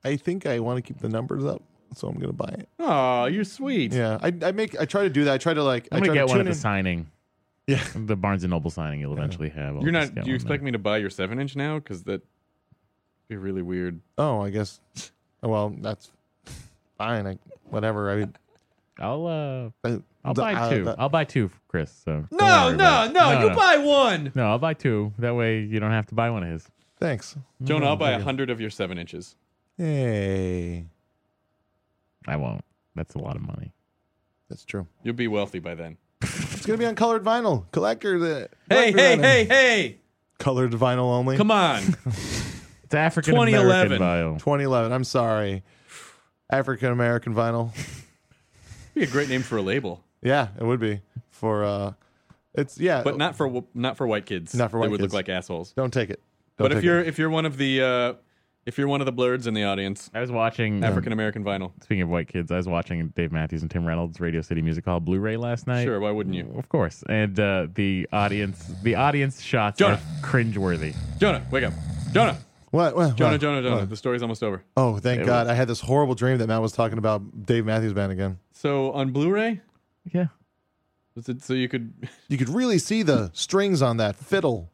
Speaker 7: I think I want to keep the numbers up. so I'm gonna buy it.
Speaker 8: Oh, you're sweet.
Speaker 7: Yeah, I, I make I try to do that. I try to like
Speaker 6: I'm
Speaker 7: I
Speaker 6: gonna
Speaker 7: try
Speaker 6: get
Speaker 7: to
Speaker 6: one at
Speaker 7: tune
Speaker 6: the
Speaker 7: in.
Speaker 6: signing.
Speaker 7: Yeah.
Speaker 6: The Barnes and Noble signing you'll eventually have. I'll
Speaker 8: You're
Speaker 6: just
Speaker 8: not.
Speaker 6: get
Speaker 8: Do you
Speaker 6: one
Speaker 8: expect
Speaker 6: there.
Speaker 8: me to buy your seven inch now? Because that'd be really weird.
Speaker 7: Oh, I guess. Well, that's fine. I, whatever. I mean,
Speaker 6: I'll uh,
Speaker 7: I-
Speaker 6: I'll
Speaker 7: the-
Speaker 6: buy
Speaker 7: uh,
Speaker 6: two.
Speaker 7: the-
Speaker 6: I'll buy two, for Chris. So don't
Speaker 8: No,
Speaker 6: worry
Speaker 8: no,
Speaker 6: about
Speaker 8: no,
Speaker 6: it. no.
Speaker 8: You buy one.
Speaker 6: No, I'll buy two. That way you don't have to buy one of his.
Speaker 7: thanks.
Speaker 8: Jonah, I'll buy a hundred of your seven inches.
Speaker 7: Hey,
Speaker 6: I won't. That's a lot of money.
Speaker 7: that's true.
Speaker 8: You'll be wealthy by then.
Speaker 7: It's gonna be on colored vinyl. Collector. The
Speaker 8: Hey,
Speaker 7: collector
Speaker 8: hey,
Speaker 7: item.
Speaker 8: hey, hey!
Speaker 7: Colored vinyl only.
Speaker 8: Come on.
Speaker 6: It's African American
Speaker 8: 2011.
Speaker 6: bio.
Speaker 7: 2011. I'm sorry. African American vinyl.
Speaker 8: be a great name for a label,
Speaker 7: Yeah, it would be for. uh It's yeah,
Speaker 8: but not for w- not for white kids.
Speaker 7: Not for
Speaker 8: They
Speaker 7: white
Speaker 8: would
Speaker 7: kids.
Speaker 8: look like assholes.
Speaker 7: Don't take it. Don't
Speaker 8: But if
Speaker 7: take
Speaker 8: you're
Speaker 7: it.
Speaker 8: if you're one of the uh, if you're one of the blurs in the audience,
Speaker 6: I was watching
Speaker 8: African American vinyl.
Speaker 6: Speaking of white kids, I was watching Dave Matthews and Tim Reynolds Radio City Music Hall Blu-ray last night.
Speaker 8: Sure, why wouldn't you?
Speaker 6: Of course. And uh, the audience the audience shots
Speaker 8: Jonah.
Speaker 6: are cringeworthy.
Speaker 8: Jonah, wake up. Jonah,
Speaker 7: what, what
Speaker 8: Jonah,
Speaker 7: what?
Speaker 8: Jonah, Jonah.
Speaker 7: What?
Speaker 8: The story's almost over.
Speaker 7: Oh, thank
Speaker 6: It
Speaker 7: God! I had this horrible dream that Matt was talking about Dave Matthews Band again.
Speaker 8: So on Blu-ray,
Speaker 6: Yeah.
Speaker 8: was it so you could
Speaker 7: You could really see the strings on that fiddle.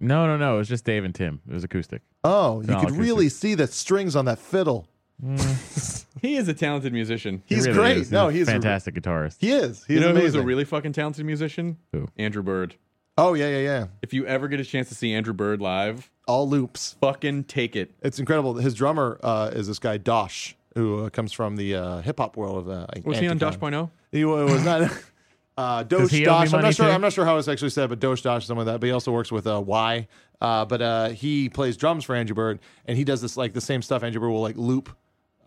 Speaker 6: No, no, no. It was just Dave and Tim. It was acoustic.
Speaker 7: Oh, you
Speaker 6: No,
Speaker 7: could
Speaker 6: acoustic.
Speaker 7: really see the strings on that fiddle.
Speaker 8: He is a talented musician.
Speaker 6: He
Speaker 7: He's
Speaker 6: really
Speaker 7: great.
Speaker 6: is.
Speaker 7: no,
Speaker 6: a
Speaker 7: he's
Speaker 6: fantastic guitarist.
Speaker 7: he is. He's
Speaker 8: you know who's
Speaker 7: amazing.
Speaker 8: a really fucking talented musician?
Speaker 6: Who?
Speaker 8: Andrew Bird.
Speaker 7: oh yeah, yeah, yeah.
Speaker 8: If you ever get a chance to see Andrew Bird live,
Speaker 7: All loops.
Speaker 8: fucking take it.
Speaker 7: It's incredible. His drummer uh, is this guy Dosh, who uh, comes from the uh, hip hop world of. Uh,
Speaker 8: Was he on
Speaker 7: Anticon.
Speaker 8: Dosh.0?
Speaker 7: He wa- was not. Uh, Doge
Speaker 6: he owe me
Speaker 7: Dosh. I'm
Speaker 6: money,
Speaker 7: not sure.
Speaker 6: too?
Speaker 7: I'm not sure how it's actually said, but Doge Dosh, something like that. But he also works with uh, Y. Uh, but uh, he plays drums for Andrew Bird, and he does this like the same stuff. Andrew Bird will like loop,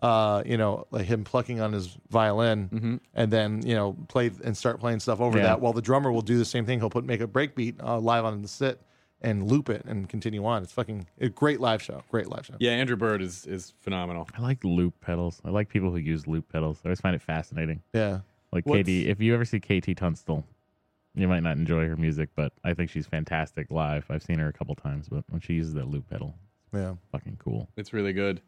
Speaker 7: uh, you know, like him plucking on his violin, and then you know play and start playing stuff over
Speaker 6: Mm-hmm. Yeah.
Speaker 7: that. While the drummer will do the same thing. He'll put make a breakbeat uh, live on the sit and loop it and continue on. It's fucking a great live show. Great live show.
Speaker 8: Yeah, Andrew Bird is is phenomenal.
Speaker 6: I like loop pedals. I like people who use loop pedals. I always find it fascinating.
Speaker 7: yeah.
Speaker 6: Like
Speaker 8: What's-
Speaker 6: KD, if you ever see KT Tunstall, you might not enjoy her music, but I think she's fantastic live. I've seen her a couple times, but when she uses that loop pedal,
Speaker 7: yeah.
Speaker 6: fucking cool.
Speaker 8: It's really good.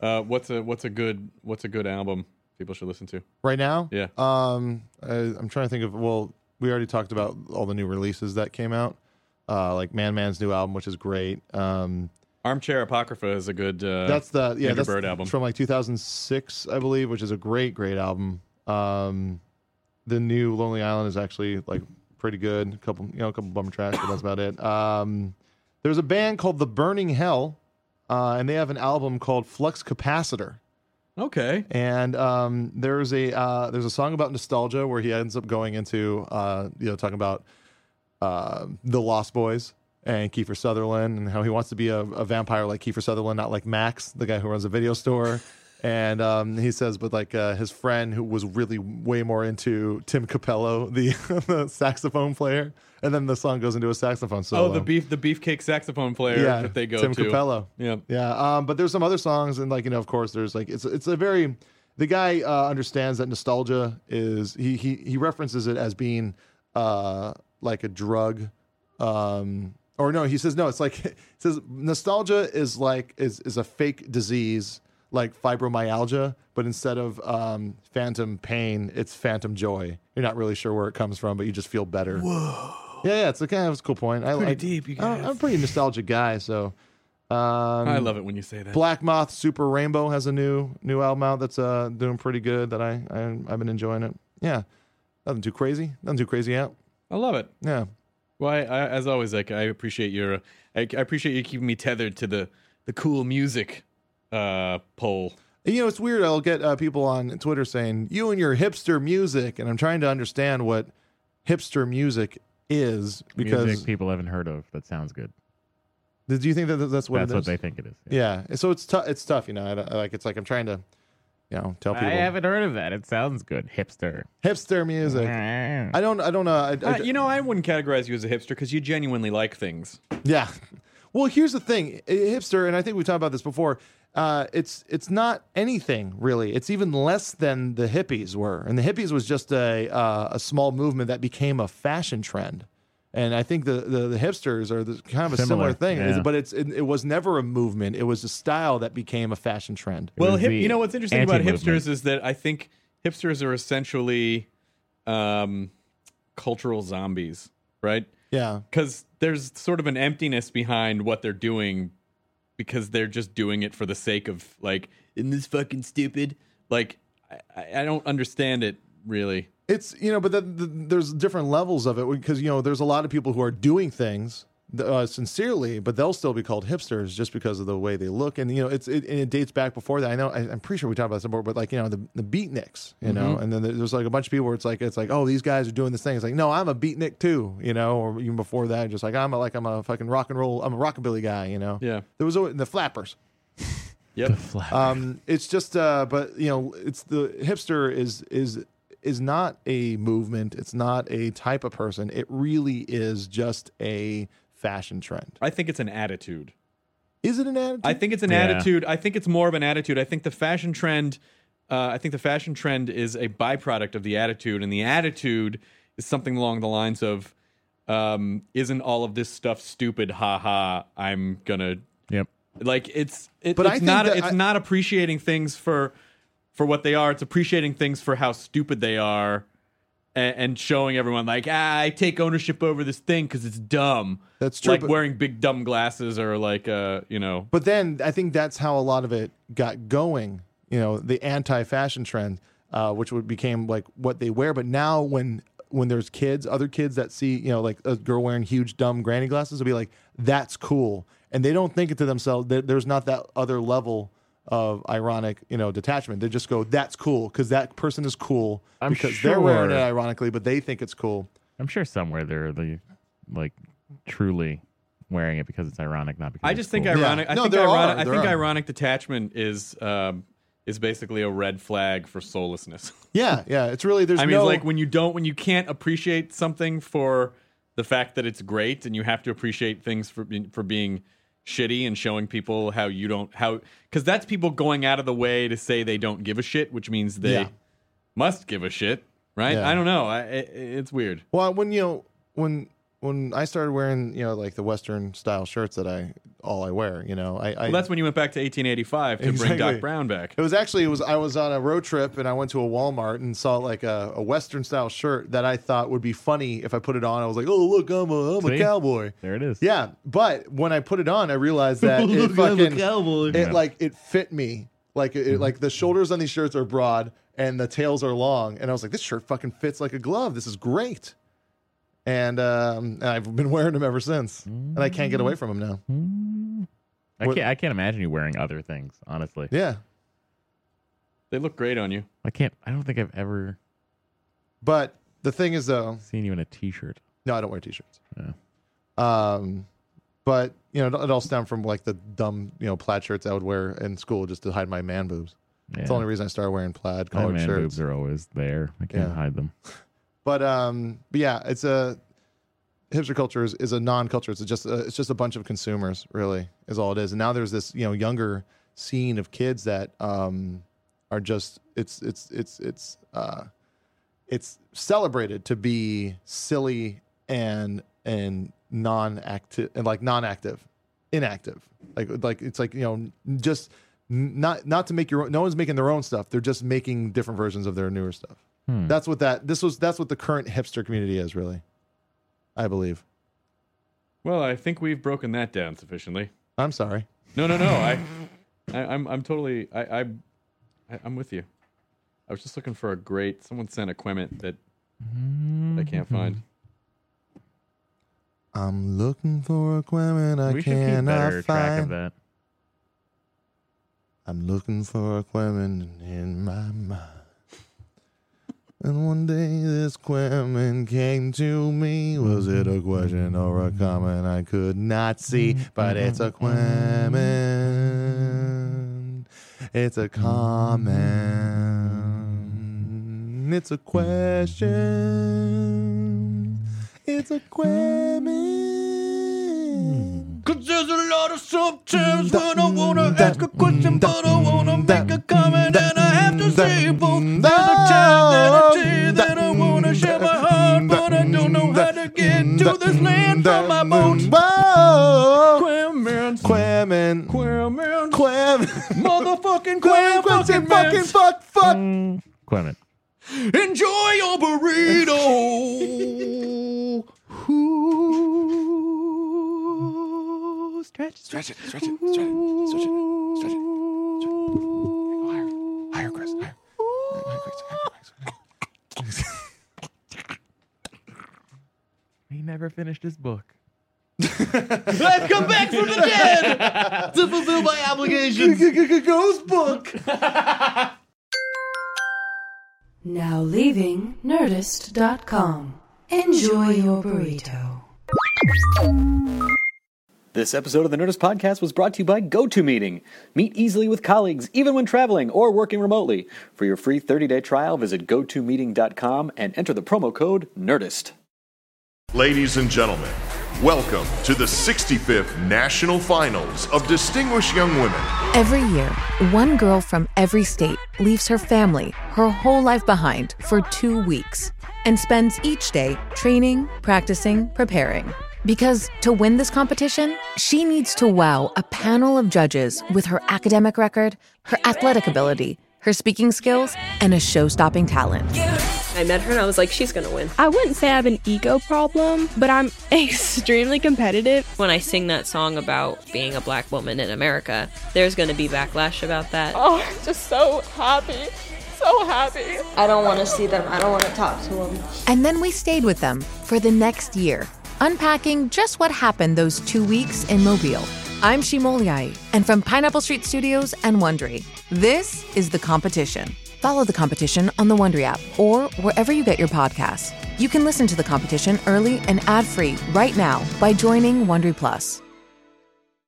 Speaker 8: Uh, what's a what's a good what's a good album people should listen to?
Speaker 7: right now
Speaker 8: Yeah.
Speaker 7: um I, i'm trying to think of well we already talked about all the new releases that came out uh like man man's new album which is great um
Speaker 8: Armchair Apocrypha is a good. Uh,
Speaker 7: that's the yeah
Speaker 8: Andrew
Speaker 7: that's
Speaker 8: Bird album.
Speaker 7: from like 2006 i believe which is a great great album um the new lonely island is actually like pretty good a couple you know a couple bummer tracks but that's about it um there's a band called the burning hell uh, and they have an album called flux capacitor
Speaker 8: okay.
Speaker 7: and um, there's a uh, there's a song about nostalgia where he ends up going into uh, you know talking about uh, the Lost Boys and Kiefer Sutherland and how he wants to be a, a vampire like Kiefer Sutherland, not like Max, the guy who runs a video store. And um, he says, but like uh, his friend who was really way more into Tim Capello, the, the saxophone player, and then the song goes into a saxophone solo.
Speaker 8: Oh, the beef the beefcake saxophone player
Speaker 7: Yeah,
Speaker 8: that they go
Speaker 7: Tim
Speaker 8: to.
Speaker 7: Capello.
Speaker 8: Yeah.
Speaker 7: Yeah, um, but there's some other songs, and like you know, of course, there's like it's it's a very the guy uh, understands that nostalgia is he he he references it as being uh, like a drug, um, or no, he says no, it's like it says nostalgia is like is is a fake disease like fibromyalgia, but instead of um, phantom pain, it's phantom joy. You're not really sure where it comes from, but you just feel better. Yeah, yeah, it's a kind of it's a cool point. I, pretty I, deep, you guys. I'm a pretty nostalgic guy, so. Um,
Speaker 8: I love it when you say that.
Speaker 7: Black Moth Super Rainbow has a new new album out that's uh, doing pretty good. That I, I I've been enjoying it. Yeah, nothing too crazy. Nothing too crazy out.
Speaker 8: I love it.
Speaker 7: Yeah,
Speaker 8: Well, I, I, as always, like I appreciate your, I, I appreciate you keeping me tethered to the the cool music uh poll.
Speaker 7: you know it's weird. I'll get uh, people on Twitter saying you and your hipster music, and I'm trying to understand what hipster music is because
Speaker 6: music people haven't heard of that sounds good.
Speaker 7: do you think that that's what
Speaker 6: That's
Speaker 7: it
Speaker 6: what
Speaker 7: is?
Speaker 6: they think it is.
Speaker 7: yeah, so it's tough. It's tough, you know. I, don't- I, like it's like I'm trying to, you know, tell people
Speaker 6: I haven't heard of that. It sounds good. Hipster.
Speaker 7: hipster music. I don't. I don't know. I, I,
Speaker 8: Uh, you know, I wouldn't categorize you as a hipster because you genuinely like things.
Speaker 7: Yeah. Well, here's the thing, i- hipster, and I think we've talked about this before. Uh, it's it's not anything really. It's even less than the hippies were, and the hippies was just a uh, a small movement that became a fashion trend. And I think the the, the hipsters are the, kind of a
Speaker 6: Similar,
Speaker 7: similar, thing,
Speaker 6: yeah.
Speaker 7: but it's it, it was never a movement. It was a style that became a fashion trend.
Speaker 8: Well,
Speaker 6: was
Speaker 8: hip,
Speaker 6: the
Speaker 8: you know what's interesting about
Speaker 6: anti-movement.
Speaker 8: hipsters is that I think hipsters are essentially um, cultural zombies, right?
Speaker 7: Yeah,
Speaker 8: Because there's sort of an emptiness behind what they're doing because they're just doing it for the sake of like, isn't this fucking stupid? Like, I- I, I don't understand it really.
Speaker 7: it's you know, but then the, there's different levels of it because you know there's a lot of people who are doing things uh, sincerely, but they'll still be called hipsters just because of the way they look. And you know, it's it, and it dates back before that. I know I, I'm pretty sure we talked about this before, but like you know the the beatniks, you know, and then there- there's like a bunch of people where it's like it's like oh these guys are doing this thing. It's like no, I'm a beatnik too, you know, or even before that, just like I'm a, like I'm a fucking rock and roll, I'm a rockabilly guy, you know.
Speaker 8: Yeah.
Speaker 7: there was always, the flappers.
Speaker 8: Yep.
Speaker 7: Um, it's just, uh, but you know, it's the hipster is is is not a movement. It's not a type of person. It really is just a fashion trend.
Speaker 8: I think it's an attitude.
Speaker 7: Is it an attitude?
Speaker 8: I think it's an
Speaker 6: Yeah.
Speaker 8: attitude. I think it's more of an attitude. I think the fashion trend. Uh, I think the fashion trend is a byproduct of the attitude, and the attitude is something along the lines of, um, "Isn't all of this stuff stupid? Ha ha! I'm gonna
Speaker 6: Yep.
Speaker 8: like it's. It,
Speaker 7: But I
Speaker 8: it's
Speaker 7: think
Speaker 8: not.
Speaker 7: that
Speaker 8: It's
Speaker 7: I-
Speaker 8: not appreciating things for for what they are. It's appreciating things for how stupid they are, and, and showing everyone like, ah, I take ownership over this thing because it's dumb.
Speaker 7: That's true,
Speaker 8: Like
Speaker 7: but-
Speaker 8: wearing big dumb glasses or like uh, you know.
Speaker 7: But then I think that's how a lot of it got going. You know, the anti-fashion trend, uh, which would became like what they wear. But now when when there's kids, other kids that see you know like a girl wearing huge dumb granny glasses, will be like, "That's cool," and they don't think it to themselves. There- There's not that other level of ironic, you know, detachment. They just go, "That's cool," because that person is cool
Speaker 6: I'm
Speaker 7: because they're wearing it
Speaker 6: sure-
Speaker 7: ironically, but they think it's cool.
Speaker 6: I'm sure somewhere they're the like truly wearing it because it's ironic, not because
Speaker 8: I
Speaker 6: it's
Speaker 8: just think
Speaker 6: cool.
Speaker 8: ironic. I
Speaker 7: No,
Speaker 8: think
Speaker 7: there are,
Speaker 8: ironic. I
Speaker 7: there
Speaker 8: think
Speaker 7: are.
Speaker 8: ironic detachment is um, is basically a red flag for soullessness.
Speaker 7: Yeah, yeah. It's really there's
Speaker 8: I mean,
Speaker 7: no
Speaker 8: like when you don't, when you can't appreciate something for the fact that it's great, and you have to appreciate things for being- for being shitty and showing people how you don't how because that's people going out of the way to say they don't give a shit, which means they
Speaker 7: Yeah.
Speaker 8: must give a shit, right?
Speaker 7: Yeah.
Speaker 8: I don't know. I, it, it's weird.
Speaker 7: Well, when you know when when I started wearing you know like the Western style shirts that I all I wear, you know, I, I
Speaker 8: Well, that's when you went back to 1885 to bring
Speaker 7: Exactly.
Speaker 8: Doc Brown back.
Speaker 7: it was actually it was I was on a road trip and I went to a Walmart and saw like a, a Western style shirt that I thought would be funny if I put it on. I was like, oh look, I'm a I'm a
Speaker 6: See?
Speaker 7: cowboy.
Speaker 6: there it is.
Speaker 7: Yeah, but when I put it on, I realized that it fucking it like it fit me. Like
Speaker 6: Mm-hmm.
Speaker 7: it, it- like the shoulders on these shirts are broad and the tails are long, and I was like, this shirt fucking fits like a glove. This is great. And um, and I've been wearing them ever since, and I can't get
Speaker 6: Mm-hmm.
Speaker 7: away from them now.
Speaker 6: I
Speaker 7: What-
Speaker 6: can't. I can't imagine you wearing other things. Honestly,
Speaker 7: Yeah,
Speaker 8: They look great on you.
Speaker 6: I can't. I don't think I've ever
Speaker 7: but the thing is though,
Speaker 6: seen you in a T-shirt.
Speaker 7: no, I don't wear t-shirts.
Speaker 6: Yeah.
Speaker 7: Um, but you know, it all stemmed from like the dumb you know plaid shirts I would wear in school just to hide my man boobs. It's the
Speaker 6: Yeah.
Speaker 7: only reason I started wearing plaid
Speaker 6: My
Speaker 7: collared
Speaker 6: man
Speaker 7: shirts.
Speaker 6: boobs are always there. I can't
Speaker 7: Yeah.
Speaker 6: hide them.
Speaker 7: But um, but yeah, it's a hipster culture is, is a non-culture. It's just a, it's just a bunch of consumers, really, is all it is. And now there's this you know younger scene of kids that um are just it's it's it's it's uh it's celebrated to be silly and and non-active and like non-active, inactive. Like like it's like you know just n- not not to make your own, no one's making their own stuff. They're just making different versions of their newer stuff.
Speaker 6: Hmm.
Speaker 7: That's what that this was. That's what the current hipster community is really, I believe.
Speaker 8: Well, I think we've broken that down sufficiently.
Speaker 7: I'm sorry.
Speaker 8: No, no, no. I, I I'm I'm totally I, I I I'm with you. I was just looking for a great. Someone sent a quement that I can't find.
Speaker 7: I'm looking for a women I
Speaker 6: we should keep better
Speaker 7: cannot
Speaker 6: track of
Speaker 7: find.
Speaker 6: that.
Speaker 7: I'm looking for a women in my mind. And one day this women came to me. Was it a question or a comment I could not see? But it's a women. It's a comment. It's a question. It's a question.
Speaker 8: Cause there's a lot of sometimes
Speaker 7: when I wanna ask a question, but I wanna make a comment, and I have to say both. There's a time that I say that I wanna share my heart, but I don't know how to get to
Speaker 8: this land from my boat.
Speaker 7: Whoa.
Speaker 8: Quimman.
Speaker 7: Quimmin.
Speaker 8: Quimman.
Speaker 7: Quim.
Speaker 8: Motherfucking
Speaker 7: Quim.
Speaker 8: Quimman.
Speaker 7: Quim. Fucking fuck. Fuck.
Speaker 6: Quimmin.
Speaker 8: Enjoy your burrito.
Speaker 6: Stretch, stretch.
Speaker 8: Stretch it, stretch it, stretch it, stretch it, stretch it. Go higher, higher, Chris, higher. Higher, Chris, higher, Chris.
Speaker 6: He never finished his book.
Speaker 8: I've come back from the dead to fulfill my obligations.
Speaker 7: Ghost book.
Speaker 5: Now leaving Nerdist.com. Enjoy your burrito.
Speaker 4: This episode of the Nerdist Podcast was brought to you by GoToMeeting. Meet easily with colleagues, even when traveling or working remotely. For your free 30-day trial, visit GoToMeeting.com and enter the promo code NERDIST.
Speaker 9: Ladies and gentlemen, welcome to the 65th National Finals of Distinguished Young Women.
Speaker 10: Every year, one girl from every state leaves her family, her whole life behind for two weeks and spends each day training, practicing, preparing. Because to win this competition, she needs to wow a panel of judges with her academic record, her athletic ability, her speaking skills, and a show stopping talent.
Speaker 11: I met her and I was like, she's gonna win. I wouldn't say I have an ego problem, but I'm extremely competitive. When I sing that song about being a black woman in America, there's gonna be backlash about that. Oh, I'm just so happy. So happy. I don't wanna see them. I don't wanna talk to them.
Speaker 10: And then we stayed with them for the next year, unpacking just what happened those two weeks in Mobile. I'm Shimolyai, and from Pineapple Street Studios and Wondery, this is The Competition. Follow The Competition on the Wondery app or wherever you get your podcasts. You can listen to The Competition early and ad-free right now by joining Wondery Plus.